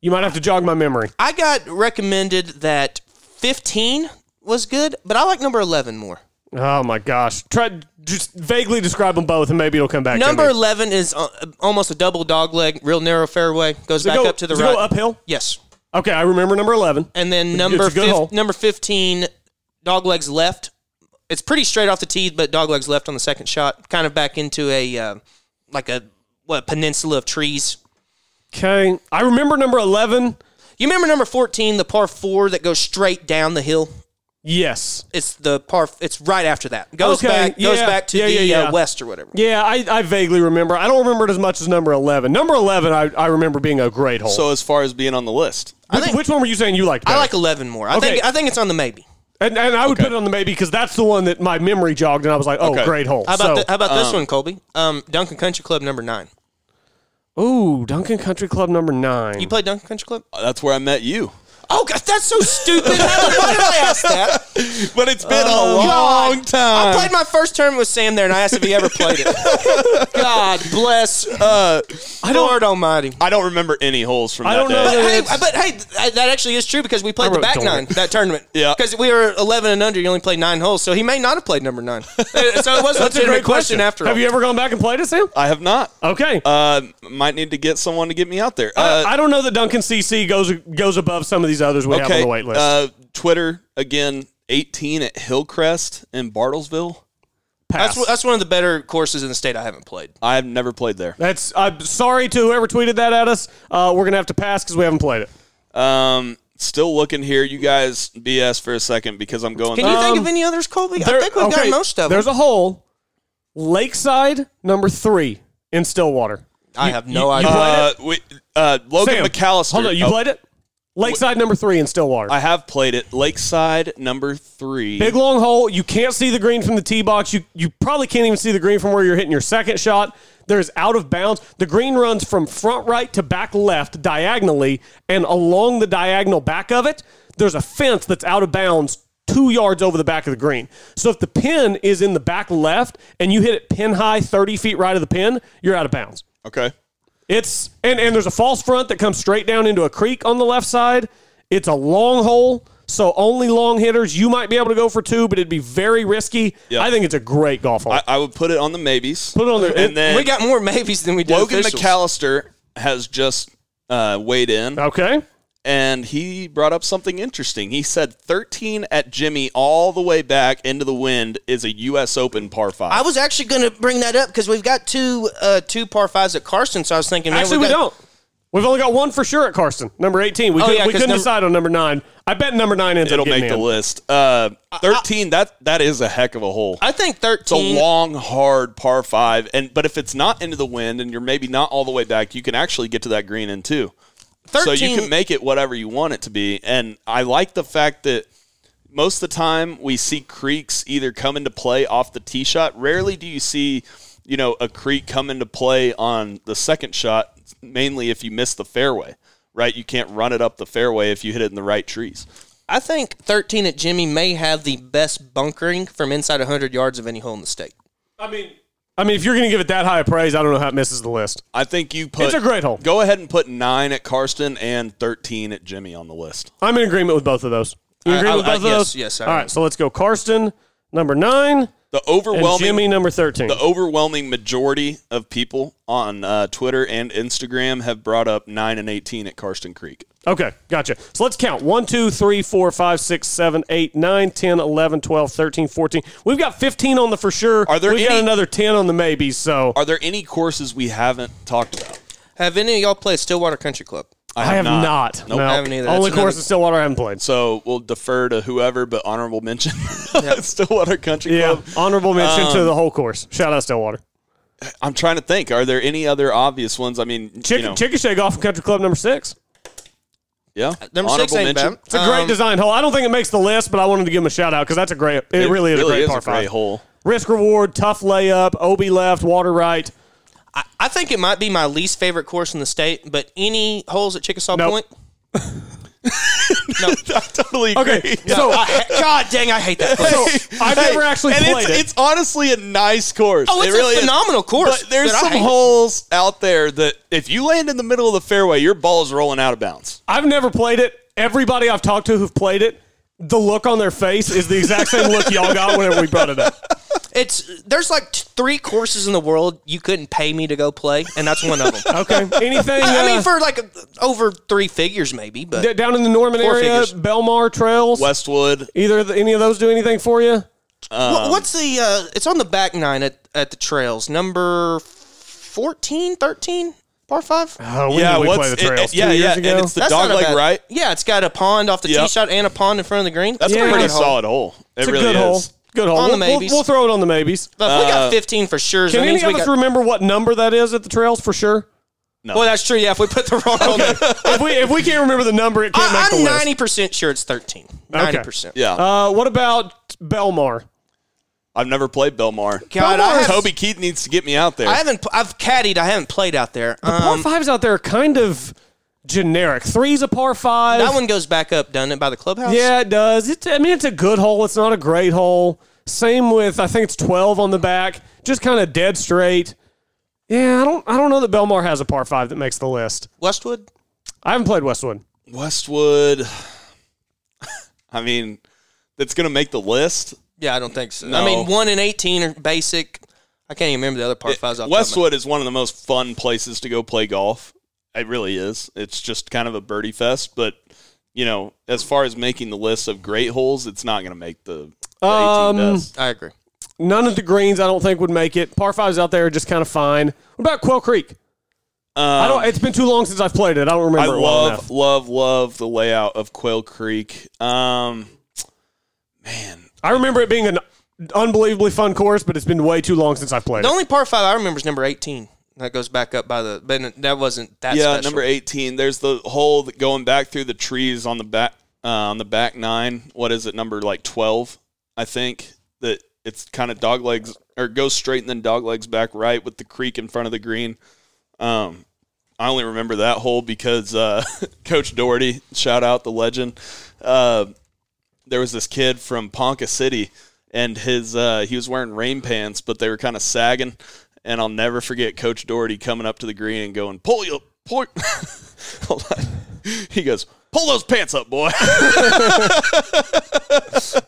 Speaker 1: You might have to jog my memory.
Speaker 3: I got recommended that 15 was good, but I like number 11 more.
Speaker 1: Oh my gosh! Try just vaguely describe them both, and maybe it'll come back.
Speaker 3: Number
Speaker 1: to me.
Speaker 3: 11 is uh, almost a double dog leg, real narrow fairway, goes
Speaker 1: Does it
Speaker 3: back
Speaker 1: go-
Speaker 3: up to the
Speaker 1: does it
Speaker 3: right.
Speaker 1: go uphill.
Speaker 3: Yes.
Speaker 1: Okay, I remember number eleven.
Speaker 3: And then
Speaker 1: It's a
Speaker 3: number
Speaker 1: good
Speaker 3: fif-
Speaker 1: hole.
Speaker 3: number 15 dog legs left. It's pretty straight off the tee, but dog legs left on the second shot, kind of back into a uh, like a what peninsula of trees.
Speaker 1: Okay, I remember number eleven.
Speaker 3: You remember number 14, the par 4 that goes straight down the hill?
Speaker 1: Yes.
Speaker 3: It's the par it's right after that. Goes
Speaker 1: Okay,
Speaker 3: back goes
Speaker 1: yeah,
Speaker 3: back to
Speaker 1: yeah,
Speaker 3: the
Speaker 1: yeah, yeah.
Speaker 3: Uh, west or whatever.
Speaker 1: Yeah, I, I vaguely remember. I don't remember it as much as number eleven. Number eleven, I, I remember being a great hole.
Speaker 2: So as far as being on the list,
Speaker 3: I
Speaker 1: which,
Speaker 3: think-
Speaker 1: which one were you saying you liked?
Speaker 3: I
Speaker 1: better?
Speaker 3: like eleven more. I
Speaker 1: Okay.
Speaker 3: think I think it's on the maybe.
Speaker 1: and, and I would put it on the maybe because that's the one that my memory jogged, and I was like, oh,
Speaker 2: Okay.
Speaker 1: great hole.
Speaker 3: How about
Speaker 1: so,
Speaker 3: th- how about this one, Colby? Um, Duncan Country Club number nine.
Speaker 1: ooh, Duncan Country Club number nine.
Speaker 3: You play Duncan Country Club?
Speaker 2: uh, that's where I met you.
Speaker 3: Oh God, that's so stupid. How the- Why did I ask that? [laughs] Oh,
Speaker 2: But it's been a
Speaker 3: God.
Speaker 2: long time.
Speaker 3: I played my first tournament with Sam there, and I asked if he ever played it. [laughs] God bless, uh, Lord Almighty.
Speaker 2: I don't remember any holes from
Speaker 1: I
Speaker 2: that
Speaker 1: don't
Speaker 2: day.
Speaker 1: know
Speaker 3: But
Speaker 1: that
Speaker 3: hey,
Speaker 1: it's-
Speaker 3: but hey, th- that actually is true because we played the
Speaker 1: wrote
Speaker 3: back
Speaker 1: Dorn.
Speaker 3: nine that [laughs] tournament.
Speaker 2: Yeah.
Speaker 3: because we were eleven and under. You only played nine holes, so he may not have played number [laughs] nine. Uh, so it was
Speaker 1: that's
Speaker 3: a
Speaker 1: a
Speaker 3: legitimate
Speaker 1: great
Speaker 3: question, after all.
Speaker 1: Have you ever gone back and played it, Sam?
Speaker 2: I have not.
Speaker 1: Okay.
Speaker 2: Uh, might need to get someone to get me out there. Uh,
Speaker 1: I don't know that Duncan CC goes goes above some of these others we have on
Speaker 2: okay.
Speaker 1: the wait list.
Speaker 2: Uh, Twitter again. 18 at Hillcrest in Bartlesville.
Speaker 3: that's
Speaker 1: Pass.
Speaker 3: that's one of the better courses in the state I haven't played.
Speaker 2: I've never played there.
Speaker 1: That's I'm sorry to whoever tweeted that at us. Uh, we're gonna have to pass because we haven't played it.
Speaker 2: Um, still looking here. You guys BS for a second because I'm going.
Speaker 3: Can you think
Speaker 1: Um,
Speaker 3: of any others, Colby? I
Speaker 1: There-
Speaker 3: think we've
Speaker 1: okay,
Speaker 3: got most of them.
Speaker 1: There's a hole, Lakeside number three in Stillwater.
Speaker 3: I have no
Speaker 1: you- you
Speaker 3: idea.
Speaker 1: played
Speaker 2: uh, we, uh, Logan
Speaker 1: Sam,
Speaker 2: McAllister.
Speaker 1: Hold on, you
Speaker 2: Oh,
Speaker 1: played it? Lakeside number three in Stillwater.
Speaker 2: I have played it. Lakeside number three.
Speaker 1: Big long hole. You can't see the green from the tee box. You you probably can't even see the green from where you're hitting your second shot. There's out of bounds. The green runs from front right to back left diagonally, and along the diagonal back of it, there's a fence that's out of bounds two yards over the back of the green. So if the pin is in the back left and you hit it pin high 30 feet right of the pin, you're out of bounds.
Speaker 2: Okay.
Speaker 1: It's and and there's a false front that comes straight down into a creek on the left side. It's a long hole, so only long hitters. You might be able to go for two, but it'd be very risky.
Speaker 2: Yeah.
Speaker 1: I think it's a great golf hole.
Speaker 2: I, I would put it on the maybes.
Speaker 1: Put it on there.
Speaker 2: And then
Speaker 3: Uh, we got more maybes than we did.
Speaker 2: Logan
Speaker 3: officials.
Speaker 2: McAllister has just uh, weighed in,
Speaker 1: okay.
Speaker 2: and he brought up something interesting. He said 13 at Jimmy all the way back into the wind is a U.S. Open par five.
Speaker 3: I was actually going to bring that up because we've got two uh, two par fives at Carson. So I was thinking, man,
Speaker 1: Actually, we
Speaker 3: we've got-
Speaker 1: don't. We've only got one for sure at Carson, number eighteen. We,
Speaker 3: Oh,
Speaker 1: could,
Speaker 3: yeah,
Speaker 1: we
Speaker 3: 'cause
Speaker 1: couldn't
Speaker 3: number-
Speaker 1: decide on number nine. I bet number nine ends
Speaker 2: It'll
Speaker 1: up getting
Speaker 2: make the
Speaker 1: in.
Speaker 2: list. Uh, 13. that that is a heck of a hole.
Speaker 3: I think
Speaker 2: It's a
Speaker 3: thirteen.
Speaker 2: long, hard par five, and but if it's not into the wind and you're maybe not all the way back, you can actually get to that green in two.
Speaker 3: 13
Speaker 2: So you can make it whatever you want it to be, and I like the fact that most of the time we see creeks either come into play off the tee shot. Rarely do you see, you know, a creek come into play on the second shot. Mainly if you miss the fairway, right? You can't run it up the fairway if you hit it in the right trees.
Speaker 3: I think thirteen at Jimmy may have the best bunkering from inside hundred yards of any hole in the state.
Speaker 1: I mean, I mean, if you're going to give it that high a praise, I don't know how it misses the list.
Speaker 2: I think you put
Speaker 1: It's a great hole.
Speaker 2: Go ahead and put nine at Karsten and thirteen at Jimmy on the list.
Speaker 1: I'm in agreement with both of those. You
Speaker 3: I-
Speaker 1: agree
Speaker 3: I-
Speaker 1: with both
Speaker 3: I-
Speaker 1: of
Speaker 3: yes,
Speaker 1: those?
Speaker 3: yes, I
Speaker 1: All right.
Speaker 3: am.
Speaker 1: So let's go. Carson number nine
Speaker 2: The
Speaker 1: and
Speaker 2: overwhelming
Speaker 1: Jimmy number thirteen.
Speaker 2: the overwhelming majority of people on uh, Twitter and Instagram have brought up nine and eighteen at Karsten Creek.
Speaker 1: Okay, gotcha. So let's count. 1, 2, 3, 4, 5, 6, 7, 8, 9, 10, 11, 12, 13, 14. We've got 15 on the for sure.
Speaker 2: Are there
Speaker 1: We've got
Speaker 2: any-
Speaker 1: another 10 on the maybe, so
Speaker 2: Are there any courses we haven't talked about?
Speaker 3: Have any of y'all played Stillwater Country Club?
Speaker 1: I have not.
Speaker 2: Nope.
Speaker 1: No.
Speaker 3: I haven't either.
Speaker 1: Only
Speaker 3: That's
Speaker 1: course
Speaker 3: another-
Speaker 1: in Stillwater I haven't played.
Speaker 2: So we'll defer to whoever, but honorable mention. [laughs] Stillwater Country
Speaker 1: Yeah,
Speaker 2: Club.
Speaker 1: honorable mention to the whole course. Shout out Stillwater.
Speaker 2: I'm trying to think. Are there any other obvious ones? I mean,
Speaker 1: Chick-
Speaker 2: you know,
Speaker 1: Chickasha Golf and Country Club number six.
Speaker 2: Yeah.
Speaker 3: Number six ain't bad.
Speaker 1: It's a great design hole. I don't think it makes the list, but I wanted to give him a shout out because that's a great. It, really is a great par five.
Speaker 2: hole. [laughs]
Speaker 1: Risk reward, tough layup, OB left, water right.
Speaker 3: I, I think it might be my least favorite course in the state, but any holes at Chickasaw
Speaker 1: Nope.
Speaker 3: Point? no.
Speaker 2: I totally agree. [laughs]
Speaker 1: Okay, so
Speaker 3: I- [laughs] God dang, I hate that place.
Speaker 1: so [laughs] I've
Speaker 2: Hey,
Speaker 1: never actually
Speaker 2: and
Speaker 1: played
Speaker 2: it's,
Speaker 1: it.
Speaker 2: It's honestly a nice course.
Speaker 3: Oh, it's
Speaker 2: It really
Speaker 3: a
Speaker 2: is.
Speaker 3: phenomenal course.
Speaker 2: But there's
Speaker 3: but I
Speaker 2: some
Speaker 3: hate it.
Speaker 2: holes out there that if you land in the middle of the fairway, your ball's rolling out of bounds.
Speaker 1: I've never played it. Everybody I've talked to who've played it, the look on their face is the exact same look y'all got whenever we brought it up.
Speaker 3: It's there's like t- three courses in the world you couldn't pay me to go play, and that's one of them. [laughs]
Speaker 1: Okay, anything?
Speaker 3: I mean,
Speaker 1: uh,
Speaker 3: for like over three figures, maybe, but
Speaker 1: d- down in the Norman
Speaker 3: Four
Speaker 1: area,
Speaker 3: figures.
Speaker 1: Belmar Trails.
Speaker 2: Westwood.
Speaker 1: Either of the- any of those do anything for you?
Speaker 3: Wha- what's the? Uh, it's on the back nine at, at the trails, number 14, 13, par five.
Speaker 1: Oh, we
Speaker 2: yeah,
Speaker 1: we
Speaker 2: what's
Speaker 1: play the
Speaker 2: it-
Speaker 1: trails
Speaker 2: yeah,
Speaker 1: two years
Speaker 2: yeah,
Speaker 1: ago.
Speaker 2: and it's the
Speaker 3: That's
Speaker 2: dog
Speaker 3: not a
Speaker 2: leg
Speaker 3: bad-
Speaker 2: right.
Speaker 3: Yeah, it's got a pond off the tee
Speaker 2: Yep.
Speaker 3: shot and a pond in front of the green.
Speaker 2: That's
Speaker 1: Yeah.
Speaker 2: a pretty
Speaker 1: Good hole.
Speaker 2: solid hole. It
Speaker 1: It's a
Speaker 2: really
Speaker 1: good
Speaker 2: is.
Speaker 1: hole. Good hole.
Speaker 3: On the
Speaker 1: We'll- we'll-
Speaker 3: mabies.
Speaker 1: We'll, throw it on the maybes.
Speaker 3: But if we got fifteen for sure.
Speaker 1: Can
Speaker 3: that
Speaker 1: any
Speaker 3: means we
Speaker 1: of us
Speaker 3: got,
Speaker 1: remember what number that is at the trails for sure?
Speaker 3: Well, that's true. Yeah, if we put the wrong on there,
Speaker 1: if we if we can't remember the number, it can't
Speaker 3: I,
Speaker 1: make the
Speaker 3: I'm
Speaker 1: list.
Speaker 3: ninety percent sure it's thirteen.
Speaker 1: Okay.
Speaker 3: Ninety percent.
Speaker 2: Yeah,
Speaker 1: Uh, what about Belmar?
Speaker 2: I've never played Belmar.
Speaker 3: God, I have-
Speaker 2: Toby Keith needs to get me out there.
Speaker 3: I haven't. pl- I've caddied. I haven't played out there.
Speaker 1: par
Speaker 3: Um,
Speaker 1: fives out there are kind of generic. Three's a par five.
Speaker 3: that one goes back up, doesn't it, by the clubhouse?
Speaker 1: yeah, it does. It's, I mean, it's a good hole. It's not a great hole. Same with I think it's twelve on the back, just kind of dead straight. Yeah, I don't I don't know that Belmar has a par five that makes the list.
Speaker 3: Westwood.
Speaker 1: I haven't played Westwood.
Speaker 2: Westwood. [laughs] I mean, that's gonna make the list.
Speaker 3: Yeah, I don't think so. I
Speaker 2: No.
Speaker 3: mean, one and eighteen are basic. I can't even remember the other par fives. off the top of my-
Speaker 2: Westwood is one of the most fun places to go play golf. It really is. It's just kind of a birdie fest, but you know, as far as making the list of great holes, it's not going to make the, the 18
Speaker 1: Um,
Speaker 2: best.
Speaker 3: I agree.
Speaker 1: None of the greens I don't think would make it. Par fives out there are just kind of fine. What about Quail Creek? I don't. It's been too long since I've played it. I don't
Speaker 2: Um, I
Speaker 1: remember. it well
Speaker 2: love,
Speaker 1: enough.
Speaker 2: love, love the layout of Quail Creek. Um, man,
Speaker 1: I remember it being an unbelievably fun course, but it's been way too long since I've played
Speaker 3: The
Speaker 1: it.
Speaker 3: only par five I remember is number eighteen. That goes back up by the, but that wasn't that.
Speaker 2: yeah,
Speaker 3: special.
Speaker 2: number eighteen. There's the hole that going back through the trees on the back uh, on the back nine. What is it? Number like twelve, I think. That it's kind of dog legs or goes straight and then dog legs back right with the creek in front of the green. Um, I only remember that hole because uh, [laughs] Coach Doherty, shout out the legend. Uh, there was this kid from Ponca City, and his uh, he was wearing rain pants, but they were kind of sagging. And I'll never forget Coach Doherty coming up to the green and going, "Pull your pull." [laughs] your-" Hold on. He goes, "Pull those pants up, boy." [laughs]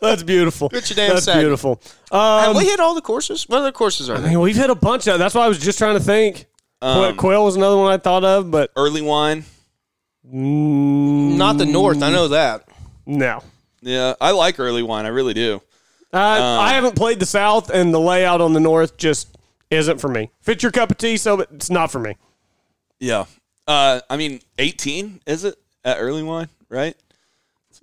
Speaker 1: That's beautiful.
Speaker 3: Get your damn
Speaker 1: That's
Speaker 3: sack.
Speaker 1: beautiful.
Speaker 3: Have
Speaker 1: Um,
Speaker 3: we hit all the courses? What other courses are
Speaker 1: I
Speaker 3: there?
Speaker 1: mean, we've hit a bunch of. That's why I was just trying to think.
Speaker 2: Um,
Speaker 1: Quail Quail was another one I thought of, but
Speaker 2: Early wine.
Speaker 3: Not the north. I know that.
Speaker 1: no.
Speaker 2: Yeah, I like early wine. I really do.
Speaker 1: Uh, I haven't played the South, and the layout on the North just isn't for me. Fits your cup of tea, so but it's not for me.
Speaker 2: Yeah. Uh, I mean, eighteen is it at early wine? Right.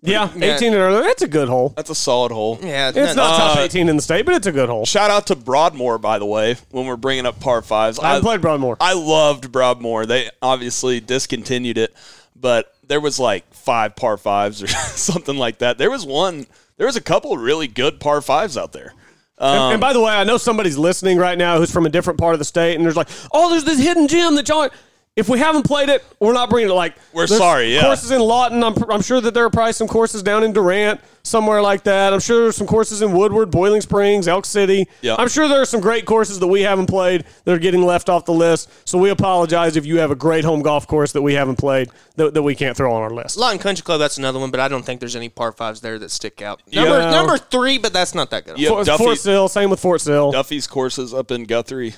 Speaker 1: Yeah,
Speaker 3: Yeah.
Speaker 1: 18 and earlier. That's a good hole.
Speaker 2: That's a solid hole.
Speaker 3: Yeah,
Speaker 1: It's not top
Speaker 2: Uh,
Speaker 1: 18 in the state, but it's a good hole.
Speaker 2: Shout out to Broadmoor, by the way, when we're bringing up par fives.
Speaker 1: I played Broadmoor.
Speaker 2: I loved Broadmoor. They obviously discontinued it, but there was like five par fives or [laughs] something like that. There was one. There was a couple really good par fives out there. Um,
Speaker 1: And- and by the way, I know somebody's listening right now who's from a different part of the state, and there's like, oh, there's this hidden gem that y'all. aren't-" If we haven't played it, we're not bringing it. Like,
Speaker 2: We're
Speaker 1: there's
Speaker 2: sorry, yeah.
Speaker 1: Courses in Lawton. I'm, I'm sure that there are probably some courses down in Durant, somewhere like that. I'm sure there's some courses in Woodward, Boiling Springs, Elk City.
Speaker 2: Yeah.
Speaker 1: I'm sure there are some great courses that we haven't played that are getting left off the list. So we apologize if you have a great home golf course that we haven't played that, that we can't throw on our list.
Speaker 3: Lawton Country Club. That's another one, but I don't think there's any par fives there that stick out. Number
Speaker 1: Yeah.
Speaker 3: number three, but that's not that good.
Speaker 2: You have
Speaker 1: Fort,
Speaker 2: Duffy-
Speaker 1: Fort Sill, same with Fort Sill.
Speaker 2: Duffy's courses up in Guthrie.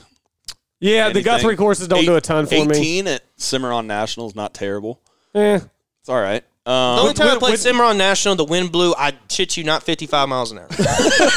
Speaker 1: yeah, the
Speaker 2: Anything.
Speaker 1: Guthrie courses don't
Speaker 2: Eight-
Speaker 1: do a ton for me.
Speaker 2: Eighteen at Cimarron Nationals, not terrible.
Speaker 1: Eh.
Speaker 2: It's all right.
Speaker 3: The
Speaker 2: Um,
Speaker 3: only time I
Speaker 1: When-
Speaker 3: played
Speaker 1: when-
Speaker 3: Cimarron National, the wind blew. I shit you not, fifty-five miles an hour.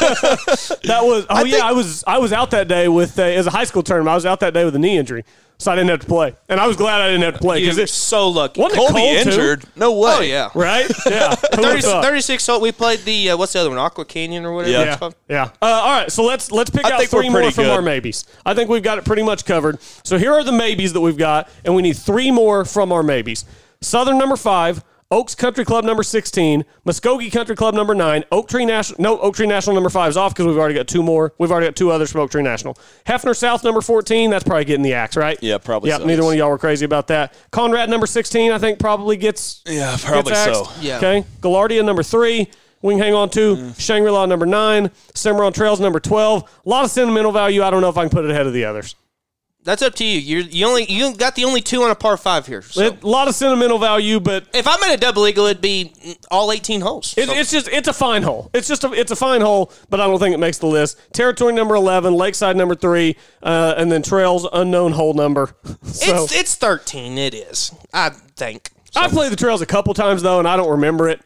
Speaker 1: That was oh yeah,
Speaker 3: think-
Speaker 1: I was I was out that day with a, as a high school tournament. I was out that day with a knee injury, so I didn't have to play, and I was glad I didn't have to play because
Speaker 3: You're
Speaker 1: it's
Speaker 3: so lucky.
Speaker 1: wasn't it
Speaker 2: Colby
Speaker 1: cold, too?
Speaker 2: injured. No way.
Speaker 3: Oh yeah.
Speaker 1: [laughs] right? Yeah, Who would've
Speaker 3: 30,
Speaker 1: thought?
Speaker 3: 36 hole. We played the uh, what's the other one? Aqua Canyon or whatever.
Speaker 2: Yeah.
Speaker 3: it's
Speaker 1: Yeah,
Speaker 3: called.
Speaker 1: yeah. Uh, all right, so let's let's pick
Speaker 2: I
Speaker 1: out
Speaker 2: think we're
Speaker 1: three more
Speaker 2: pretty
Speaker 1: from
Speaker 2: good.
Speaker 1: our maybes. I think we've got it pretty much covered. So here are the maybes that we've got, and we need three more from our maybes. Southern number five, Oaks Country Club number 16, Muskogee Country Club number 9, Oak Tree National, no, Oak Tree National number 5 is off because we've already got two more. We've already got two others from Oak Tree National. Hefner South number 14, that's probably getting the axe, right?
Speaker 2: Yeah, probably
Speaker 1: Yep,
Speaker 2: so,
Speaker 1: neither
Speaker 2: yes.
Speaker 1: one of y'all were crazy about that. Conrad number 16, I think probably gets
Speaker 2: Yeah, probably
Speaker 1: gets
Speaker 2: so.
Speaker 1: axed.
Speaker 3: Yeah. Mm.
Speaker 1: Okay. Gallardia number three. We can hang on to Shangri La number nine. Cimarron Trails number 12. A lot of sentimental value. I don't know if I can put it ahead of the others.
Speaker 3: That's up to you. You're you only you got the only two on a par five here. So.
Speaker 1: It- a lot of sentimental value, but
Speaker 3: if I made a double eagle, it'd be mm, all eighteen holes.
Speaker 1: It,
Speaker 3: So-
Speaker 1: it's just it's a fine hole. It's just a, it's a fine hole, but I don't think it makes the list. Territory number eleven, Lakeside number three, uh, and then Trails unknown hole number. [laughs] So
Speaker 3: it's it's thirteen. It is. I think.
Speaker 1: I've played the Trails a couple times though, and I don't remember it.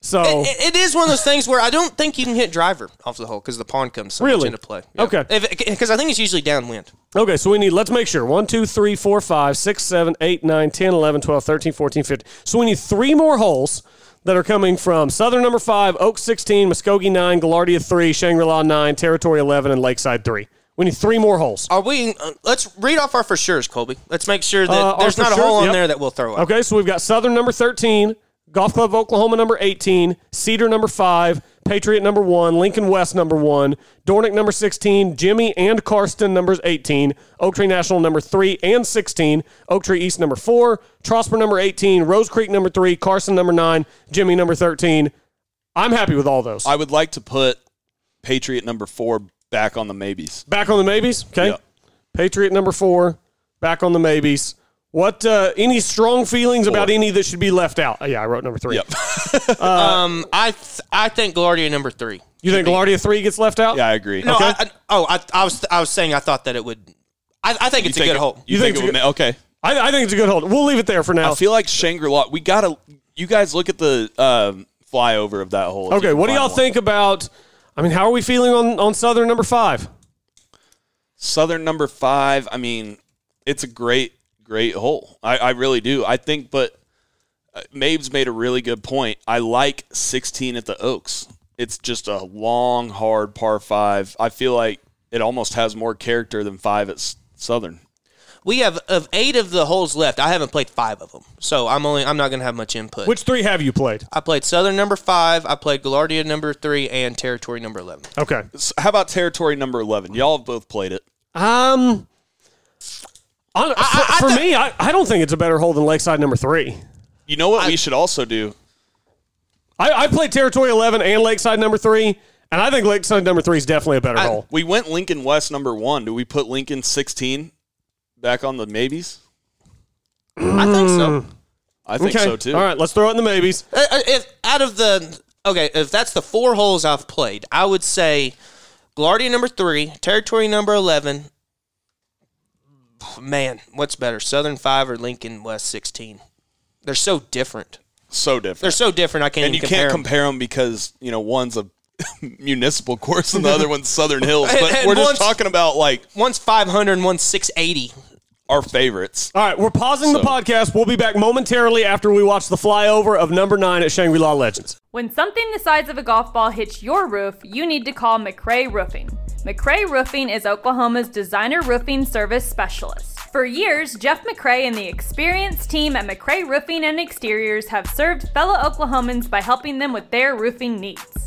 Speaker 1: So
Speaker 3: It- it- it is one of those things where I don't think you can hit driver off the hole because the pond comes so much
Speaker 1: Really?
Speaker 3: into play.
Speaker 1: Okay.
Speaker 3: Because I think it's usually downwind.
Speaker 1: okay, so we need let's make sure one, two, three, four, five, six, seven, eight, nine, ten, eleven, twelve, thirteen, fourteen, fifteen. So we need three more holes that are coming from Southern number five, Oak sixteen, Muskogee nine, Gallardia three, Shangri La nine, Territory eleven, and Lakeside three. We need three more holes.
Speaker 3: Are we? Uh, let's read off our for sure's, Colby. Let's make sure that
Speaker 1: Uh, our
Speaker 3: there's
Speaker 1: for
Speaker 3: not a
Speaker 1: sure-
Speaker 3: hole on
Speaker 1: yep.
Speaker 3: there that we'll throw up.
Speaker 1: Okay, so we've got Southern number 13, Golf Club of Oklahoma number 18, Cedar number 5, Patriot number 1, Lincoln West number 1, Dornick number 16, Jimmy and Karsten numbers 18, Oak Tree National number 3 and 16, Oak Tree East number 4, Trosper number 18, Rose Creek number 3, Carson number 9, Jimmy number 13. I'm happy with all those.
Speaker 2: I would like to put Patriot number four back on the maybes.
Speaker 1: back on the maybes, okay?
Speaker 2: Yeah.
Speaker 1: Patriot number 4, back on the maybes. What uh, any strong feelings about any that should be left out? Oh, yeah, I wrote number 3.
Speaker 2: Yep.
Speaker 3: Um, I th- I think Gloria number three.
Speaker 1: You think Lardia three gets left out?
Speaker 2: yeah, I agree.
Speaker 3: No, I, I, oh, I, I was I was saying I thought that it would. I, I think
Speaker 2: You
Speaker 3: it's
Speaker 2: think
Speaker 3: a
Speaker 2: it-
Speaker 3: good hole.
Speaker 2: You,
Speaker 1: You
Speaker 2: think,
Speaker 1: think
Speaker 2: it would
Speaker 1: it's
Speaker 2: ma- okay?
Speaker 1: I, I think it's a good hold. We'll leave it there for now.
Speaker 2: I feel like Shangri La. We gotta. You guys look at the um, flyover of that hole. if you
Speaker 1: okay,
Speaker 2: can
Speaker 1: what do
Speaker 2: find
Speaker 1: y'all
Speaker 2: one.
Speaker 1: think about? I mean, how are we feeling on on Southern number five?
Speaker 2: Southern number five. I mean, it's a great, great hole. I, I really do. I think, but uh, Mabes made a really good point. I like 16 at the Oaks. It's just a long, hard par five. I feel like it almost has more character than five at S- Southern.
Speaker 3: We have of eight of the holes left. I haven't played five of them, so I'm only I'm not going to have much input.
Speaker 1: Which three have you played?
Speaker 3: I played Southern number five. I played Gallardia number three and Territory number eleven.
Speaker 1: Okay.
Speaker 2: S- how about territory number 11? Y'all have both played it.
Speaker 1: Um. on- for
Speaker 3: I
Speaker 1: for
Speaker 3: thi-
Speaker 1: me, I, I don't think it's a better hole than Lakeside number three.
Speaker 2: You know what we should also do?
Speaker 1: I, I played Territory eleven and Lakeside number three, and I think Lakeside number three is definitely a better hole.
Speaker 2: We went Lincoln West number one. Do we put Lincoln 16 back on the maybes? Mm.
Speaker 3: I think so.
Speaker 2: I think so too.
Speaker 1: All right, let's throw it in the maybes.
Speaker 3: Uh, uh, if out of the okay, if that's the four holes I've played, I would say Gallardia number three, Territory number eleven. Man, what's better, Southern five or Lincoln West sixteen? They're so different.
Speaker 2: So different.
Speaker 3: They're so different. I can't.
Speaker 2: and you
Speaker 3: even
Speaker 2: can't
Speaker 3: 'em.
Speaker 2: compare them because you know one's a [laughs] municipal course and the other one's Southern Hills. But
Speaker 3: [laughs] And- and
Speaker 2: we're just
Speaker 3: one's-
Speaker 2: talking about like
Speaker 3: One's five hundred and one's six eighty.
Speaker 2: our favorites.
Speaker 1: All right, we're pausing the
Speaker 2: So-
Speaker 1: podcast. We'll be back momentarily after we watch the flyover of number nine at Shangri La Legends.
Speaker 5: When something the size of a golf ball hits your roof, you need to call McRae Roofing. McRae Roofing is Oklahoma's designer roofing service specialist. For years, Jeff McRae and the experienced team at McRae Roofing and Exteriors have served fellow Oklahomans by helping them with their roofing needs.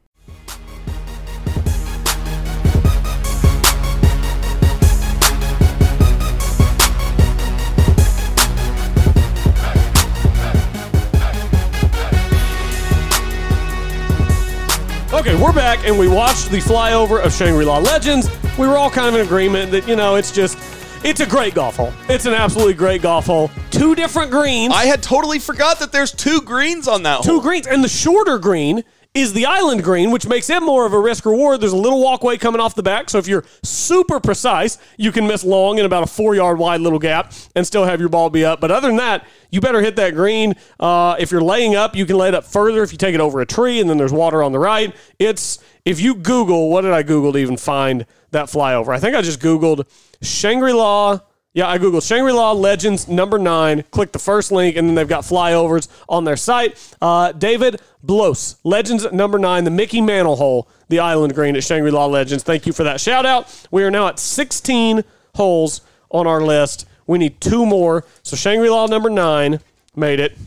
Speaker 1: Okay, we're back and we watched the flyover of Shangri La Legends. We were all kind of in agreement that, you know, it's just, It's a great golf hole. It's an absolutely great golf hole. Two different greens.
Speaker 2: I had totally forgot that there's two greens on that
Speaker 1: two
Speaker 2: hole.
Speaker 1: greens, and the shorter green is the island green, which makes it more of a risk reward. There's a little walkway coming off the back, so if you're super precise, you can miss long in about a four yard wide little gap and still have your ball be up. But other than that, you better hit that green. Uh, if you're laying up, you can lay it up further if you take it over a tree, and then there's water on the right. It's if you Google, what did I Google to even find that flyover? I think I just Googled Shangri La. Yeah, I googled Shangri-La Legends number nine. Click the first link, and then they've got flyovers on their site. Uh, David Blos, Legends number nine, the Mickey Mantle hole, the Island Green at Shangri-La Legends. Thank you for that shout out. We are now at 16 holes on our list. We need two more. So Shangri-La number nine made it.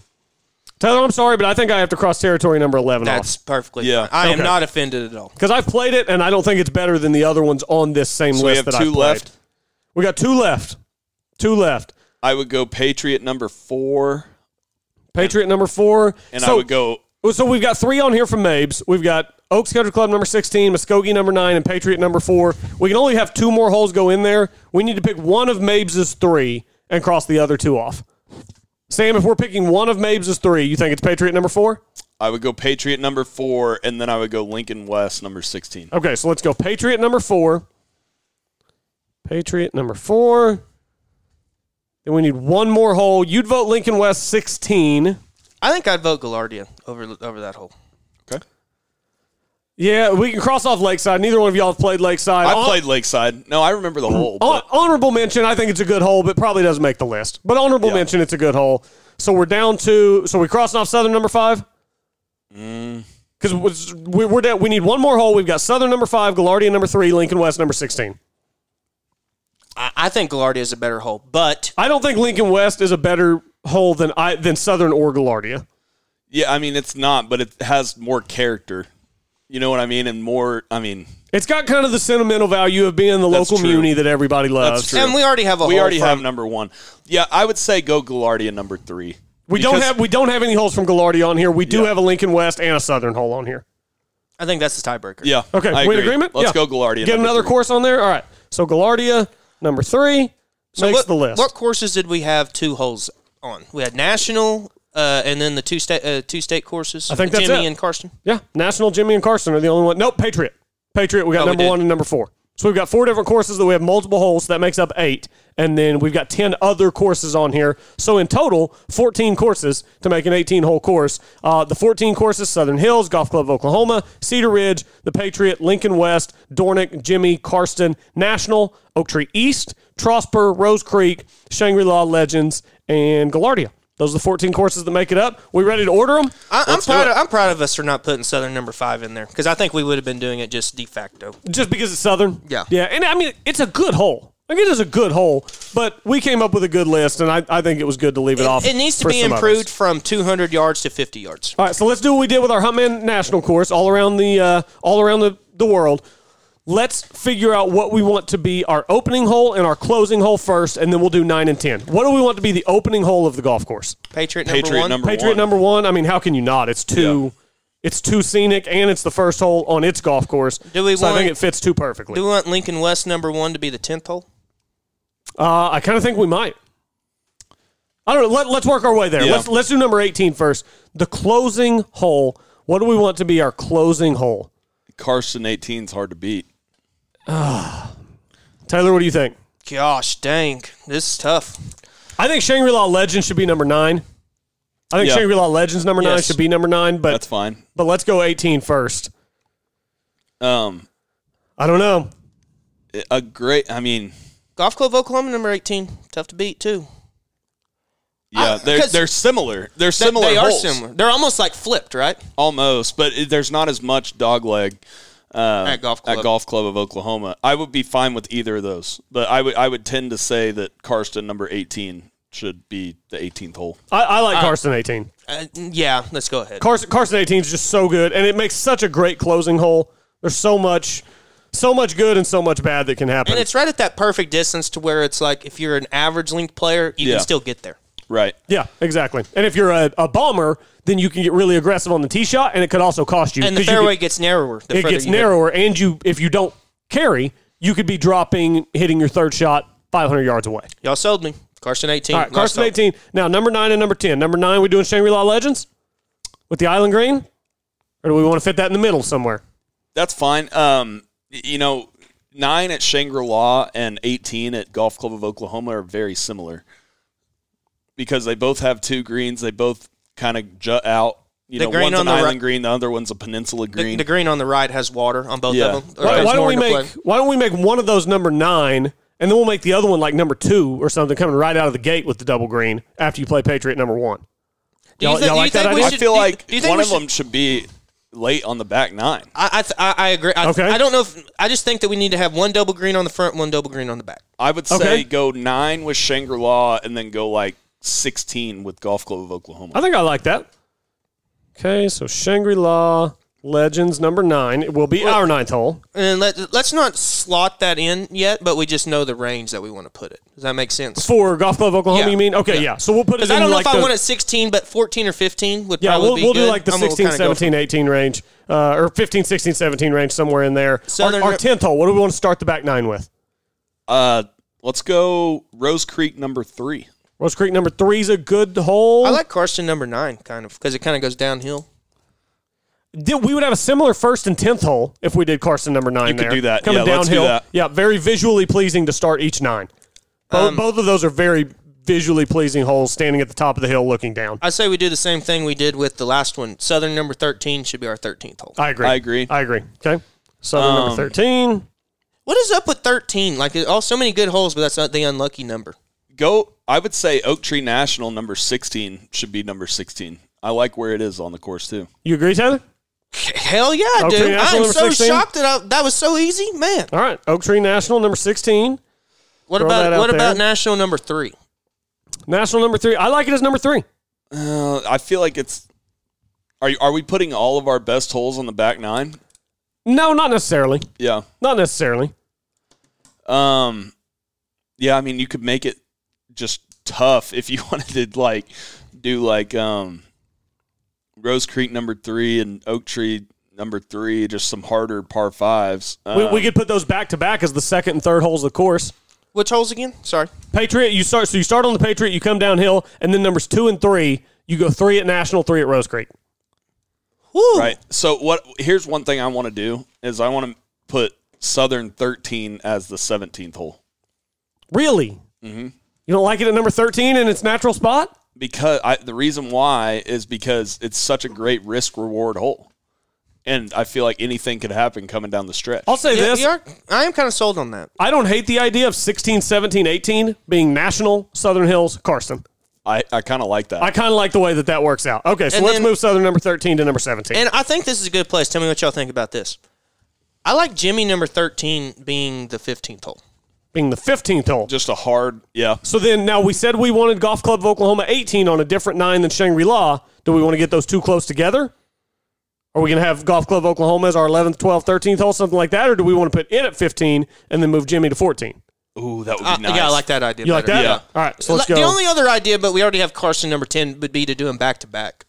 Speaker 1: Taylor, I'm sorry, but I think I have to cross territory number 11 off
Speaker 3: That's Oh, perfectly
Speaker 2: Yeah.
Speaker 3: fine. I am
Speaker 1: Okay.
Speaker 3: not offended at all.
Speaker 1: because I've played it, and I don't think it's better than the other ones on this same
Speaker 2: So we
Speaker 1: list
Speaker 2: have
Speaker 1: that
Speaker 2: two
Speaker 1: I've played.
Speaker 2: left.
Speaker 1: We got two left. Two left.
Speaker 2: I would go Patriot number four,
Speaker 1: Patriot number four.
Speaker 2: and I
Speaker 1: So-
Speaker 2: would go
Speaker 1: Well, So we've got three on here from Mabes. We've got Oaks Country Club number 16, Muskogee number 9, and Patriot number 4. We can only have two more holes go in there. We need to pick one of Mabes' three and cross the other two off. Sam, if we're picking one of Mabes' three, you think it's Patriot number 4?
Speaker 2: I would go Patriot number four, and then I would go Lincoln West number sixteen.
Speaker 1: Okay, so let's go Patriot number 4. Patriot number 4. Then we need one more hole. You'd vote Lincoln West 16.
Speaker 3: I think I'd vote Gallardia over over that hole.
Speaker 1: Yeah, we can cross off Lakeside. Neither one of y'all have played Lakeside.
Speaker 2: I
Speaker 1: On-
Speaker 2: played Lakeside. No, I remember
Speaker 1: [clears throat]
Speaker 2: the hole.
Speaker 1: Hon-
Speaker 2: but
Speaker 1: honorable mention, I think it's a good hole, but probably doesn't make the list. But honorable
Speaker 2: Yeah.
Speaker 1: mention, it's a good hole. So we're down to so we crossing off Southern number five.
Speaker 2: Mm.
Speaker 1: Because we, we're down, we need one more hole. We've got Southern number five, Gallardia number three, Lincoln West number sixteen.
Speaker 3: I, I think Gallardia is a better hole, but
Speaker 1: I don't think Lincoln West is a better hole than I than Southern or Gallardia.
Speaker 2: yeah, I mean it's not, but it has more character. You know what I mean? And more. I mean,
Speaker 1: It's got kind of the sentimental value of being the
Speaker 2: That's
Speaker 1: local
Speaker 2: true.
Speaker 1: muni that everybody loves.
Speaker 2: That's true.
Speaker 3: and we already have a
Speaker 2: we
Speaker 3: hole
Speaker 2: already
Speaker 3: from-
Speaker 2: have number one. Yeah, I would say go Gallardia number three.
Speaker 1: We don't have we don't have any holes from Gallardia on here. We do
Speaker 2: Yeah.
Speaker 1: have a Lincoln West and a Southern hole on here.
Speaker 3: I think that's the tiebreaker.
Speaker 2: Yeah.
Speaker 1: Okay,
Speaker 2: I
Speaker 1: we in
Speaker 2: agree.
Speaker 1: agreement?
Speaker 2: Let's
Speaker 1: Yeah.
Speaker 2: go Gallardia.
Speaker 1: Get
Speaker 2: number
Speaker 1: another
Speaker 2: three.
Speaker 1: course on there. All right. So Gallardia number three makes
Speaker 3: what,
Speaker 1: the list.
Speaker 3: What courses did we have two holes on? We had national, uh, and then the two state uh, two state courses. I
Speaker 1: think that's
Speaker 3: Jimmy
Speaker 1: it.
Speaker 3: and Karsten.
Speaker 1: yeah, National Jimmy and Carson are the only one. Nope, Patriot. Patriot. We got
Speaker 3: Oh, we
Speaker 1: number
Speaker 3: did.
Speaker 1: one and number four. So we've got four different courses that we have multiple holes. So that makes up eight, and then we've got ten other courses on here. So in total, fourteen courses to make an eighteen-hole course. Uh, the fourteen courses: Southern Hills, Golf Club of Oklahoma, Cedar Ridge, the Patriot, Lincoln West, Dornick, Jimmy, Karsten, National, Oak Tree East, Trosper, Rose Creek, Shangri-La Legends, and Gallardia. Those are the fourteen courses that make it up. We ready to order them?
Speaker 3: I, I'm proud. Of, I'm proud of us for not putting Southern number five in there because I think we would have been doing it just de facto.
Speaker 1: just because it's southern.
Speaker 3: Yeah.
Speaker 1: yeah, and I mean it's a good hole. Like it is a good hole, but we came up with a good list, and I, I think it was good to leave it, off.
Speaker 3: It needs to
Speaker 1: for
Speaker 3: be
Speaker 1: some others.
Speaker 3: improved from 200 yards to 50 yards.
Speaker 1: All right, so let's do what we did with our Huntman National course all around the uh, all around the, the world. Let's figure out what we want to be our opening hole and our closing hole first, and then we'll do nine and ten. What do we want to be the opening hole of the golf course?
Speaker 3: Patriot number
Speaker 2: Patriot
Speaker 3: one.
Speaker 2: number
Speaker 1: Patriot
Speaker 2: one.
Speaker 1: number one. I mean, how can you not? It's too, it's too scenic, and it's the first hole on its golf course.
Speaker 3: Do we
Speaker 1: so I
Speaker 3: want-
Speaker 1: think it fits too perfectly.
Speaker 3: Do we want Lincoln West number one to be the 10th hole?
Speaker 1: Uh, I kind of think we might. I don't know. Let, let's work our way there.
Speaker 2: Yeah.
Speaker 1: Let's let's do number 18 first. The closing hole. What do we want to be our closing hole?
Speaker 2: Carson 18 is hard to beat.
Speaker 1: Taylor, what do you think?
Speaker 3: Gosh dang, this is tough.
Speaker 1: I think Shangri-La Legends should be number 9. I think
Speaker 2: Yeah.
Speaker 1: Shangri-La Legends number 9
Speaker 3: Yes.
Speaker 1: should be number 9, but
Speaker 2: That's fine.
Speaker 1: but let's go 18 first.
Speaker 2: Um,
Speaker 1: I don't know.
Speaker 2: a great. I mean,
Speaker 3: Golf Club Oklahoma number 18, tough to beat too.
Speaker 2: yeah,
Speaker 3: I-
Speaker 2: they're
Speaker 3: 'cause
Speaker 2: they're similar. They're
Speaker 3: They-
Speaker 2: similar.
Speaker 3: they
Speaker 2: holes.
Speaker 3: are similar. They're almost like flipped, right?
Speaker 2: almost, but it, there's not as much dog leg uh,
Speaker 3: At Golf Club.
Speaker 2: Club of Oklahoma. I would be fine with either of those, but I would I would tend to say that Karsten number 18 should be the 18th hole.
Speaker 1: I, I like Carson 18.
Speaker 3: Uh, yeah, let's go ahead.
Speaker 1: Carson Carson 18 is just so good, and it makes such a great closing hole. There's so much, so much good and so much bad that can happen.
Speaker 3: and it's right at that perfect distance to where it's like if you're an average length player, you
Speaker 2: Yeah.
Speaker 3: can still get there.
Speaker 2: Right.
Speaker 1: Yeah, exactly. And if you're a, a bomber, then you can get really aggressive on the tee shot, and it could also cost you.
Speaker 3: And the
Speaker 1: 'cause you
Speaker 3: fairway
Speaker 1: could-
Speaker 3: gets narrower. The
Speaker 1: it
Speaker 3: further
Speaker 1: gets
Speaker 3: you hit.
Speaker 1: narrower, and you if you don't carry, you could be dropping, hitting your third shot 500 yards away.
Speaker 3: Y'all sold me. Carson 18.
Speaker 1: All right,
Speaker 3: Y'all
Speaker 1: Carson
Speaker 3: sold me.
Speaker 1: 18. Now, number nine and number 10. Number nine, we doing Shangri La Legends with the Island Green? Or do we want to fit that in the middle somewhere?
Speaker 2: That's fine. Um, y- you know, nine at Shangri La and eighteen at Golf Club of Oklahoma are very similar because they both have two greens. They both kind of jut out. You
Speaker 3: The
Speaker 2: know,
Speaker 3: green
Speaker 2: one's
Speaker 3: on
Speaker 2: an
Speaker 3: the
Speaker 2: island
Speaker 3: ri-
Speaker 2: green, the other one's a peninsula
Speaker 3: The,
Speaker 2: green.
Speaker 3: the green on the right has water on both
Speaker 2: Yeah.
Speaker 3: of them. Or
Speaker 1: Why,
Speaker 3: there's
Speaker 1: why don't
Speaker 3: more
Speaker 1: we
Speaker 3: into
Speaker 1: make
Speaker 3: play.
Speaker 1: Why don't we make one of those number nine, and then we'll make the other one like number two or something, coming right out of the gate with the double green after you play Patriot number one.
Speaker 3: Do you,
Speaker 1: Y'all-
Speaker 3: thi-
Speaker 1: y'all
Speaker 3: do you
Speaker 1: like that
Speaker 3: think we
Speaker 1: idea?
Speaker 2: I
Speaker 3: should,
Speaker 2: feel
Speaker 3: do you-
Speaker 2: like
Speaker 3: do you think
Speaker 2: one
Speaker 3: we
Speaker 2: of
Speaker 3: should-
Speaker 2: them should be late on the back nine.
Speaker 3: I, I, th- I, I agree. I,
Speaker 1: Okay.
Speaker 3: I don't know. If, I just think that we need to have one double green on the front, one double green on the back.
Speaker 2: I would say
Speaker 1: Okay.
Speaker 2: go nine with Shangri La and then go like sixteen with Golf Club of Oklahoma.
Speaker 1: I think I like that. Okay, so Shangri La Legends number nine. It will be our ninth hole.
Speaker 3: And let, let's not slot that in yet, but we just know the range that we want to put it. Does that make sense?
Speaker 1: For Golf Club Oklahoma,
Speaker 3: Yeah.
Speaker 1: you mean? Okay, yeah.
Speaker 3: Yeah.
Speaker 1: So we'll put it
Speaker 3: Because
Speaker 1: in
Speaker 3: I don't know
Speaker 1: like
Speaker 3: if
Speaker 1: the,
Speaker 3: I want it 16, but 14 or 15 would
Speaker 1: Yeah,
Speaker 3: probably
Speaker 1: we'll,
Speaker 3: be
Speaker 1: we'll
Speaker 3: good.
Speaker 1: do like the
Speaker 3: I'm gonna
Speaker 1: 16,
Speaker 3: kinda go for-
Speaker 1: 17, 18 range, uh, or 15, 16, 17 range, somewhere in there.
Speaker 3: Southern-
Speaker 1: our, our 10th hole, what do we want to start the back nine with?
Speaker 2: Uh, let's go Rose Creek number three.
Speaker 1: Rose Creek number three is a good hole.
Speaker 3: I like Carson number nine, kind of, because it kind of goes downhill.
Speaker 1: Did- we would have a similar first and 10th hole if we did Carson number nine
Speaker 2: could
Speaker 1: there.
Speaker 2: do that.
Speaker 1: Coming
Speaker 2: Yeah,
Speaker 1: downhill.
Speaker 2: let's do that.
Speaker 1: Yeah, very visually pleasing to start each nine. Both,
Speaker 2: Um,
Speaker 1: both of those are very visually pleasing holes, standing at the top of the hill looking down.
Speaker 3: I say we do the same thing we did with the last one. Southern number 13 should be our 13th hole.
Speaker 1: I agree.
Speaker 2: I agree. Um,
Speaker 1: I agree. Okay. Southern number 13.
Speaker 3: What is up with 13? Like, all so many good holes, but that's not the unlucky number.
Speaker 2: Go. I would say Oak Tree National number sixteen should be number sixteen. I like where it is on the course too.
Speaker 1: You agree, Taylor?
Speaker 3: Hell yeah,
Speaker 1: Okay,
Speaker 3: dude.
Speaker 1: that's
Speaker 3: I am
Speaker 1: number
Speaker 3: so
Speaker 1: 16.
Speaker 3: shocked that I, that was so easy. Man,
Speaker 1: All right. Oak Tree National number 16.
Speaker 3: what
Speaker 1: Throw that
Speaker 3: about
Speaker 1: out
Speaker 3: what about
Speaker 1: there.
Speaker 3: national number three?
Speaker 1: National number three. I like it as number three.
Speaker 2: Uh, I feel like it's. Are you, are we putting all of our best holes on the back nine?
Speaker 1: No, not necessarily.
Speaker 2: Yeah.
Speaker 1: Not necessarily.
Speaker 2: Um. Yeah. I mean, you could make it just tough if you [laughs] wanted to, like, do like um, Rose Creek number three and Oak Tree number three, just some harder par fives.
Speaker 1: We,
Speaker 2: Um,
Speaker 1: we could put those back to back as the second and third holes of the course.
Speaker 3: Which holes again? Sorry.
Speaker 1: Patriot, you start. So you start on the Patriot. You come downhill, and then numbers two and three. You go three at National, three at Rose Creek.
Speaker 3: Woo.
Speaker 2: Right. So what? Here's one thing I want to do is I want to put Southern 13 as the 17th hole
Speaker 1: Really? Mm-hmm. You don't like it at number thirteen in its natural spot?
Speaker 2: because I, the reason why is because it's such a great risk reward hole, and I feel like anything could happen coming down the stretch.
Speaker 1: I'll say
Speaker 3: Yeah,
Speaker 1: this:
Speaker 3: you are- I am kind of sold on that.
Speaker 1: I don't hate the idea of 16, 17, 18 being National, Southern Hills, Carson.
Speaker 2: I, I kind of like that.
Speaker 1: I kind of like the way that that works out. Okay, so
Speaker 3: And
Speaker 1: let's
Speaker 3: then-
Speaker 1: move Southern number thirteen to number seventeen.
Speaker 3: And I think this is a good place. Tell me what y'all think about this. I like Jimmy number 13 being the 15th hole.
Speaker 1: being the fifteenth hole.
Speaker 2: just a hard yeah.
Speaker 1: So then, now we said we wanted Golf Club of Oklahoma 18 on a different nine than Shangri La. Do we want to get those two close together? Are we going to have Golf Club of Oklahoma as our 11th, 12th, 13th hole, something like that? Or do we want to put it at 15 and then move Jimmy to 14?
Speaker 2: Ooh, that would be
Speaker 3: Uh,
Speaker 2: nice.
Speaker 3: Yeah, I like that idea.
Speaker 1: You like
Speaker 3: better.
Speaker 1: that?
Speaker 2: Yeah.
Speaker 1: All right, so let's
Speaker 3: Like,
Speaker 1: go.
Speaker 3: The only other idea, but we already have Carson number 10, would be to do him back to back.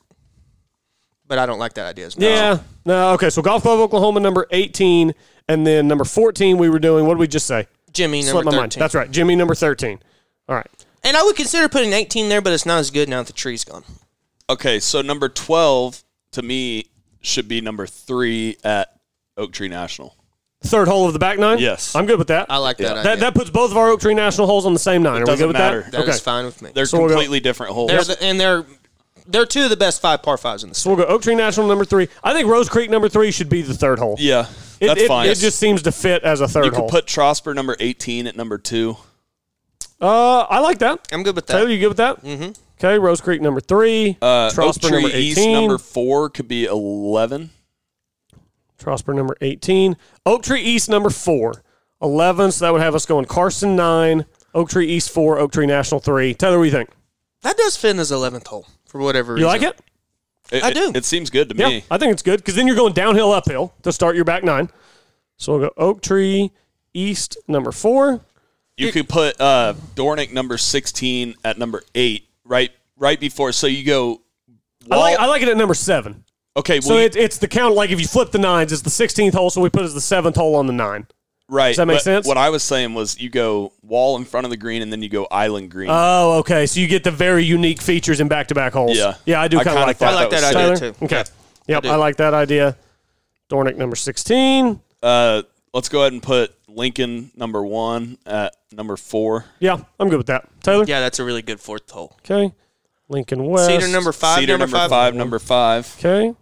Speaker 3: But I don't like that idea as much.
Speaker 1: yeah. No, okay. So Golf Club of Oklahoma, number 18, and then number 14, we were doing, what did we just say?
Speaker 3: Jimmy number
Speaker 1: Slipped my
Speaker 3: 13.
Speaker 1: mind. That's right. Jimmy, number 13. All right.
Speaker 3: And I would consider putting 18 there, but it's not as good now that the tree's gone.
Speaker 2: Okay, so number 12 to me should be number three at Oak Tree National.
Speaker 1: Third hole of the back nine?
Speaker 2: Yes.
Speaker 1: I'm good with that.
Speaker 3: I like that idea.
Speaker 1: that. That puts both of our Oak Tree National holes on the same nine. Are we
Speaker 2: doesn't
Speaker 1: good with
Speaker 2: matter.
Speaker 1: that?
Speaker 3: That is
Speaker 1: okay.
Speaker 3: fine with me.
Speaker 2: They're
Speaker 1: So we'll go-
Speaker 2: completely different holes.
Speaker 3: They're the, and they're they're two of the best five par fives in the
Speaker 1: So we'll go Oak Tree National number three. I think Rose Creek number three should be the third hole.
Speaker 2: yeah,
Speaker 1: It,
Speaker 2: that's
Speaker 1: it-
Speaker 2: fine.
Speaker 1: It just seems to fit as a third
Speaker 2: you could
Speaker 1: hole.
Speaker 2: put Trosper number 18 at number two.
Speaker 1: uh, I like that.
Speaker 3: I'm good with
Speaker 1: Taylor,
Speaker 3: that.
Speaker 1: you good with that? Mm-hmm. Okay, Rose Creek number three.
Speaker 2: Uh, Oak
Speaker 1: Trosper
Speaker 2: Tree
Speaker 1: number
Speaker 2: East
Speaker 1: eighteen.
Speaker 2: number four could be 11.
Speaker 1: Trosper number eighteen. Oak Tree East number four. Eleven. So that would have us going Carson nine, Oak Tree East four, Oak Tree National three. Taylor, what do you think?
Speaker 3: That does fit in as 11th hole for whatever
Speaker 1: You
Speaker 3: reason.
Speaker 1: like it?
Speaker 2: It,
Speaker 3: I
Speaker 2: it-
Speaker 3: do.
Speaker 2: It, seems good to
Speaker 1: Yeah,
Speaker 2: me.
Speaker 1: I think it's good because then you're going downhill, uphill to start your back nine. So we'll go Oak Tree East number four.
Speaker 2: You could put uh, Dornick number 16 at number eight, right right before. So you go.
Speaker 1: I like,
Speaker 2: Wall-
Speaker 1: I like it at number seven.
Speaker 2: okay, well,
Speaker 1: So
Speaker 2: you-
Speaker 1: it, it's the count. Like if you flip the nines, it's the 16th hole. So we put it as the seventh hole on the nine.
Speaker 2: Right.
Speaker 1: Does that make
Speaker 2: but
Speaker 1: sense?
Speaker 2: What I was saying was you go wall in front of the green and then you go island green.
Speaker 1: Oh, okay. So you get the very unique features in back-to-back holes.
Speaker 2: Yeah.
Speaker 1: yeah, I do
Speaker 2: I
Speaker 1: kind of
Speaker 2: kinda
Speaker 1: like
Speaker 2: thought
Speaker 1: that.
Speaker 3: I like
Speaker 2: that
Speaker 3: that,
Speaker 2: was
Speaker 3: idea
Speaker 1: Tyler?
Speaker 3: too.
Speaker 1: Okay. Yep,
Speaker 3: I do.
Speaker 1: I like that idea. Dornick number sixteen.
Speaker 2: uh, let's go ahead and put Lincoln number one at number four.
Speaker 1: Yeah, I'm good with that. Taylor.
Speaker 3: Yeah, that's a really good fourth hole.
Speaker 1: Okay. Lincoln West.
Speaker 3: Cedar number five.
Speaker 2: Cedar number five, number five.
Speaker 1: Okay.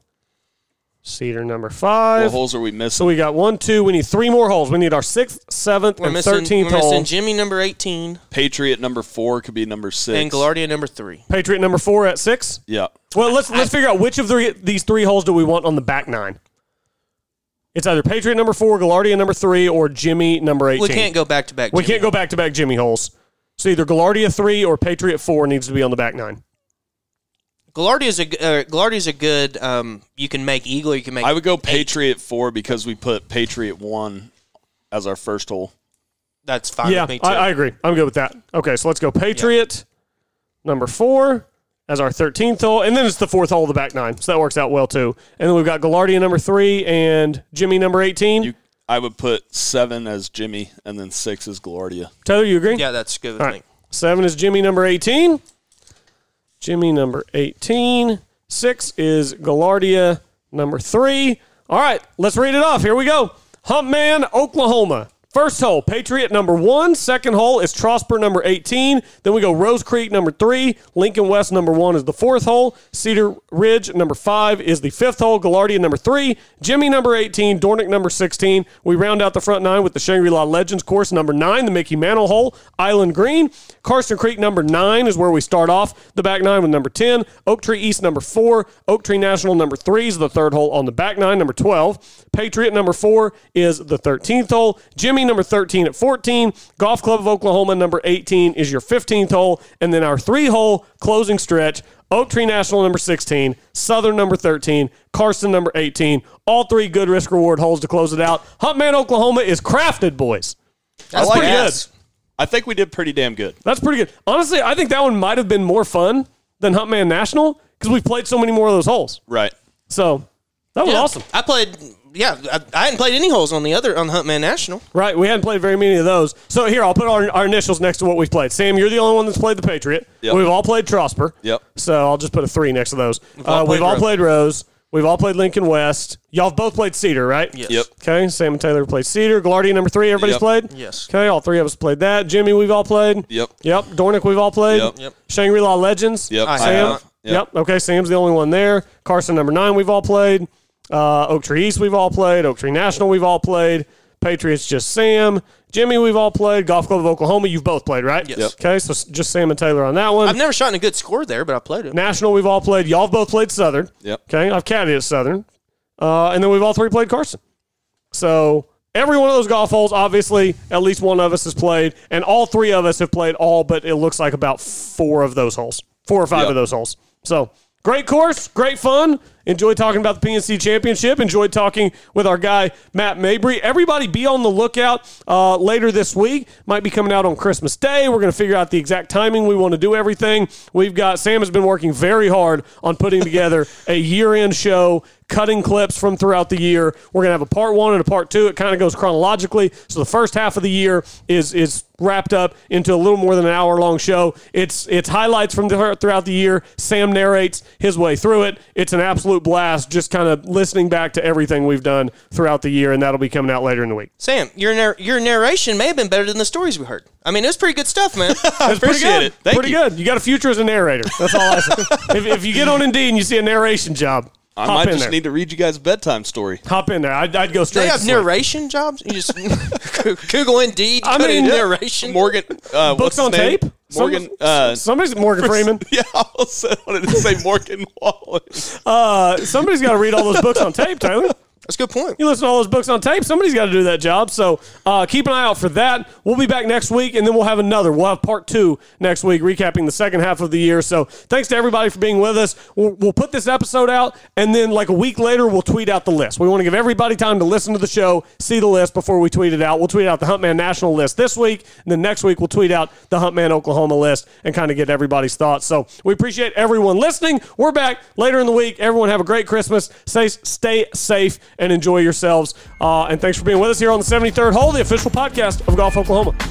Speaker 1: Cedar number
Speaker 2: What
Speaker 1: five.
Speaker 2: holes are we missing?
Speaker 1: So we got one, two. We need three more holes. We need our sixth, seventh,
Speaker 3: We're
Speaker 1: and
Speaker 3: missing,
Speaker 1: 13th
Speaker 3: we're
Speaker 1: hole.
Speaker 3: missing Jimmy number 18
Speaker 2: Patriot number four could be number six.
Speaker 3: and Gallardia number three.
Speaker 1: Patriot number four at six.
Speaker 2: Yeah.
Speaker 1: Well, let's let's figure out which of three, these three holes do we want on the back nine. It's either Patriot number four, Gallardia number three, or Jimmy number eighteen.
Speaker 3: We can't go back to back.
Speaker 1: We can't go back to back Jimmy holes. So either Gallardia three or Patriot four needs to be on the back nine.
Speaker 3: Gallardia's a g- uh, Gallardia's a good. Um, you can make eagle. You can make.
Speaker 2: I would go Patriot four because we put Patriot one as our first hole.
Speaker 3: that's fine
Speaker 1: yeah,
Speaker 3: with me too.
Speaker 1: I, I agree. I'm good with that. Okay, so let's go Patriot number four as our 13th hole, and then it's the fourth hole of the back nine. So that works out well too. And then we've got Gallardia number three and Jimmy number 18.
Speaker 2: You, I would put seven as Jimmy and then six as Gloria.
Speaker 1: Taylor, you agree?
Speaker 3: yeah, that's good with
Speaker 1: All
Speaker 3: me.
Speaker 1: right. Seven is Jimmy number 18. Jimmy number 18. Six is Gallardia number three. All right, let's read it off. Here we go. Humpman, Oklahoma. First hole, Patriot number one. Second hole is Trosper number 18. Then we go Rose Creek number three. Lincoln West number one is the fourth hole. Cedar Ridge number five is the fifth hole. Gallardia number three. Jimmy number 18. Dornick number 16. We round out the front nine with the Shangri La Legends course number nine, the Mickey Mantle hole. Island Green. Carson Creek number nine is where we start off the back nine with number 10. Oak Tree East number four. Oak Tree National number three is the third hole on the back nine. Number 12. Patriot number four is the 13th hole. Jimmy number 13 at 14. Golf Club of Oklahoma number 18 is your 15th hole. And then our three hole closing stretch. Oak Tree National number 16, Southern number 13, Carson number 18. All three good risk reward holes to close it out. Huntman, Oklahoma is crafted, boys.
Speaker 3: That's
Speaker 2: like
Speaker 1: pretty
Speaker 3: yes.
Speaker 2: I think we did pretty damn good.
Speaker 1: That's pretty good. Honestly, I think that one might have been more fun than Huntman National because we've played so many more of those holes.
Speaker 2: Right.
Speaker 1: So that was
Speaker 3: Yeah.
Speaker 1: awesome.
Speaker 3: I played. Yeah, I, I hadn't played any holes on the other on Huntman National.
Speaker 1: Right. We hadn't played very many of those. So here, I'll put our, our initials next to what we've played. Sam, you're the only one that's played the Patriot.
Speaker 2: Yep.
Speaker 1: We've all played Trosper.
Speaker 2: Yep.
Speaker 1: So I'll just put a three next to those. We've all,
Speaker 3: all
Speaker 1: uh, we've
Speaker 3: played
Speaker 1: all
Speaker 3: Rose.
Speaker 1: played Rose. We've all played Lincoln West. Y'all have both played Cedar, right?
Speaker 3: Yes.
Speaker 2: Yep.
Speaker 1: Okay. Sam and Taylor played Cedar. Gallardia, number three, everybody's
Speaker 2: Yep.
Speaker 1: played?
Speaker 3: Yes.
Speaker 1: Okay. All three of us played that. Jimmy, we've all played?
Speaker 2: Yep.
Speaker 1: Yep. Dornick, we've all played?
Speaker 2: Yep.
Speaker 3: Yep.
Speaker 1: Shangri La Legends?
Speaker 2: Yep.
Speaker 3: I
Speaker 1: Sam?
Speaker 3: have.
Speaker 1: Yep. Okay. Sam's the only one there. Carson number nine, we've all played. Uh, Oak Tree East, we've all played. Oak Tree National, we've all played. Patriots, just Sam. Jimmy, we've all played. Golf Club of Oklahoma, you've both played, right?
Speaker 3: Yes. Yep.
Speaker 1: Okay. So s- just Sam and Taylor on that one.
Speaker 3: I've never shot in a good score there, but I played it.
Speaker 1: National, we've all played. Y'all have both played Southern.
Speaker 2: Yep.
Speaker 1: Okay. I've caddied at Southern. Uh, and then we've all three played Carson. So every one of those golf holes, obviously, at least one of us has played. And all three of us have played all, but it looks like about four of those holes, four or five
Speaker 2: Yep.
Speaker 1: of those holes. So great course, great fun. Enjoy talking about the PNC Championship. Enjoy talking with our guy, Matt Mabry. Everybody be on the lookout uh, later this week. Might be coming out on Christmas Day. We're going to figure out the exact timing we want to do everything. We've got Sam has been working very hard on putting together [laughs] a year end show cutting clips from throughout the year. We're gonna have a part one and a part two. It kind of goes chronologically. So the first half of the year is is wrapped up into a little more than an hour long show. It's it's highlights from the, throughout the year. Sam narrates his way through it. It's an absolute blast. Just kind of listening back to everything we've done throughout the year, and that'll be coming out later in the week.
Speaker 3: Sam, your nar- your narration may have been better than the stories we heard. I mean, it was pretty good stuff, man.
Speaker 1: That's pretty
Speaker 2: Appreciate
Speaker 1: good.
Speaker 2: it. Thank
Speaker 1: pretty
Speaker 2: you.
Speaker 1: good. You got a future as a narrator. That's all
Speaker 2: [laughs]
Speaker 1: I say. if, if you get on Indeed and you see a narration job,
Speaker 2: I
Speaker 1: hop
Speaker 2: might
Speaker 1: in
Speaker 2: just
Speaker 1: there.
Speaker 2: need to read you guys a bedtime story.
Speaker 1: hop in there. I'd, I'd go straight.
Speaker 3: they
Speaker 1: to
Speaker 3: have
Speaker 1: sleep.
Speaker 3: narration jobs. You just [laughs] Google Indeed.
Speaker 1: I
Speaker 3: put
Speaker 1: mean,
Speaker 3: in
Speaker 1: yeah.
Speaker 3: narration.
Speaker 2: Morgan. Uh, what's
Speaker 1: Books
Speaker 2: his
Speaker 1: on
Speaker 2: name?
Speaker 1: tape.
Speaker 2: Morgan.
Speaker 1: Some-
Speaker 2: uh,
Speaker 1: somebody's Morgan Freeman.
Speaker 2: [laughs] yeah, I also wanted to say Morgan Wallen.
Speaker 1: Uh, somebody's got to read all those books on tape, Taylor.
Speaker 3: That's a good point.
Speaker 1: You listen to all those books on tape. Somebody's got to do that job. So uh, keep an eye out for that. We'll be back next week, and then we'll have another. We'll have part two next week, recapping the second half of the year. So thanks to everybody for being with us. We'll, we'll put this episode out, and then like a week later, we'll tweet out the list. We want to give everybody time to listen to the show, see the list before we tweet it out. We'll tweet out the Huntman National list this week, and then next week we'll tweet out the Huntman Oklahoma list and kind of get everybody's thoughts. So we appreciate everyone listening. We're back later in the week. Everyone have a great Christmas. Stay, stay safe and enjoy yourselves. Uh, and thanks for being with us here on the 73rd Hole, the official podcast of Golf Oklahoma.